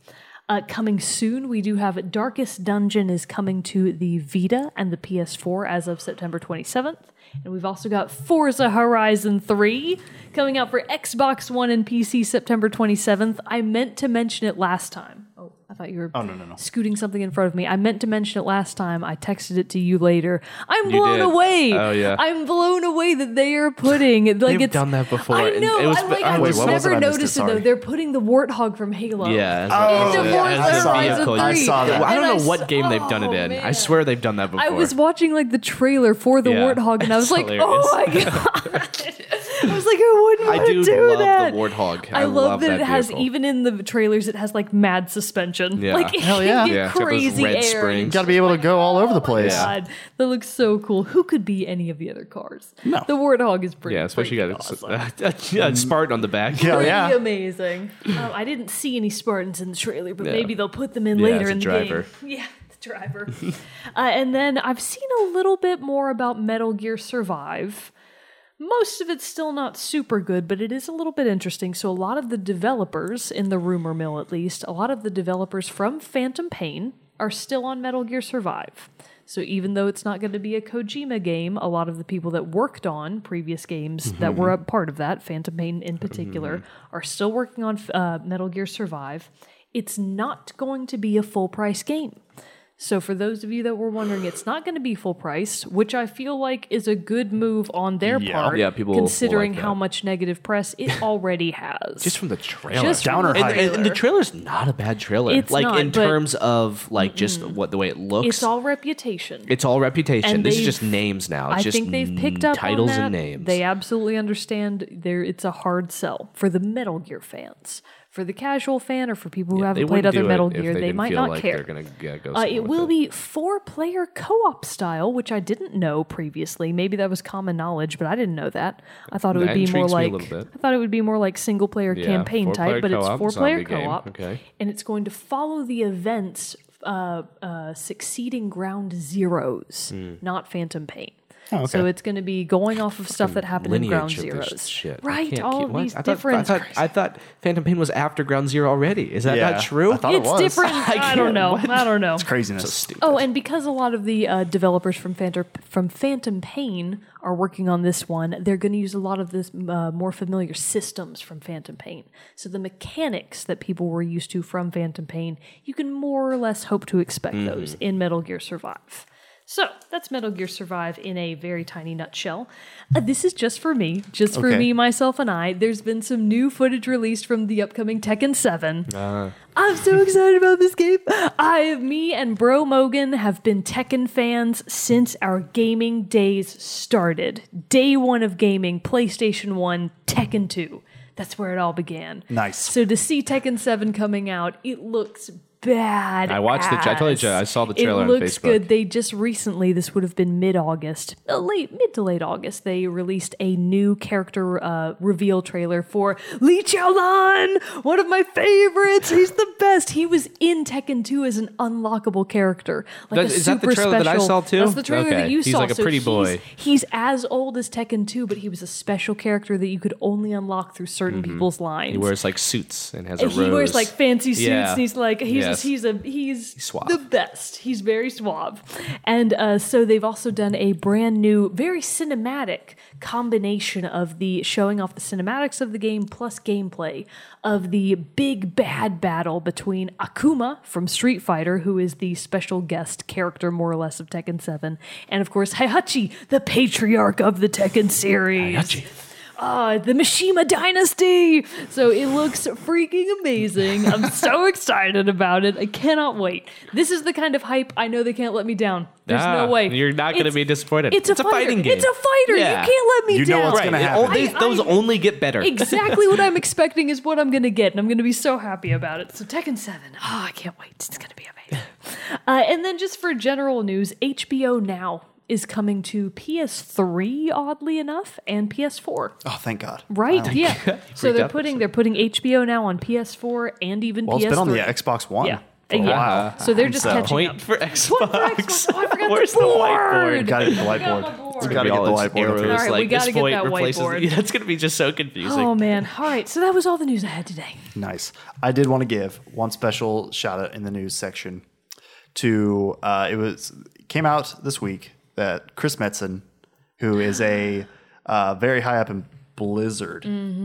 [SPEAKER 2] Uh, coming soon, we do have Darkest Dungeon is coming to the Vita and the PS4 as of September 27th. And we've also got Forza Horizon 3 coming out for Xbox One and PC September 27th. I meant to mention it last time. Oh, I thought you were oh, no, no, no. scooting something in front of me. I meant to mention it last time. I texted it to you later. I'm blown
[SPEAKER 3] did.
[SPEAKER 2] away.
[SPEAKER 3] Oh, yeah.
[SPEAKER 2] I'm blown away that they are putting like
[SPEAKER 3] They've
[SPEAKER 2] it's-
[SPEAKER 3] done that before,
[SPEAKER 2] I
[SPEAKER 3] and
[SPEAKER 2] know.
[SPEAKER 3] it was-
[SPEAKER 2] I like.
[SPEAKER 3] oh,
[SPEAKER 2] I
[SPEAKER 3] wait,
[SPEAKER 2] just
[SPEAKER 1] what was it?
[SPEAKER 2] never
[SPEAKER 1] I missed it,
[SPEAKER 2] noticed it, though.
[SPEAKER 1] sorry.
[SPEAKER 2] They're putting the warthog from Halo.
[SPEAKER 3] yeah.
[SPEAKER 2] Into
[SPEAKER 1] Oh, yeah,
[SPEAKER 2] Forza
[SPEAKER 1] I saw
[SPEAKER 2] Horizon
[SPEAKER 1] that.
[SPEAKER 2] 3.
[SPEAKER 1] I saw that.
[SPEAKER 3] I
[SPEAKER 2] And
[SPEAKER 3] don't know
[SPEAKER 2] s-
[SPEAKER 3] what game they've done
[SPEAKER 2] oh,
[SPEAKER 3] it in. I
[SPEAKER 2] man.
[SPEAKER 3] swear they've done that before.
[SPEAKER 2] I was watching like the trailer for the
[SPEAKER 3] Yeah.
[SPEAKER 2] warthog, and I was
[SPEAKER 3] It's
[SPEAKER 2] like,
[SPEAKER 3] hilarious.
[SPEAKER 2] "Oh my god!" I was like, "Who wouldn't
[SPEAKER 3] I
[SPEAKER 2] want to
[SPEAKER 3] do
[SPEAKER 2] do
[SPEAKER 3] love the
[SPEAKER 2] that?"
[SPEAKER 3] warthog.
[SPEAKER 2] I,
[SPEAKER 3] I
[SPEAKER 2] love,
[SPEAKER 3] love
[SPEAKER 2] that,
[SPEAKER 3] that
[SPEAKER 2] it has
[SPEAKER 3] vehicle.
[SPEAKER 2] even in the trailers, it has like mad suspension.
[SPEAKER 3] Yeah.
[SPEAKER 2] Like it
[SPEAKER 3] Hell
[SPEAKER 2] can
[SPEAKER 1] yeah.
[SPEAKER 2] get
[SPEAKER 3] Yeah, it's got those
[SPEAKER 2] crazy
[SPEAKER 3] red
[SPEAKER 2] air. oh
[SPEAKER 3] springs.
[SPEAKER 1] You got to be able to go all over the place.
[SPEAKER 3] Yeah.
[SPEAKER 2] God, that looks so cool. Who could be any of the other cars?
[SPEAKER 1] No.
[SPEAKER 2] The warthog is pretty.
[SPEAKER 3] yeah, especially
[SPEAKER 2] freaking
[SPEAKER 3] got a,
[SPEAKER 2] awesome.
[SPEAKER 3] a Spartan on the back.
[SPEAKER 1] Yeah. Oh,
[SPEAKER 2] pretty amazing. Um, I didn't see any Spartans in the trailer, but
[SPEAKER 3] Yeah.
[SPEAKER 2] maybe they'll put them in
[SPEAKER 3] Yeah,
[SPEAKER 2] later
[SPEAKER 3] as a
[SPEAKER 2] in the
[SPEAKER 3] driver.
[SPEAKER 2] game. Yeah, the driver. uh, and then I've seen a little bit more about Metal Gear Survive. Most of it's still not super good, but it is a little bit interesting. So, a lot of the developers, in the rumor mill at least, a lot of the developers from Phantom Pain are still on Metal Gear Survive. So, even though it's not going to be a Kojima game, a lot of the people that worked on previous games that were a part of that, Phantom Pain in particular, are still working on uh, Metal Gear Survive. It's not going to be a full price game. So for those of you that were wondering, it's not going to be full price, which I feel like is a good move on their part.
[SPEAKER 3] Yeah, people will
[SPEAKER 2] considering
[SPEAKER 3] like that.
[SPEAKER 2] how much negative press it already has.
[SPEAKER 3] Just from the trailer.
[SPEAKER 2] Just from
[SPEAKER 1] Downer
[SPEAKER 2] the
[SPEAKER 1] hype.
[SPEAKER 3] and, and, and the
[SPEAKER 2] trailer.
[SPEAKER 3] trailer's not a bad trailer.
[SPEAKER 2] It's
[SPEAKER 3] like
[SPEAKER 2] not,
[SPEAKER 3] in
[SPEAKER 2] but-
[SPEAKER 3] terms of like just what the way it looks.
[SPEAKER 2] It's all reputation.
[SPEAKER 3] It's all reputation.
[SPEAKER 2] And
[SPEAKER 3] This is
[SPEAKER 2] they've-
[SPEAKER 3] just names now. It's
[SPEAKER 2] I
[SPEAKER 3] just
[SPEAKER 2] think they've
[SPEAKER 3] n-
[SPEAKER 2] picked up
[SPEAKER 3] titles
[SPEAKER 2] on that.
[SPEAKER 3] and names.
[SPEAKER 2] They absolutely understand there. It's a hard sell for the Metal Gear fans. For the casual fan or for people who
[SPEAKER 3] they
[SPEAKER 2] haven't played
[SPEAKER 3] wouldn't
[SPEAKER 2] other
[SPEAKER 3] do
[SPEAKER 2] Metal
[SPEAKER 3] it if
[SPEAKER 2] Gear, they,
[SPEAKER 3] didn't
[SPEAKER 2] might
[SPEAKER 3] feel
[SPEAKER 2] not
[SPEAKER 3] like
[SPEAKER 2] care.
[SPEAKER 3] They're gonna yeah, go.
[SPEAKER 2] Uh,
[SPEAKER 3] somewhere
[SPEAKER 2] it
[SPEAKER 3] with
[SPEAKER 2] will be four player co op style, which I didn't know previously. Maybe that was common knowledge, but I didn't know that. I thought it would
[SPEAKER 3] That
[SPEAKER 2] be more
[SPEAKER 3] intrigues me a
[SPEAKER 2] like
[SPEAKER 3] little bit.
[SPEAKER 2] I thought it would be more like single player
[SPEAKER 3] Yeah,
[SPEAKER 2] campaign
[SPEAKER 3] four-player
[SPEAKER 2] type, but it's
[SPEAKER 3] co-op,
[SPEAKER 2] four player
[SPEAKER 3] zombie game.
[SPEAKER 2] co op,
[SPEAKER 3] Okay.
[SPEAKER 2] and it's going to follow the events uh, uh, succeeding ground zeros,
[SPEAKER 3] Hmm.
[SPEAKER 2] not Phantom Pain. So it's going to be going off of stuff that happened in
[SPEAKER 3] Oh, lineage
[SPEAKER 2] Ground
[SPEAKER 3] of
[SPEAKER 2] Zeroes,
[SPEAKER 3] this shit. I
[SPEAKER 2] right?
[SPEAKER 3] can't
[SPEAKER 2] All
[SPEAKER 3] keep-
[SPEAKER 2] of
[SPEAKER 3] what?
[SPEAKER 2] these
[SPEAKER 3] I thought,
[SPEAKER 2] different.
[SPEAKER 3] I thought, I thought Phantom Pain was after Ground Zero already. Is that
[SPEAKER 1] Yeah,
[SPEAKER 3] not true?
[SPEAKER 1] I thought it
[SPEAKER 2] it's
[SPEAKER 1] was.
[SPEAKER 2] different. I, don't
[SPEAKER 3] can't-
[SPEAKER 2] know.
[SPEAKER 3] what?
[SPEAKER 2] I don't know.
[SPEAKER 1] Craziness.
[SPEAKER 2] Oh, and because a lot of the uh, developers from Phantom, from Phantom Pain are working on this one, they're going to use a lot of this uh, more familiar systems from Phantom Pain. So the mechanics that people were used to from Phantom Pain, you can more or less hope to expect those in Metal Gear Survive. So that's Metal Gear Survive in a very tiny nutshell. Uh, this is just for me, just for
[SPEAKER 1] Okay.
[SPEAKER 2] me, myself, and I. There's been some new footage released from the upcoming Tekken 7. I'm so excited about this game. I, me, and Bro Mogan have been Tekken fans since our gaming days started. Day one of gaming, PlayStation 1, Tekken 2. That's where it all began.
[SPEAKER 1] Nice.
[SPEAKER 2] So to see Tekken 7 coming out, it looks bad.
[SPEAKER 3] I watched the- I told you, I saw the trailer
[SPEAKER 2] It
[SPEAKER 3] on
[SPEAKER 2] looks
[SPEAKER 3] Facebook.
[SPEAKER 2] good. They just recently, this would have been mid August, late mid to late August, they released a new character uh, reveal trailer for Lee Chao Lan, one of my favorites. He's the best. He was in Tekken 2 as an unlockable character. Like
[SPEAKER 3] That-
[SPEAKER 2] a
[SPEAKER 3] is that the
[SPEAKER 2] super
[SPEAKER 3] trailer that I
[SPEAKER 2] special-
[SPEAKER 3] saw too?
[SPEAKER 2] That's the trailer
[SPEAKER 3] Okay.
[SPEAKER 2] that you
[SPEAKER 3] He's
[SPEAKER 2] saw.
[SPEAKER 3] like a
[SPEAKER 2] So
[SPEAKER 3] pretty
[SPEAKER 2] he's-
[SPEAKER 3] boy.
[SPEAKER 2] He's as old as Tekken 2, but he was a special character that you could only unlock through certain
[SPEAKER 3] Mm-hmm.
[SPEAKER 2] people's lines
[SPEAKER 3] He wears like suits and has a
[SPEAKER 2] and he wears
[SPEAKER 3] rose.
[SPEAKER 2] like fancy suits
[SPEAKER 3] Yeah.
[SPEAKER 2] and he's like he's
[SPEAKER 3] Yes.
[SPEAKER 2] he's a he's
[SPEAKER 3] suave.
[SPEAKER 2] the best he's very suave and uh, so they've also done a brand new very cinematic combination of the showing off the cinematics of the game plus gameplay of the big bad battle between akuma from street fighter who is the special guest character more or less of tekken 7 and of course heihachi the patriarch of the tekken series uh, the Mishima Dynasty. So it looks freaking amazing. I'm so excited about it. I cannot wait. This is the kind of hype I know they can't let me down. There's
[SPEAKER 3] Ah,
[SPEAKER 2] no way.
[SPEAKER 3] You're not going to
[SPEAKER 2] It's-
[SPEAKER 3] be disappointed.
[SPEAKER 2] It's, a, fighter.
[SPEAKER 3] fighting game.
[SPEAKER 2] It's a fighter.
[SPEAKER 3] Yeah.
[SPEAKER 2] You can't let me
[SPEAKER 1] You know
[SPEAKER 2] down.
[SPEAKER 1] what's gonna
[SPEAKER 3] Right.
[SPEAKER 1] happen.
[SPEAKER 3] All these-
[SPEAKER 2] I-
[SPEAKER 3] those
[SPEAKER 2] I-
[SPEAKER 3] only get better.
[SPEAKER 2] Exactly what I'm expecting is what I'm going to get, and I'm going to be so happy about it. So Tekken 7, oh, I can't wait. It's going to be amazing. Uh, and then just for general news, HBO Now is coming to PS3, oddly enough, and PS4.
[SPEAKER 1] Oh, thank God.
[SPEAKER 2] Right? Yeah. so they're
[SPEAKER 3] out for
[SPEAKER 2] putting they're putting HBO now on PS4 and even
[SPEAKER 1] Well,
[SPEAKER 2] PS3.
[SPEAKER 1] it's been on the Xbox One.
[SPEAKER 2] yeah.
[SPEAKER 1] For a
[SPEAKER 2] Yeah.
[SPEAKER 1] while.
[SPEAKER 2] So they're just
[SPEAKER 1] So-
[SPEAKER 2] catching up.
[SPEAKER 3] Point for
[SPEAKER 2] What for
[SPEAKER 3] Xbox.
[SPEAKER 2] Xbox? Oh, I forgot
[SPEAKER 3] Where's
[SPEAKER 2] the
[SPEAKER 3] the
[SPEAKER 2] board.
[SPEAKER 3] whiteboard?
[SPEAKER 1] Gotta get the
[SPEAKER 2] got my
[SPEAKER 1] whiteboard.
[SPEAKER 2] board.
[SPEAKER 1] We
[SPEAKER 2] It's
[SPEAKER 1] gotta get the
[SPEAKER 3] All its
[SPEAKER 1] whiteboard. up
[SPEAKER 3] Arrows,
[SPEAKER 1] here.
[SPEAKER 2] All right, we
[SPEAKER 3] like this
[SPEAKER 2] gotta get
[SPEAKER 3] point
[SPEAKER 2] that
[SPEAKER 3] replaces.
[SPEAKER 2] whiteboard.
[SPEAKER 3] That's going to be just so confusing.
[SPEAKER 2] Oh man. All right. So that was all the news I had today.
[SPEAKER 1] Nice. I did want to give one special shout out in the news section to uh, it was came out this week that Chris Metzen, who is a uh, very high up in Blizzard,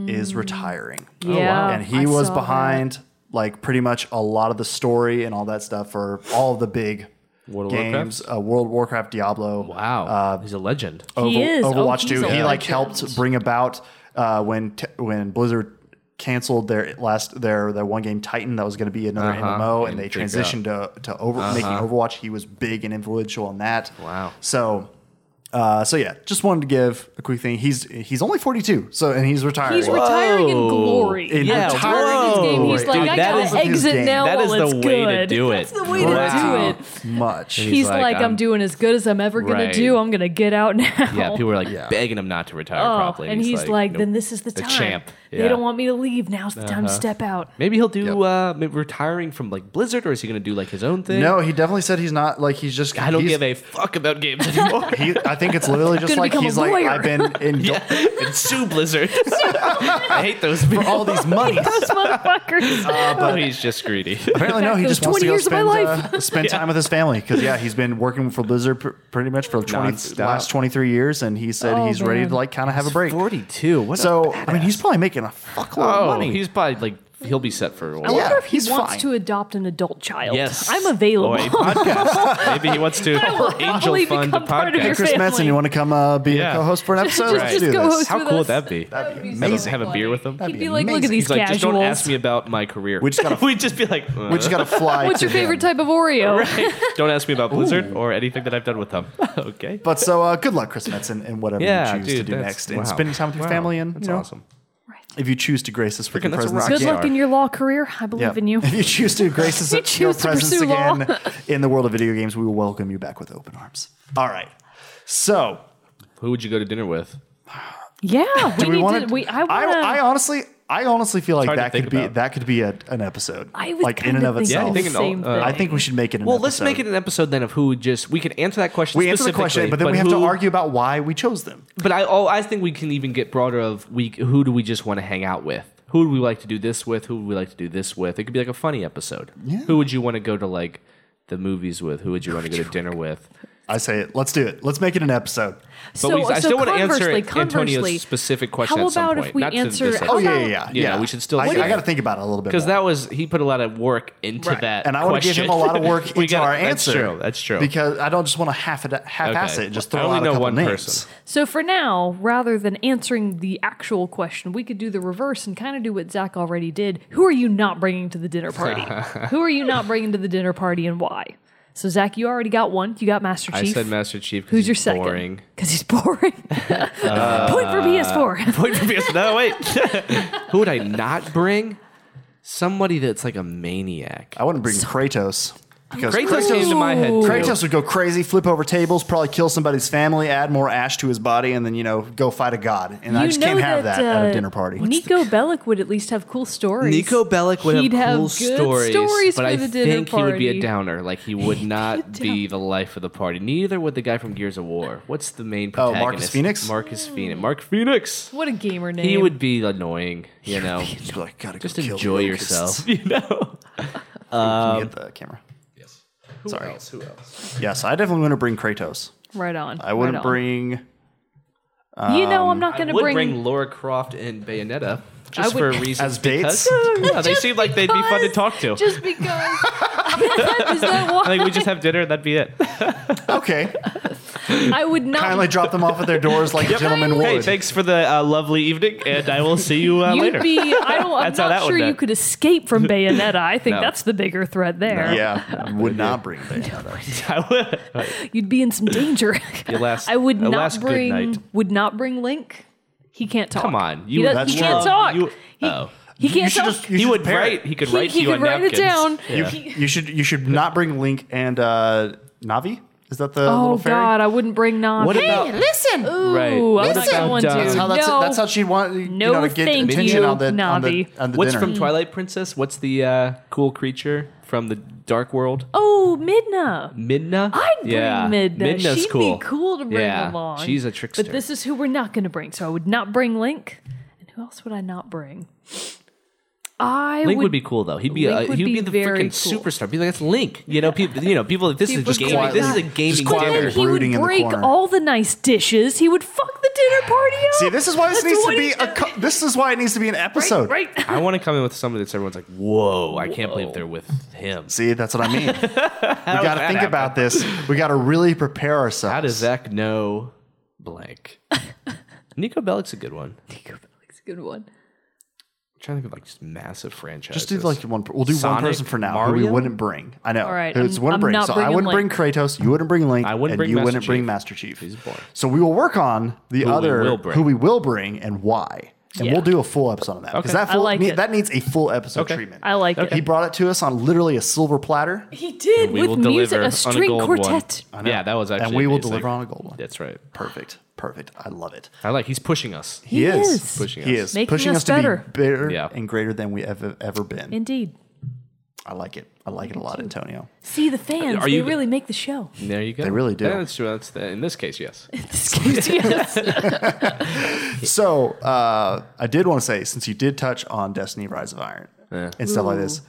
[SPEAKER 1] is retiring.
[SPEAKER 2] Yeah,
[SPEAKER 1] and he
[SPEAKER 2] Mm-hmm. Oh, I
[SPEAKER 1] was
[SPEAKER 2] saw
[SPEAKER 1] behind like pretty much a lot of the story and all that stuff for all the big
[SPEAKER 3] World of
[SPEAKER 1] games, uh, World of Warcraft, Diablo.
[SPEAKER 3] Wow,
[SPEAKER 1] Uh,
[SPEAKER 3] he's a legend.
[SPEAKER 2] He is. Oh,
[SPEAKER 1] Overwatch
[SPEAKER 2] he's
[SPEAKER 1] 2.
[SPEAKER 2] a
[SPEAKER 1] He like
[SPEAKER 2] legend.
[SPEAKER 1] helped bring about uh, when t- when Blizzard canceled their last their their one game Titan that was going to be another
[SPEAKER 2] Uh-huh.
[SPEAKER 1] MMO, and
[SPEAKER 3] And
[SPEAKER 1] they
[SPEAKER 3] big
[SPEAKER 1] transitioned to to over making Overwatch. He was big and influential in that.
[SPEAKER 3] Wow.
[SPEAKER 1] So. Uh, so yeah, just wanted to give a quick thing. He's he's only 42, so and he's retiring.
[SPEAKER 2] He's retiring in
[SPEAKER 3] Whoa.
[SPEAKER 2] glory.
[SPEAKER 1] In
[SPEAKER 3] Yeah,
[SPEAKER 2] Retiring his game. He's
[SPEAKER 1] glory.
[SPEAKER 2] like,
[SPEAKER 3] Dude,
[SPEAKER 2] I
[SPEAKER 3] that
[SPEAKER 2] gotta
[SPEAKER 3] is his
[SPEAKER 2] exit
[SPEAKER 1] game.
[SPEAKER 2] now.
[SPEAKER 3] That is
[SPEAKER 2] while it's
[SPEAKER 3] the way to
[SPEAKER 2] good.
[SPEAKER 3] do it.
[SPEAKER 2] That's the way
[SPEAKER 3] Wow.
[SPEAKER 2] to do it.
[SPEAKER 1] much.
[SPEAKER 2] He's, like, I'm, doing as good as I'm ever gonna
[SPEAKER 3] Right.
[SPEAKER 2] do. I'm gonna get out now.
[SPEAKER 3] Yeah, people were like
[SPEAKER 1] Yeah.
[SPEAKER 3] begging him not to retire
[SPEAKER 2] Oh,
[SPEAKER 3] properly.
[SPEAKER 2] and he's, like,
[SPEAKER 3] nope.
[SPEAKER 2] then this is the
[SPEAKER 3] The
[SPEAKER 2] time.
[SPEAKER 3] champ.
[SPEAKER 2] They
[SPEAKER 3] Yeah. Uh-huh.
[SPEAKER 2] don't want me to leave. Now's the time to step out.
[SPEAKER 3] Maybe he'll do
[SPEAKER 1] Yep.
[SPEAKER 3] uh, maybe retiring from like Blizzard, or is he going to do like his own thing?
[SPEAKER 1] No, he definitely said he's not like he's just.
[SPEAKER 3] I don't
[SPEAKER 1] he's-
[SPEAKER 3] give a fuck about games anymore.
[SPEAKER 1] He, I think it's literally just
[SPEAKER 2] Gonna
[SPEAKER 1] like
[SPEAKER 2] become a
[SPEAKER 1] he's like
[SPEAKER 2] lawyer.
[SPEAKER 1] I've been in
[SPEAKER 3] and sue Blizzard. I hate those people.
[SPEAKER 1] all these monies.
[SPEAKER 2] Those motherfuckers.
[SPEAKER 3] oh, he's just greedy.
[SPEAKER 1] Apparently, no.
[SPEAKER 2] Back
[SPEAKER 1] He
[SPEAKER 2] those
[SPEAKER 1] just wants to
[SPEAKER 2] 20
[SPEAKER 1] go
[SPEAKER 2] years of my
[SPEAKER 1] spend,
[SPEAKER 2] life.
[SPEAKER 1] uh, spend time with his family because yeah, he's been working for Blizzard pr- pretty much for 20,
[SPEAKER 3] Nonstop.
[SPEAKER 1] last twenty three years, and he said
[SPEAKER 2] Oh,
[SPEAKER 1] he's ready
[SPEAKER 2] man.
[SPEAKER 1] to like kind of have a break.
[SPEAKER 3] Forty-two. What?
[SPEAKER 1] So I mean, he's probably making a fuckload
[SPEAKER 3] oh,
[SPEAKER 1] of money.
[SPEAKER 3] he's probably like he'll be set for a
[SPEAKER 2] I
[SPEAKER 3] while.
[SPEAKER 2] wonder
[SPEAKER 1] Yeah,
[SPEAKER 2] if he
[SPEAKER 1] he's
[SPEAKER 2] wants
[SPEAKER 1] fine.
[SPEAKER 2] to adopt an adult child.
[SPEAKER 3] Yes,
[SPEAKER 2] I'm available.
[SPEAKER 3] Or a podcast. Maybe he wants to
[SPEAKER 2] will happily
[SPEAKER 3] angel fund a
[SPEAKER 2] become part of your
[SPEAKER 3] podcast.
[SPEAKER 1] Chris
[SPEAKER 2] family.
[SPEAKER 1] Metzen, you want to come uh, be
[SPEAKER 3] Yeah.
[SPEAKER 1] a co-host for an
[SPEAKER 2] Just-
[SPEAKER 1] episode?
[SPEAKER 2] just-
[SPEAKER 1] Let's
[SPEAKER 2] just
[SPEAKER 1] do
[SPEAKER 2] go
[SPEAKER 1] this.
[SPEAKER 2] host
[SPEAKER 3] How
[SPEAKER 2] with
[SPEAKER 3] cool
[SPEAKER 2] us.
[SPEAKER 3] would that be?
[SPEAKER 2] That'd be
[SPEAKER 1] amazing.
[SPEAKER 3] Have a beer with him.
[SPEAKER 1] That'd
[SPEAKER 2] He'd
[SPEAKER 1] be
[SPEAKER 2] be like, look at
[SPEAKER 1] amazing.
[SPEAKER 2] these
[SPEAKER 3] He's like,
[SPEAKER 2] casuals.
[SPEAKER 3] just don't ask me about my career.
[SPEAKER 1] We just gotta-
[SPEAKER 3] we just be like, uh,
[SPEAKER 1] We just got to fly.
[SPEAKER 2] What's
[SPEAKER 1] to
[SPEAKER 2] your favorite
[SPEAKER 1] him.
[SPEAKER 2] type of Oreo?
[SPEAKER 3] right? don't ask me about Blizzard or anything that I've done with them. okay.
[SPEAKER 1] But so uh, good luck, Chris Metzen, and whatever
[SPEAKER 3] Yeah,
[SPEAKER 1] you choose
[SPEAKER 3] dude,
[SPEAKER 1] to do
[SPEAKER 3] that's-
[SPEAKER 1] next,
[SPEAKER 3] wow.
[SPEAKER 1] and spending time with your
[SPEAKER 3] Wow,
[SPEAKER 1] family and
[SPEAKER 3] that's
[SPEAKER 1] you know,
[SPEAKER 3] awesome.
[SPEAKER 1] If you choose to grace this freaking
[SPEAKER 3] that's a
[SPEAKER 1] presence
[SPEAKER 3] rock
[SPEAKER 2] Good
[SPEAKER 3] Yeah.
[SPEAKER 2] luck in your law career. I believe in you.
[SPEAKER 1] If you choose to grace us
[SPEAKER 2] You
[SPEAKER 1] with your
[SPEAKER 2] choose to
[SPEAKER 1] presence
[SPEAKER 2] pursue law.
[SPEAKER 1] again in the world of video games, we will welcome you back with open arms. All right. So,
[SPEAKER 3] Who would you go to dinner with?
[SPEAKER 2] Yeah, we,
[SPEAKER 1] do we
[SPEAKER 2] need
[SPEAKER 1] want
[SPEAKER 2] to. We, I, wanna,
[SPEAKER 1] I, honestly, I honestly feel like
[SPEAKER 3] hard to
[SPEAKER 1] that could
[SPEAKER 3] think
[SPEAKER 1] be
[SPEAKER 3] about.
[SPEAKER 1] that could be a, an episode,
[SPEAKER 2] I was
[SPEAKER 1] like in and
[SPEAKER 2] kinda
[SPEAKER 1] of
[SPEAKER 2] thinking
[SPEAKER 1] itself.
[SPEAKER 3] Yeah, I
[SPEAKER 2] the
[SPEAKER 3] think an-
[SPEAKER 2] same
[SPEAKER 3] uh,
[SPEAKER 2] thing.
[SPEAKER 1] I think we should make it. An
[SPEAKER 3] Well,
[SPEAKER 1] episode.
[SPEAKER 3] let's make it an episode then of who would just we could answer that question.
[SPEAKER 1] We answer the question,
[SPEAKER 3] specifically,
[SPEAKER 1] but then we have to
[SPEAKER 3] who-
[SPEAKER 1] argue about why we chose them.
[SPEAKER 3] But I, oh, I think we can even get broader of we who do we just want to hang out with? Who would we like to do this with? Who would we like to do this with? It could be like a funny episode. Who would you want to go to like the movies with? Who would you want to go to dinner with?
[SPEAKER 1] I say it. Let's do it. Let's make it an episode.
[SPEAKER 3] But we, I still want to answer
[SPEAKER 2] conversely- conversely,
[SPEAKER 3] Antonio's specific question
[SPEAKER 2] How
[SPEAKER 3] at some
[SPEAKER 2] about
[SPEAKER 3] point.
[SPEAKER 2] if we
[SPEAKER 3] not to this
[SPEAKER 2] answer?
[SPEAKER 3] episode.
[SPEAKER 1] Oh yeah,
[SPEAKER 2] how
[SPEAKER 1] yeah,
[SPEAKER 2] about-
[SPEAKER 1] yeah.
[SPEAKER 3] You
[SPEAKER 1] yeah.
[SPEAKER 3] know, we should still
[SPEAKER 1] I,
[SPEAKER 3] do
[SPEAKER 1] I
[SPEAKER 3] it.
[SPEAKER 1] got to think about it a little bit
[SPEAKER 3] Because
[SPEAKER 1] more.
[SPEAKER 3] that was he put a lot of work into that,
[SPEAKER 1] and I want to give him
[SPEAKER 3] question.
[SPEAKER 1] a lot of work
[SPEAKER 3] We
[SPEAKER 1] into
[SPEAKER 3] gotta-
[SPEAKER 1] our
[SPEAKER 3] that's
[SPEAKER 1] answer.
[SPEAKER 3] True, that's true.
[SPEAKER 1] Because I don't just want to half it, half ass
[SPEAKER 3] Okay.
[SPEAKER 1] it, and just
[SPEAKER 3] I
[SPEAKER 1] throw
[SPEAKER 3] only
[SPEAKER 1] out a
[SPEAKER 3] know
[SPEAKER 1] couple
[SPEAKER 3] one
[SPEAKER 1] names.
[SPEAKER 3] person.
[SPEAKER 2] So for now, rather than answering the actual question, we could do the reverse and kind of do what Zach already did. Who are you not bringing to the dinner party? Who are you not bringing to the dinner party, and why? So Zach, you already got one. You got Master
[SPEAKER 3] I
[SPEAKER 2] Chief.
[SPEAKER 3] said Master Chief. 'cause
[SPEAKER 2] Who's your
[SPEAKER 3] he's
[SPEAKER 2] second?
[SPEAKER 3] Boring. Uh,
[SPEAKER 2] Because he's boring. Point for PS4.
[SPEAKER 3] Point for PS. No, wait. Who would I not bring? Somebody that's like a maniac.
[SPEAKER 1] I wouldn't bring Kratos because
[SPEAKER 3] Kratos came to my head. Too.
[SPEAKER 1] Kratos would go crazy, flip over tables, probably kill somebody's family, add more ash to his body, and then you know go fight a god. And I
[SPEAKER 2] You
[SPEAKER 1] just
[SPEAKER 2] know
[SPEAKER 1] can't have that at
[SPEAKER 2] uh,
[SPEAKER 1] a dinner party.
[SPEAKER 2] Nico Bellic would at least have cool stories.
[SPEAKER 3] Nico Bellic would
[SPEAKER 2] He'd
[SPEAKER 3] have cool
[SPEAKER 2] good
[SPEAKER 3] stories, but
[SPEAKER 2] for
[SPEAKER 3] I
[SPEAKER 2] the dinner
[SPEAKER 3] think
[SPEAKER 2] party.
[SPEAKER 3] he would be a downer. Like he would not
[SPEAKER 2] down-
[SPEAKER 3] be the life of the party. Neither would the guy from Gears of War. What's the main
[SPEAKER 1] Oh, Marcus
[SPEAKER 3] protagonist?
[SPEAKER 1] Phoenix?
[SPEAKER 3] Marcus Phoenix. Mark Phoenix.
[SPEAKER 2] What a gamer name.
[SPEAKER 3] He would be annoying. You know,
[SPEAKER 1] Just be like, gotta go
[SPEAKER 3] just
[SPEAKER 1] kill the
[SPEAKER 3] enjoy
[SPEAKER 1] locusts."
[SPEAKER 3] yourself. Um, You know.
[SPEAKER 1] Can you get the camera?
[SPEAKER 3] Who else? Who else?
[SPEAKER 1] Yes, I definitely wouldn't bring Kratos.
[SPEAKER 2] right on.
[SPEAKER 1] I wouldn't um,
[SPEAKER 2] right on.
[SPEAKER 1] bring.
[SPEAKER 2] you know, I'm not
[SPEAKER 3] I
[SPEAKER 2] going to
[SPEAKER 3] would
[SPEAKER 2] bring.
[SPEAKER 3] bring, Laura Croft and Bayonetta
[SPEAKER 2] I
[SPEAKER 3] just
[SPEAKER 2] would-
[SPEAKER 3] for a reason.
[SPEAKER 1] As dates?
[SPEAKER 3] yeah, they
[SPEAKER 2] Just
[SPEAKER 3] seem like they'd be fun to
[SPEAKER 2] because-
[SPEAKER 3] talk to.
[SPEAKER 2] Just because. Is that why?
[SPEAKER 3] I think we just have dinner and that'd be it.
[SPEAKER 1] Okay,
[SPEAKER 2] I would not.
[SPEAKER 1] kindly drop them off at their doors like gentlemen
[SPEAKER 3] Hey,
[SPEAKER 1] would.
[SPEAKER 3] thanks for the uh, lovely evening, and I will see you uh,
[SPEAKER 2] you'd
[SPEAKER 3] later.
[SPEAKER 2] be. I don't, I'm
[SPEAKER 3] That's
[SPEAKER 2] not
[SPEAKER 3] how that would
[SPEAKER 2] sure you
[SPEAKER 3] end.
[SPEAKER 2] could escape from Bayonetta. I think
[SPEAKER 3] No.
[SPEAKER 2] that's the bigger threat there.
[SPEAKER 1] yeah, would not bring that.
[SPEAKER 3] I will-
[SPEAKER 2] You'd be in some danger.
[SPEAKER 3] Your last-
[SPEAKER 2] I would
[SPEAKER 3] your
[SPEAKER 2] not
[SPEAKER 3] last good
[SPEAKER 2] bring.
[SPEAKER 3] night.
[SPEAKER 2] Would not bring Link. He can't talk.
[SPEAKER 3] Come on,
[SPEAKER 2] he,
[SPEAKER 3] you
[SPEAKER 2] does-
[SPEAKER 1] that's
[SPEAKER 2] he can't
[SPEAKER 1] true.
[SPEAKER 2] talk.
[SPEAKER 3] You-
[SPEAKER 2] he,
[SPEAKER 3] oh.
[SPEAKER 2] he can't talk.
[SPEAKER 1] you
[SPEAKER 3] he would
[SPEAKER 1] pair it.
[SPEAKER 3] write. He could
[SPEAKER 2] he
[SPEAKER 3] write. to
[SPEAKER 2] he
[SPEAKER 3] you
[SPEAKER 2] could
[SPEAKER 3] on
[SPEAKER 2] write
[SPEAKER 3] napkins.
[SPEAKER 2] it down.
[SPEAKER 3] Yeah.
[SPEAKER 2] He-
[SPEAKER 1] You should you should not bring Link and uh, Navi. Is that the
[SPEAKER 2] oh
[SPEAKER 1] little fairy?
[SPEAKER 2] God, I wouldn't bring Nam.
[SPEAKER 3] What
[SPEAKER 2] Hey,
[SPEAKER 3] about-
[SPEAKER 2] listen. Ooh,
[SPEAKER 3] Right.
[SPEAKER 2] I'm
[SPEAKER 3] What
[SPEAKER 2] not
[SPEAKER 3] about,
[SPEAKER 2] going to.
[SPEAKER 3] uh,
[SPEAKER 1] That's how that's,
[SPEAKER 2] no.
[SPEAKER 1] that's how she'd want you
[SPEAKER 2] No,
[SPEAKER 1] know, to get
[SPEAKER 2] thank
[SPEAKER 1] attention
[SPEAKER 2] you,
[SPEAKER 1] on the on the,
[SPEAKER 2] Navi.
[SPEAKER 1] on the
[SPEAKER 3] What's
[SPEAKER 1] dinner.
[SPEAKER 3] from Twilight Princess? What's the uh, cool creature from the Dark World?
[SPEAKER 2] oh, Midna.
[SPEAKER 3] Midna.
[SPEAKER 2] I'd bring
[SPEAKER 3] yeah.
[SPEAKER 2] Midna.
[SPEAKER 3] Midna's
[SPEAKER 2] She'd
[SPEAKER 3] cool.
[SPEAKER 2] be cool to bring
[SPEAKER 3] yeah.
[SPEAKER 2] along.
[SPEAKER 3] She's a trickster.
[SPEAKER 2] But this is who we're not going to bring. So I would not bring Link. And who else would I not bring? I
[SPEAKER 3] Link would,
[SPEAKER 2] would
[SPEAKER 3] be cool though. He'd be
[SPEAKER 2] Link
[SPEAKER 3] uh,
[SPEAKER 2] would
[SPEAKER 3] he'd be,
[SPEAKER 2] be
[SPEAKER 3] the
[SPEAKER 2] very
[SPEAKER 3] freaking
[SPEAKER 2] cool.
[SPEAKER 3] superstar. Be like that's Link. You know, people. You know, people. This
[SPEAKER 2] People
[SPEAKER 3] is
[SPEAKER 2] would
[SPEAKER 3] just
[SPEAKER 2] be
[SPEAKER 3] gaming.
[SPEAKER 2] like
[SPEAKER 3] This is
[SPEAKER 2] that.
[SPEAKER 3] a
[SPEAKER 1] Just
[SPEAKER 3] gaming
[SPEAKER 2] But
[SPEAKER 1] quietly
[SPEAKER 3] dinner.
[SPEAKER 2] then he would
[SPEAKER 1] brooding in the
[SPEAKER 2] break
[SPEAKER 1] corner.
[SPEAKER 2] all the nice dishes. He would fuck the dinner party up.
[SPEAKER 1] See, this is why this
[SPEAKER 2] That's
[SPEAKER 1] needs
[SPEAKER 2] what
[SPEAKER 1] to be
[SPEAKER 2] he
[SPEAKER 1] a.
[SPEAKER 2] does.
[SPEAKER 1] co- This is why it needs to be an episode.
[SPEAKER 2] right.
[SPEAKER 3] I want to come in with somebody that's everyone's like, whoa! I can't believe they're with him.
[SPEAKER 1] See, that's what I mean. we got to
[SPEAKER 3] that
[SPEAKER 1] think
[SPEAKER 3] happen?
[SPEAKER 1] about this. We got to really prepare ourselves.
[SPEAKER 3] How does Zach know blank? Nico Bellic's a good one. I'm
[SPEAKER 2] Nico Bellic's a good one.
[SPEAKER 3] trying to think of like just massive franchises.
[SPEAKER 1] Just do like one. per- We'll do one
[SPEAKER 3] Sonic,
[SPEAKER 1] person for now. Who we
[SPEAKER 3] Mario?
[SPEAKER 1] wouldn't bring. I know.
[SPEAKER 2] All right,
[SPEAKER 1] Who it's
[SPEAKER 2] I'm-
[SPEAKER 1] wouldn't
[SPEAKER 2] I'm
[SPEAKER 1] bring.
[SPEAKER 2] not
[SPEAKER 1] so I
[SPEAKER 2] bringing
[SPEAKER 1] wouldn't
[SPEAKER 2] Link.
[SPEAKER 1] bring Kratos. You wouldn't bring Link.
[SPEAKER 3] I wouldn't
[SPEAKER 1] and
[SPEAKER 3] bring
[SPEAKER 1] You
[SPEAKER 3] Master
[SPEAKER 1] wouldn't bring
[SPEAKER 3] Chief.
[SPEAKER 1] Master Chief.
[SPEAKER 3] He's boring.
[SPEAKER 1] So we will work on the
[SPEAKER 3] we
[SPEAKER 1] other
[SPEAKER 3] will bring.
[SPEAKER 1] who we will bring and why, and
[SPEAKER 2] Yeah.
[SPEAKER 1] we'll do a full episode on that because
[SPEAKER 3] Okay.
[SPEAKER 1] that
[SPEAKER 2] I
[SPEAKER 1] full,
[SPEAKER 2] like
[SPEAKER 1] ne-
[SPEAKER 2] it.
[SPEAKER 1] that needs a full episode
[SPEAKER 3] Okay.
[SPEAKER 1] treatment.
[SPEAKER 2] I like
[SPEAKER 1] He
[SPEAKER 2] it.
[SPEAKER 1] brought it to us on literally a silver platter,
[SPEAKER 2] He did
[SPEAKER 3] We
[SPEAKER 2] with
[SPEAKER 3] will
[SPEAKER 2] music,
[SPEAKER 3] deliver
[SPEAKER 2] a
[SPEAKER 3] on a
[SPEAKER 2] string
[SPEAKER 3] gold one.
[SPEAKER 2] quartet.
[SPEAKER 3] Yeah, that was actually
[SPEAKER 1] and we will
[SPEAKER 3] amazing.
[SPEAKER 1] deliver on a gold one.
[SPEAKER 3] That's right.
[SPEAKER 1] Perfect, perfect. I love it.
[SPEAKER 3] I like he's pushing us.
[SPEAKER 1] He, is.
[SPEAKER 2] is.
[SPEAKER 3] Pushing
[SPEAKER 1] he
[SPEAKER 3] us.
[SPEAKER 1] is
[SPEAKER 2] Making
[SPEAKER 1] pushing
[SPEAKER 2] us
[SPEAKER 1] us, to
[SPEAKER 2] better.
[SPEAKER 1] be better
[SPEAKER 3] Yeah.
[SPEAKER 1] and greater than we ever ever been.
[SPEAKER 2] Indeed.
[SPEAKER 1] I like it. I like it a lot, Antonio.
[SPEAKER 2] See the fans.
[SPEAKER 3] Are you-
[SPEAKER 2] they really make the show.
[SPEAKER 3] There you go.
[SPEAKER 1] They really do.
[SPEAKER 3] Yeah, That's true. That's the, in this case, yes.
[SPEAKER 2] yes.
[SPEAKER 1] So uh, I did want to say, since you did touch on Destiny: Rise of Iron and stuff like this,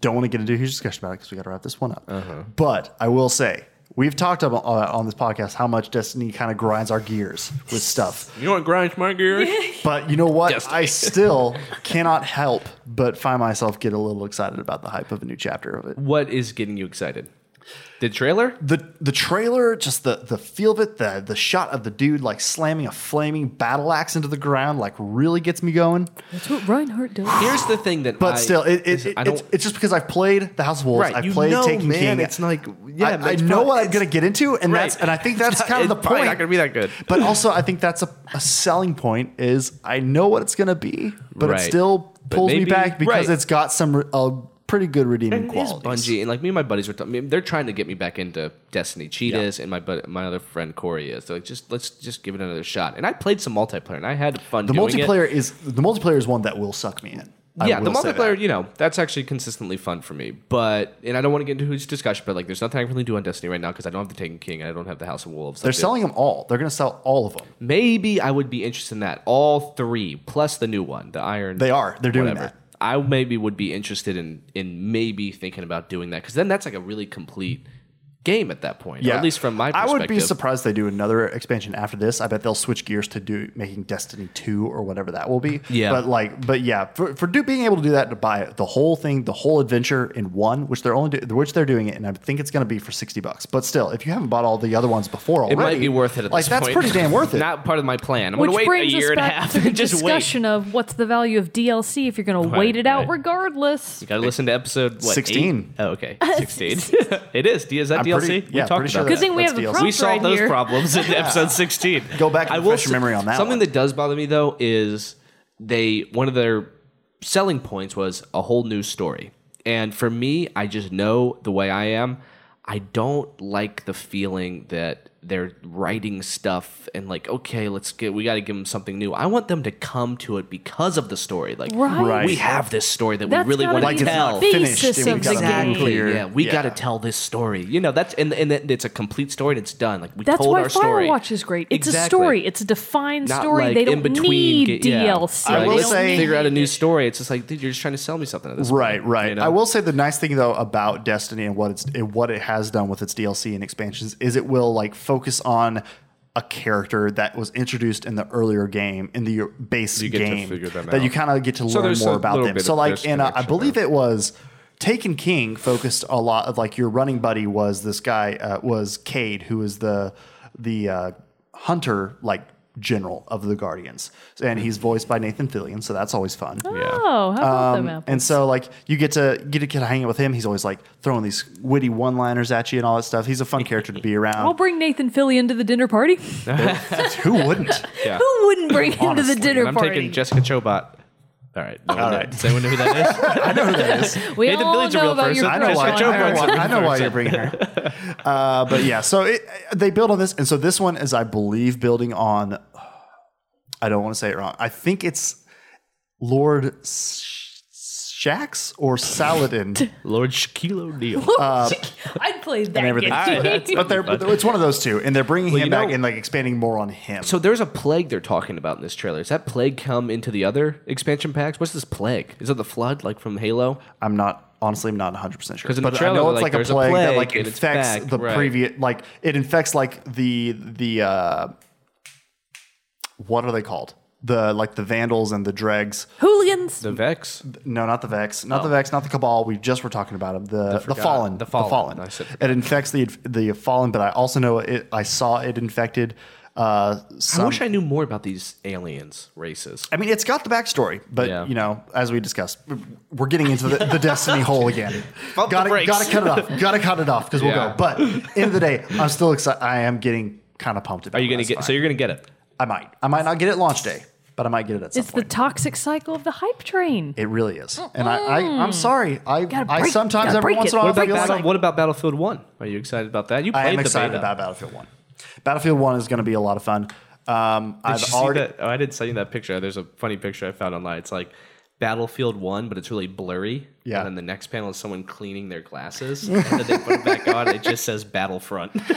[SPEAKER 1] don't want to get into a huge discussion about it because we got to wrap this one up. But I will say. We've talked about uh, on this podcast how much Destiny kind of grinds our gears with stuff.
[SPEAKER 3] You want grind my gear?
[SPEAKER 1] But you know what?
[SPEAKER 3] Destiny.
[SPEAKER 1] I still cannot help but find myself get a little excited about the hype of a new chapter of it.
[SPEAKER 3] what is getting you excited? The trailer?
[SPEAKER 1] the the trailer, just the the feel of it, the the shot of the dude like slamming a flaming battle axe into the ground, like really gets me going.
[SPEAKER 2] That's what Reinhardt does.
[SPEAKER 3] Here's the thing that
[SPEAKER 1] But
[SPEAKER 3] I-
[SPEAKER 1] still, it, it,
[SPEAKER 3] listen,
[SPEAKER 1] it- it's, it's just because I've played The House of Wolves,
[SPEAKER 3] Right,
[SPEAKER 1] I've
[SPEAKER 3] you
[SPEAKER 1] played
[SPEAKER 3] know,
[SPEAKER 1] Taken
[SPEAKER 3] man,
[SPEAKER 1] King.
[SPEAKER 3] it's like, yeah,
[SPEAKER 1] I,
[SPEAKER 3] man,
[SPEAKER 1] I
[SPEAKER 3] it's
[SPEAKER 1] know
[SPEAKER 3] prob-
[SPEAKER 1] what I'm
[SPEAKER 3] it's-
[SPEAKER 1] gonna get into, and
[SPEAKER 3] Right.
[SPEAKER 1] that's and I think that's
[SPEAKER 3] It's
[SPEAKER 1] kind of the
[SPEAKER 3] not- it's probably
[SPEAKER 1] point.
[SPEAKER 3] not gonna be that good.
[SPEAKER 1] but also I think that's a, a selling point is I know what it's gonna be, but
[SPEAKER 3] Right.
[SPEAKER 1] it still
[SPEAKER 3] But
[SPEAKER 1] pulls me
[SPEAKER 3] maybe-
[SPEAKER 1] back because
[SPEAKER 3] right.
[SPEAKER 1] it's got some re- uh, pretty good redeeming
[SPEAKER 3] And it is
[SPEAKER 1] qualities.
[SPEAKER 3] Bungie, and like me and my buddies were, talking, they're trying to get me back into Destiny. Cheetahs and my bud- my other friend Corey is. They're like, just let's just give it another shot. And I played some multiplayer, and I had fun.
[SPEAKER 1] The
[SPEAKER 3] doing
[SPEAKER 1] multiplayer is the multiplayer is one that will suck me in. I
[SPEAKER 3] It. Yeah, the
[SPEAKER 1] will say that.
[SPEAKER 3] multiplayer, you know, that's actually consistently fun for me. But and I don't want to get into huge discussion, but like, there's nothing I can really do on Destiny right now because I don't have the Taken King and I don't have the House of Wolves.
[SPEAKER 1] They're
[SPEAKER 3] Like,
[SPEAKER 1] selling them all. They're gonna sell all of them.
[SPEAKER 3] Maybe I would be interested in that. All three plus the new one, the Iron.
[SPEAKER 1] They are. They're doing that.
[SPEAKER 3] I maybe would be interested in in maybe thinking about doing that because then that's like a really complete game at that point. Or at least from my perspective.
[SPEAKER 1] I would be surprised they do another expansion after this. I bet they'll switch gears to do making Destiny two or whatever that will be.
[SPEAKER 3] Yeah.
[SPEAKER 1] but like, but yeah, for, for do, being able to do that to buy the whole thing, the whole adventure in one, which they're only do, which they're doing it, and I think it's going to be for sixty bucks. But still, if you haven't bought all the other ones before, already,
[SPEAKER 3] It might be worth it at
[SPEAKER 1] like
[SPEAKER 3] this
[SPEAKER 1] that's
[SPEAKER 3] point.
[SPEAKER 1] pretty damn worth it.
[SPEAKER 3] Not part of my plan. I'm
[SPEAKER 2] Which
[SPEAKER 3] gonna wait a
[SPEAKER 2] brings
[SPEAKER 3] year
[SPEAKER 2] us
[SPEAKER 3] and a
[SPEAKER 2] back
[SPEAKER 3] half
[SPEAKER 2] to the
[SPEAKER 3] and just wait.
[SPEAKER 2] discussion of what's the value of DLC if you're going to
[SPEAKER 3] Right,
[SPEAKER 2] wait it out
[SPEAKER 3] right.
[SPEAKER 2] regardless.
[SPEAKER 3] You gotta listen to episode what, eight?
[SPEAKER 1] 16.
[SPEAKER 3] Oh, okay, sixteen. it is. Is that
[SPEAKER 1] I'm
[SPEAKER 3] DLC?
[SPEAKER 1] pretty-
[SPEAKER 3] we
[SPEAKER 1] yeah,
[SPEAKER 3] talked
[SPEAKER 1] pretty
[SPEAKER 3] about
[SPEAKER 1] sure
[SPEAKER 3] that.
[SPEAKER 2] Good thing we
[SPEAKER 1] That's
[SPEAKER 2] have the
[SPEAKER 1] DLC.
[SPEAKER 2] prompt
[SPEAKER 3] we solved
[SPEAKER 2] right
[SPEAKER 3] those
[SPEAKER 2] here.
[SPEAKER 3] problems in episode 16.
[SPEAKER 1] Go back and
[SPEAKER 3] will
[SPEAKER 1] refresh your
[SPEAKER 3] say-
[SPEAKER 1] memory on that
[SPEAKER 3] Something
[SPEAKER 1] one.
[SPEAKER 3] that does bother me though is they one of their selling points was a whole new story. And for me, I just know the way I am, I don't like the feeling that they're writing stuff and like, okay, let's get we got to give them something new. I want them to come to it because of the story. Like,
[SPEAKER 2] Right.
[SPEAKER 1] Right.
[SPEAKER 3] we have this story that
[SPEAKER 2] That's
[SPEAKER 3] we really
[SPEAKER 2] gotta
[SPEAKER 3] want
[SPEAKER 2] be
[SPEAKER 3] to
[SPEAKER 1] Like it's
[SPEAKER 3] tell.
[SPEAKER 1] not
[SPEAKER 2] the
[SPEAKER 1] finished
[SPEAKER 2] basis
[SPEAKER 1] and we
[SPEAKER 2] of
[SPEAKER 1] gotta
[SPEAKER 2] the
[SPEAKER 1] make
[SPEAKER 2] game.
[SPEAKER 3] Exactly.
[SPEAKER 1] clear-
[SPEAKER 3] Yeah, we got to tell this story. You know, that's and and it's a complete story and it's done. Like we
[SPEAKER 2] That's
[SPEAKER 3] told
[SPEAKER 2] why
[SPEAKER 3] our story.
[SPEAKER 2] Firewatch is great. It's
[SPEAKER 3] Exactly.
[SPEAKER 2] a story. It's a defined
[SPEAKER 3] Not
[SPEAKER 2] story.
[SPEAKER 3] like
[SPEAKER 2] they don't
[SPEAKER 3] in between
[SPEAKER 2] need
[SPEAKER 3] ga- yeah.
[SPEAKER 2] DLC.
[SPEAKER 1] I
[SPEAKER 3] Like,
[SPEAKER 1] will
[SPEAKER 2] They
[SPEAKER 3] let's
[SPEAKER 2] don't
[SPEAKER 1] say-
[SPEAKER 2] need
[SPEAKER 3] figure out a
[SPEAKER 2] it.
[SPEAKER 3] new story. It's just like, dude, you're just trying to sell me something. At this
[SPEAKER 1] Right,
[SPEAKER 3] point,
[SPEAKER 1] right.
[SPEAKER 3] you know?
[SPEAKER 1] I will say the nice thing though about Destiny and what it's and what it has done with its DLC and expansions is it will like focus on a character that was introduced in the earlier game in the base
[SPEAKER 3] You get to
[SPEAKER 1] game
[SPEAKER 3] figure them
[SPEAKER 1] that you
[SPEAKER 3] out.
[SPEAKER 1] kind of get to
[SPEAKER 3] So
[SPEAKER 1] learn
[SPEAKER 3] there's
[SPEAKER 1] more
[SPEAKER 3] a
[SPEAKER 1] about
[SPEAKER 3] little
[SPEAKER 1] them.
[SPEAKER 3] bit
[SPEAKER 1] So
[SPEAKER 3] of-
[SPEAKER 1] like
[SPEAKER 3] there's
[SPEAKER 1] in uh, I
[SPEAKER 3] connection
[SPEAKER 1] believe
[SPEAKER 3] there.
[SPEAKER 1] it was Taken King focused a lot of like your running buddy was this guy uh, was Cade who was the the uh, hunter like general of the Guardians and he's voiced by Nathan Fillion so that's always fun.
[SPEAKER 2] Oh, how about
[SPEAKER 3] Um,
[SPEAKER 2] them apples?
[SPEAKER 1] And so like you get to get to get to hang out with him. He's always like throwing these witty one liners at you and all that stuff. He's a fun character to be
[SPEAKER 2] I'll
[SPEAKER 1] around.
[SPEAKER 2] bring Nathan Fillion to the dinner party.
[SPEAKER 1] Who wouldn't?
[SPEAKER 3] Yeah.
[SPEAKER 2] Who wouldn't bring him to the
[SPEAKER 1] Honestly,
[SPEAKER 2] dinner
[SPEAKER 3] And I'm
[SPEAKER 2] party?
[SPEAKER 3] taking Jessica Chobot. All right. No one
[SPEAKER 1] All
[SPEAKER 3] knows.
[SPEAKER 1] right.
[SPEAKER 3] Does anyone know who that is?
[SPEAKER 1] I know who that is.
[SPEAKER 2] we
[SPEAKER 3] Nathan
[SPEAKER 2] all
[SPEAKER 3] Fillion's a
[SPEAKER 2] know
[SPEAKER 3] real
[SPEAKER 2] about
[SPEAKER 3] person.
[SPEAKER 2] your
[SPEAKER 1] I know
[SPEAKER 2] crush
[SPEAKER 1] why.
[SPEAKER 2] on
[SPEAKER 3] Jessica
[SPEAKER 1] I
[SPEAKER 2] her.
[SPEAKER 1] know why, I know why you're bringing her. Uh, but yeah, so it, they build on this, and so this one is, I believe, building on. I don't want to say it wrong. I think it's Lord Sh- Shax or Saladin.
[SPEAKER 3] Lord Shaquille O'Neal.
[SPEAKER 2] Oh, I'd play that
[SPEAKER 1] everything.
[SPEAKER 3] All
[SPEAKER 2] game.
[SPEAKER 3] right,
[SPEAKER 1] But they're, it's one of those two, and they're bringing
[SPEAKER 3] Well,
[SPEAKER 1] him
[SPEAKER 3] you
[SPEAKER 1] back
[SPEAKER 3] know-
[SPEAKER 1] and like expanding more on him.
[SPEAKER 3] So there's a plague they're talking about in this trailer. Does that plague come into the other expansion packs? What's this plague? Is it the flood, like from Halo?
[SPEAKER 1] I'm not honestly. I'm not 100 percent sure.
[SPEAKER 3] 'Cause in the
[SPEAKER 1] But I
[SPEAKER 3] trailer,
[SPEAKER 1] know it's like,
[SPEAKER 3] like,
[SPEAKER 1] a
[SPEAKER 3] there's a
[SPEAKER 1] plague that
[SPEAKER 3] plague
[SPEAKER 1] like
[SPEAKER 3] and it's
[SPEAKER 1] infects
[SPEAKER 3] back,
[SPEAKER 1] the
[SPEAKER 3] right.
[SPEAKER 1] previous. Like it infects like the the uh, what are they called? The like the vandals and the dregs.
[SPEAKER 2] Hooligans.
[SPEAKER 3] The Vex?
[SPEAKER 1] No, not the vex. Not the vex. Not the cabal. We just were talking about them. The the,
[SPEAKER 3] forgot-
[SPEAKER 1] fallen.
[SPEAKER 3] Oh. the fallen. I said
[SPEAKER 1] It infects the the fallen. But I also know it. I saw it infected. Uh, some,
[SPEAKER 3] I wish I knew more about these aliens races.
[SPEAKER 1] I mean, it's got the backstory, but
[SPEAKER 3] Yeah.
[SPEAKER 1] you know, as we discussed, we're getting into the, the Destiny hole again.
[SPEAKER 3] Bump the
[SPEAKER 1] Got to
[SPEAKER 3] brakes.
[SPEAKER 1] got to cut it off. Got to cut it off because we'll
[SPEAKER 3] Yeah.
[SPEAKER 1] go. But end of the day, I'm still excited. I am getting kind of pumped. About
[SPEAKER 3] Are you gonna
[SPEAKER 1] this.
[SPEAKER 3] get? So you're gonna get it.
[SPEAKER 1] I might. I might not get it launch day, but I might get it at some
[SPEAKER 2] It's the
[SPEAKER 1] point.
[SPEAKER 2] toxic cycle of the hype train.
[SPEAKER 1] it really is, and I, I I'm sorry. I
[SPEAKER 2] Mm. Gotta
[SPEAKER 1] I
[SPEAKER 2] break-
[SPEAKER 1] sometimes
[SPEAKER 2] gotta
[SPEAKER 1] every
[SPEAKER 2] break
[SPEAKER 1] once
[SPEAKER 2] it.
[SPEAKER 1] in a while
[SPEAKER 2] What
[SPEAKER 1] I
[SPEAKER 2] about
[SPEAKER 1] feel
[SPEAKER 2] Battle-
[SPEAKER 1] like
[SPEAKER 3] Battle- what about Battlefield One? Are you excited about that? You played
[SPEAKER 1] I am
[SPEAKER 3] the
[SPEAKER 1] excited
[SPEAKER 3] beta.
[SPEAKER 1] about Battlefield One. Battlefield One is going to be a lot of fun. Um,
[SPEAKER 3] Did
[SPEAKER 1] I've
[SPEAKER 3] you see
[SPEAKER 1] already
[SPEAKER 3] that? Oh, I didn't send you that picture. There's a funny picture I found online. It's like Battlefield One, but it's really blurry.
[SPEAKER 1] Yeah.
[SPEAKER 3] And then the next panel is someone cleaning their glasses, and then they put it back on. It just says Battlefront.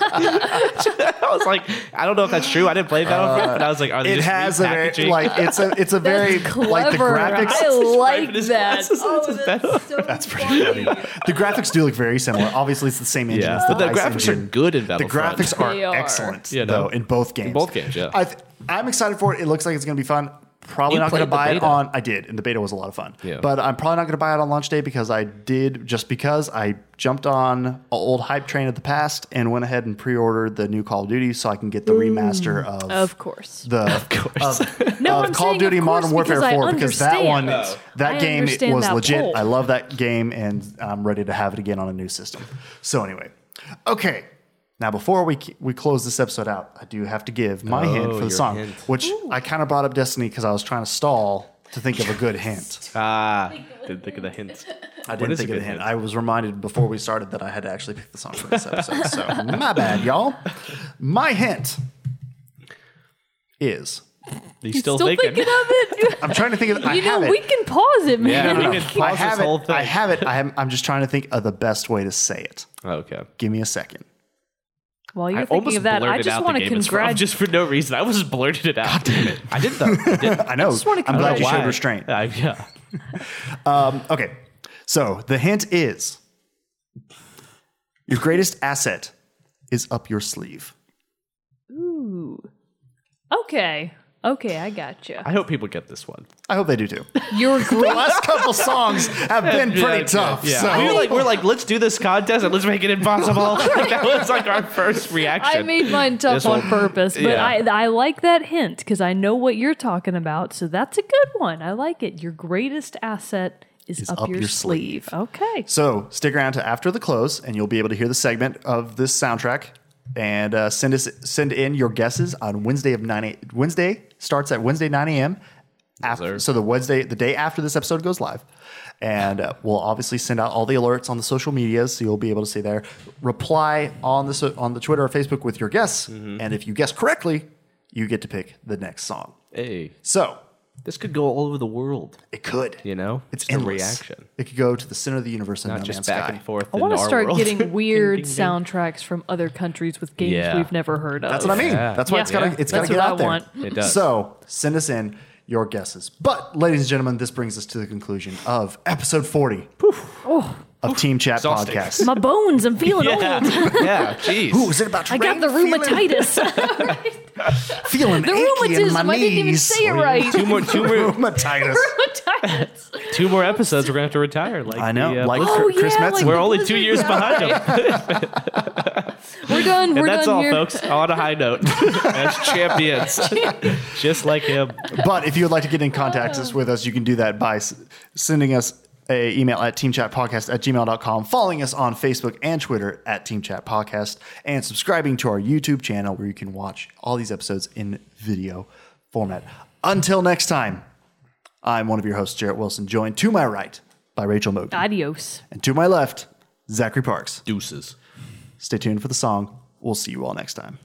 [SPEAKER 3] I was like, I don't know if that's true. I didn't play Battlefront, but I was like, are they
[SPEAKER 1] Uh, it
[SPEAKER 3] just
[SPEAKER 1] has a very
[SPEAKER 3] repackaging?
[SPEAKER 1] like it's a it's a very like the
[SPEAKER 2] Clever.
[SPEAKER 1] graphics
[SPEAKER 2] I like
[SPEAKER 3] Right, his
[SPEAKER 2] that.
[SPEAKER 3] glasses,
[SPEAKER 2] Oh,
[SPEAKER 3] it's
[SPEAKER 2] that's so that's pretty funny.
[SPEAKER 1] The graphics do look very similar. Obviously, it's the same engine.
[SPEAKER 3] Yeah.
[SPEAKER 1] It's
[SPEAKER 3] But the
[SPEAKER 1] DICE
[SPEAKER 3] graphics are
[SPEAKER 1] engine.
[SPEAKER 3] good in
[SPEAKER 1] The
[SPEAKER 3] Battlefront.
[SPEAKER 1] graphics are,
[SPEAKER 2] They are.
[SPEAKER 1] excellent,
[SPEAKER 3] Yeah, no.
[SPEAKER 1] though, in both games.
[SPEAKER 3] both games, yeah.
[SPEAKER 1] I th- I'm excited for it. It looks like it's going to be fun. probably
[SPEAKER 3] You
[SPEAKER 1] not going to
[SPEAKER 3] played the
[SPEAKER 1] buy it
[SPEAKER 3] beta.
[SPEAKER 1] on. I did, and the beta was a lot of fun.
[SPEAKER 3] Yeah.
[SPEAKER 1] But I'm probably not going to buy it on launch day because I did just because I jumped on an old hype train of the past and went ahead and pre-ordered the new Call of Duty so I can get the remaster of,
[SPEAKER 2] Of course.
[SPEAKER 1] the of course of,
[SPEAKER 2] No, I'm
[SPEAKER 1] Uh, Call
[SPEAKER 2] saying
[SPEAKER 1] of Duty
[SPEAKER 2] of
[SPEAKER 1] Modern
[SPEAKER 2] course
[SPEAKER 1] Warfare
[SPEAKER 2] because I
[SPEAKER 1] 4 because that one
[SPEAKER 2] understand.
[SPEAKER 1] that
[SPEAKER 2] I
[SPEAKER 1] game it
[SPEAKER 2] understand
[SPEAKER 1] was
[SPEAKER 2] that
[SPEAKER 1] legit.
[SPEAKER 2] poll.
[SPEAKER 1] I love that game and I'm ready to have it again on a new system. So anyway, okay. Now before we we close this episode out, I do have to give my
[SPEAKER 2] Oh,
[SPEAKER 1] hint for the
[SPEAKER 3] your
[SPEAKER 1] song,
[SPEAKER 3] hint.
[SPEAKER 1] which I kind of brought up Destiny because I was trying to stall to think of a good hint.
[SPEAKER 3] Ah, didn't think of the hint.
[SPEAKER 1] I didn't
[SPEAKER 3] is a
[SPEAKER 1] think of
[SPEAKER 3] good
[SPEAKER 1] the hint.
[SPEAKER 3] hint?
[SPEAKER 1] I was reminded before we started that I had to actually pick the song for this episode. so my bad, y'all. My hint is
[SPEAKER 3] You
[SPEAKER 2] Still,
[SPEAKER 3] still,
[SPEAKER 2] thinking
[SPEAKER 3] thinking?
[SPEAKER 2] of it?
[SPEAKER 1] I'm trying to think of. I
[SPEAKER 2] you know,
[SPEAKER 1] have it.
[SPEAKER 2] we can pause it, man.
[SPEAKER 3] no, no, no.
[SPEAKER 1] I
[SPEAKER 3] Pause this
[SPEAKER 1] have it.
[SPEAKER 3] whole thing.
[SPEAKER 1] I have it. I am, I'm just trying to think of the best way to say it.
[SPEAKER 3] Oh, okay.
[SPEAKER 1] Give me a second.
[SPEAKER 2] While you're
[SPEAKER 3] I
[SPEAKER 2] thinking
[SPEAKER 3] almost
[SPEAKER 2] of that,
[SPEAKER 3] blurted
[SPEAKER 2] I just
[SPEAKER 3] out
[SPEAKER 2] want
[SPEAKER 3] the
[SPEAKER 2] to
[SPEAKER 3] game it's from,
[SPEAKER 2] congratulate.
[SPEAKER 3] just for no reason. I was blurted it out. damn it! I did though. I did.
[SPEAKER 1] I know.
[SPEAKER 2] just wanna
[SPEAKER 1] I'm glad
[SPEAKER 2] congratulate-
[SPEAKER 1] you showed
[SPEAKER 3] Why?
[SPEAKER 1] restraint.
[SPEAKER 3] I- yeah.
[SPEAKER 1] Okay. So the hint is your greatest asset is up your sleeve.
[SPEAKER 2] Ooh. Okay. Okay, I gotcha.
[SPEAKER 3] I hope people get this one.
[SPEAKER 1] I hope they do too.
[SPEAKER 2] You're
[SPEAKER 1] The
[SPEAKER 2] great.
[SPEAKER 1] last couple songs have been pretty tough.
[SPEAKER 3] Yeah.
[SPEAKER 1] So
[SPEAKER 3] we were like, we're like, let's do this contest and let's make it impossible. Like, that was like our first reaction.
[SPEAKER 2] I made mine tough
[SPEAKER 3] This
[SPEAKER 2] on
[SPEAKER 3] one-
[SPEAKER 2] purpose, but
[SPEAKER 3] Yeah.
[SPEAKER 2] I, I like that hint because I know what you're talking about. So that's a good one. I like it. Your greatest asset is, up, your, sleeve. Okay.
[SPEAKER 1] So stick around to after the close, and you'll be able to hear the segment of this soundtrack. And uh, send us send in your guesses on Wednesday of nine a, Wednesday starts at Wednesday nine a.m. After,
[SPEAKER 3] sir.
[SPEAKER 1] so the Wednesday the day after this episode goes live, and uh, we'll obviously send out all the alerts on the social medias, so you'll be able to see there. Reply on the so- on the Twitter or Facebook with your guess,
[SPEAKER 3] Mm-hmm.
[SPEAKER 1] and if you guess correctly, you get to pick the next song.
[SPEAKER 3] hey,
[SPEAKER 1] So
[SPEAKER 3] this could go all over the world.
[SPEAKER 1] it could
[SPEAKER 3] You know,
[SPEAKER 1] it's
[SPEAKER 3] Just a
[SPEAKER 1] endless.
[SPEAKER 3] reaction,
[SPEAKER 1] It could go to the center of the universe and
[SPEAKER 3] not
[SPEAKER 1] no
[SPEAKER 3] just
[SPEAKER 1] man's
[SPEAKER 3] back
[SPEAKER 1] sky.
[SPEAKER 3] and forth.
[SPEAKER 2] I want to start getting weird soundtracks from other countries with games
[SPEAKER 3] Yeah.
[SPEAKER 2] we've never heard of.
[SPEAKER 1] That's what I mean.
[SPEAKER 3] Yeah.
[SPEAKER 1] That's why it's gotta
[SPEAKER 3] Yeah.
[SPEAKER 1] it's gotta
[SPEAKER 2] That's
[SPEAKER 1] get
[SPEAKER 2] what
[SPEAKER 1] out
[SPEAKER 2] I
[SPEAKER 1] there.
[SPEAKER 2] want.
[SPEAKER 3] It does.
[SPEAKER 1] So send us in your guesses. But ladies and gentlemen, this brings us to the conclusion of episode forty of Team Chat
[SPEAKER 3] Exhausting.
[SPEAKER 1] Podcast.
[SPEAKER 2] My bones, I'm feeling old.
[SPEAKER 3] yeah, jeez.
[SPEAKER 1] Ooh, is it about to
[SPEAKER 2] I got
[SPEAKER 1] rain?
[SPEAKER 2] the
[SPEAKER 1] Feeling-
[SPEAKER 2] rheumatitis.
[SPEAKER 1] Feeling
[SPEAKER 2] the
[SPEAKER 1] achy in
[SPEAKER 2] rheumatism.
[SPEAKER 1] my
[SPEAKER 2] I didn't even
[SPEAKER 1] knees.
[SPEAKER 2] say it right.
[SPEAKER 3] two more, two more,
[SPEAKER 1] Rheumatitis.
[SPEAKER 2] Rheumatitis.
[SPEAKER 3] two more episodes. We're gonna have to retire. Like
[SPEAKER 1] I know.
[SPEAKER 3] the, uh,
[SPEAKER 1] like
[SPEAKER 3] Blitz-
[SPEAKER 2] Oh,
[SPEAKER 1] Chris
[SPEAKER 2] yeah,
[SPEAKER 1] Metzen.
[SPEAKER 2] like-
[SPEAKER 3] we're only two
[SPEAKER 2] Blizzard
[SPEAKER 3] years
[SPEAKER 2] guy.
[SPEAKER 3] behind them.
[SPEAKER 2] We're done. We're
[SPEAKER 3] And that's
[SPEAKER 2] done
[SPEAKER 3] all,
[SPEAKER 2] here.
[SPEAKER 3] folks. On a high note, as champions, just like him.
[SPEAKER 1] but if you would like to get in contact us with us, you can do that by s- sending us a email at teamchatpodcast at gmail.com, following us on Facebook and Twitter at Team Chat Podcast, and subscribing to our YouTube channel where you can watch all these episodes in video format. Until next time, I'm one of your hosts, Jarrett Wilson, joined to my right by Rachel Mogan,
[SPEAKER 2] Adios.
[SPEAKER 1] and to my left, Zachary Parks.
[SPEAKER 3] Deuces.
[SPEAKER 1] Stay tuned for the song. We'll see you all next time.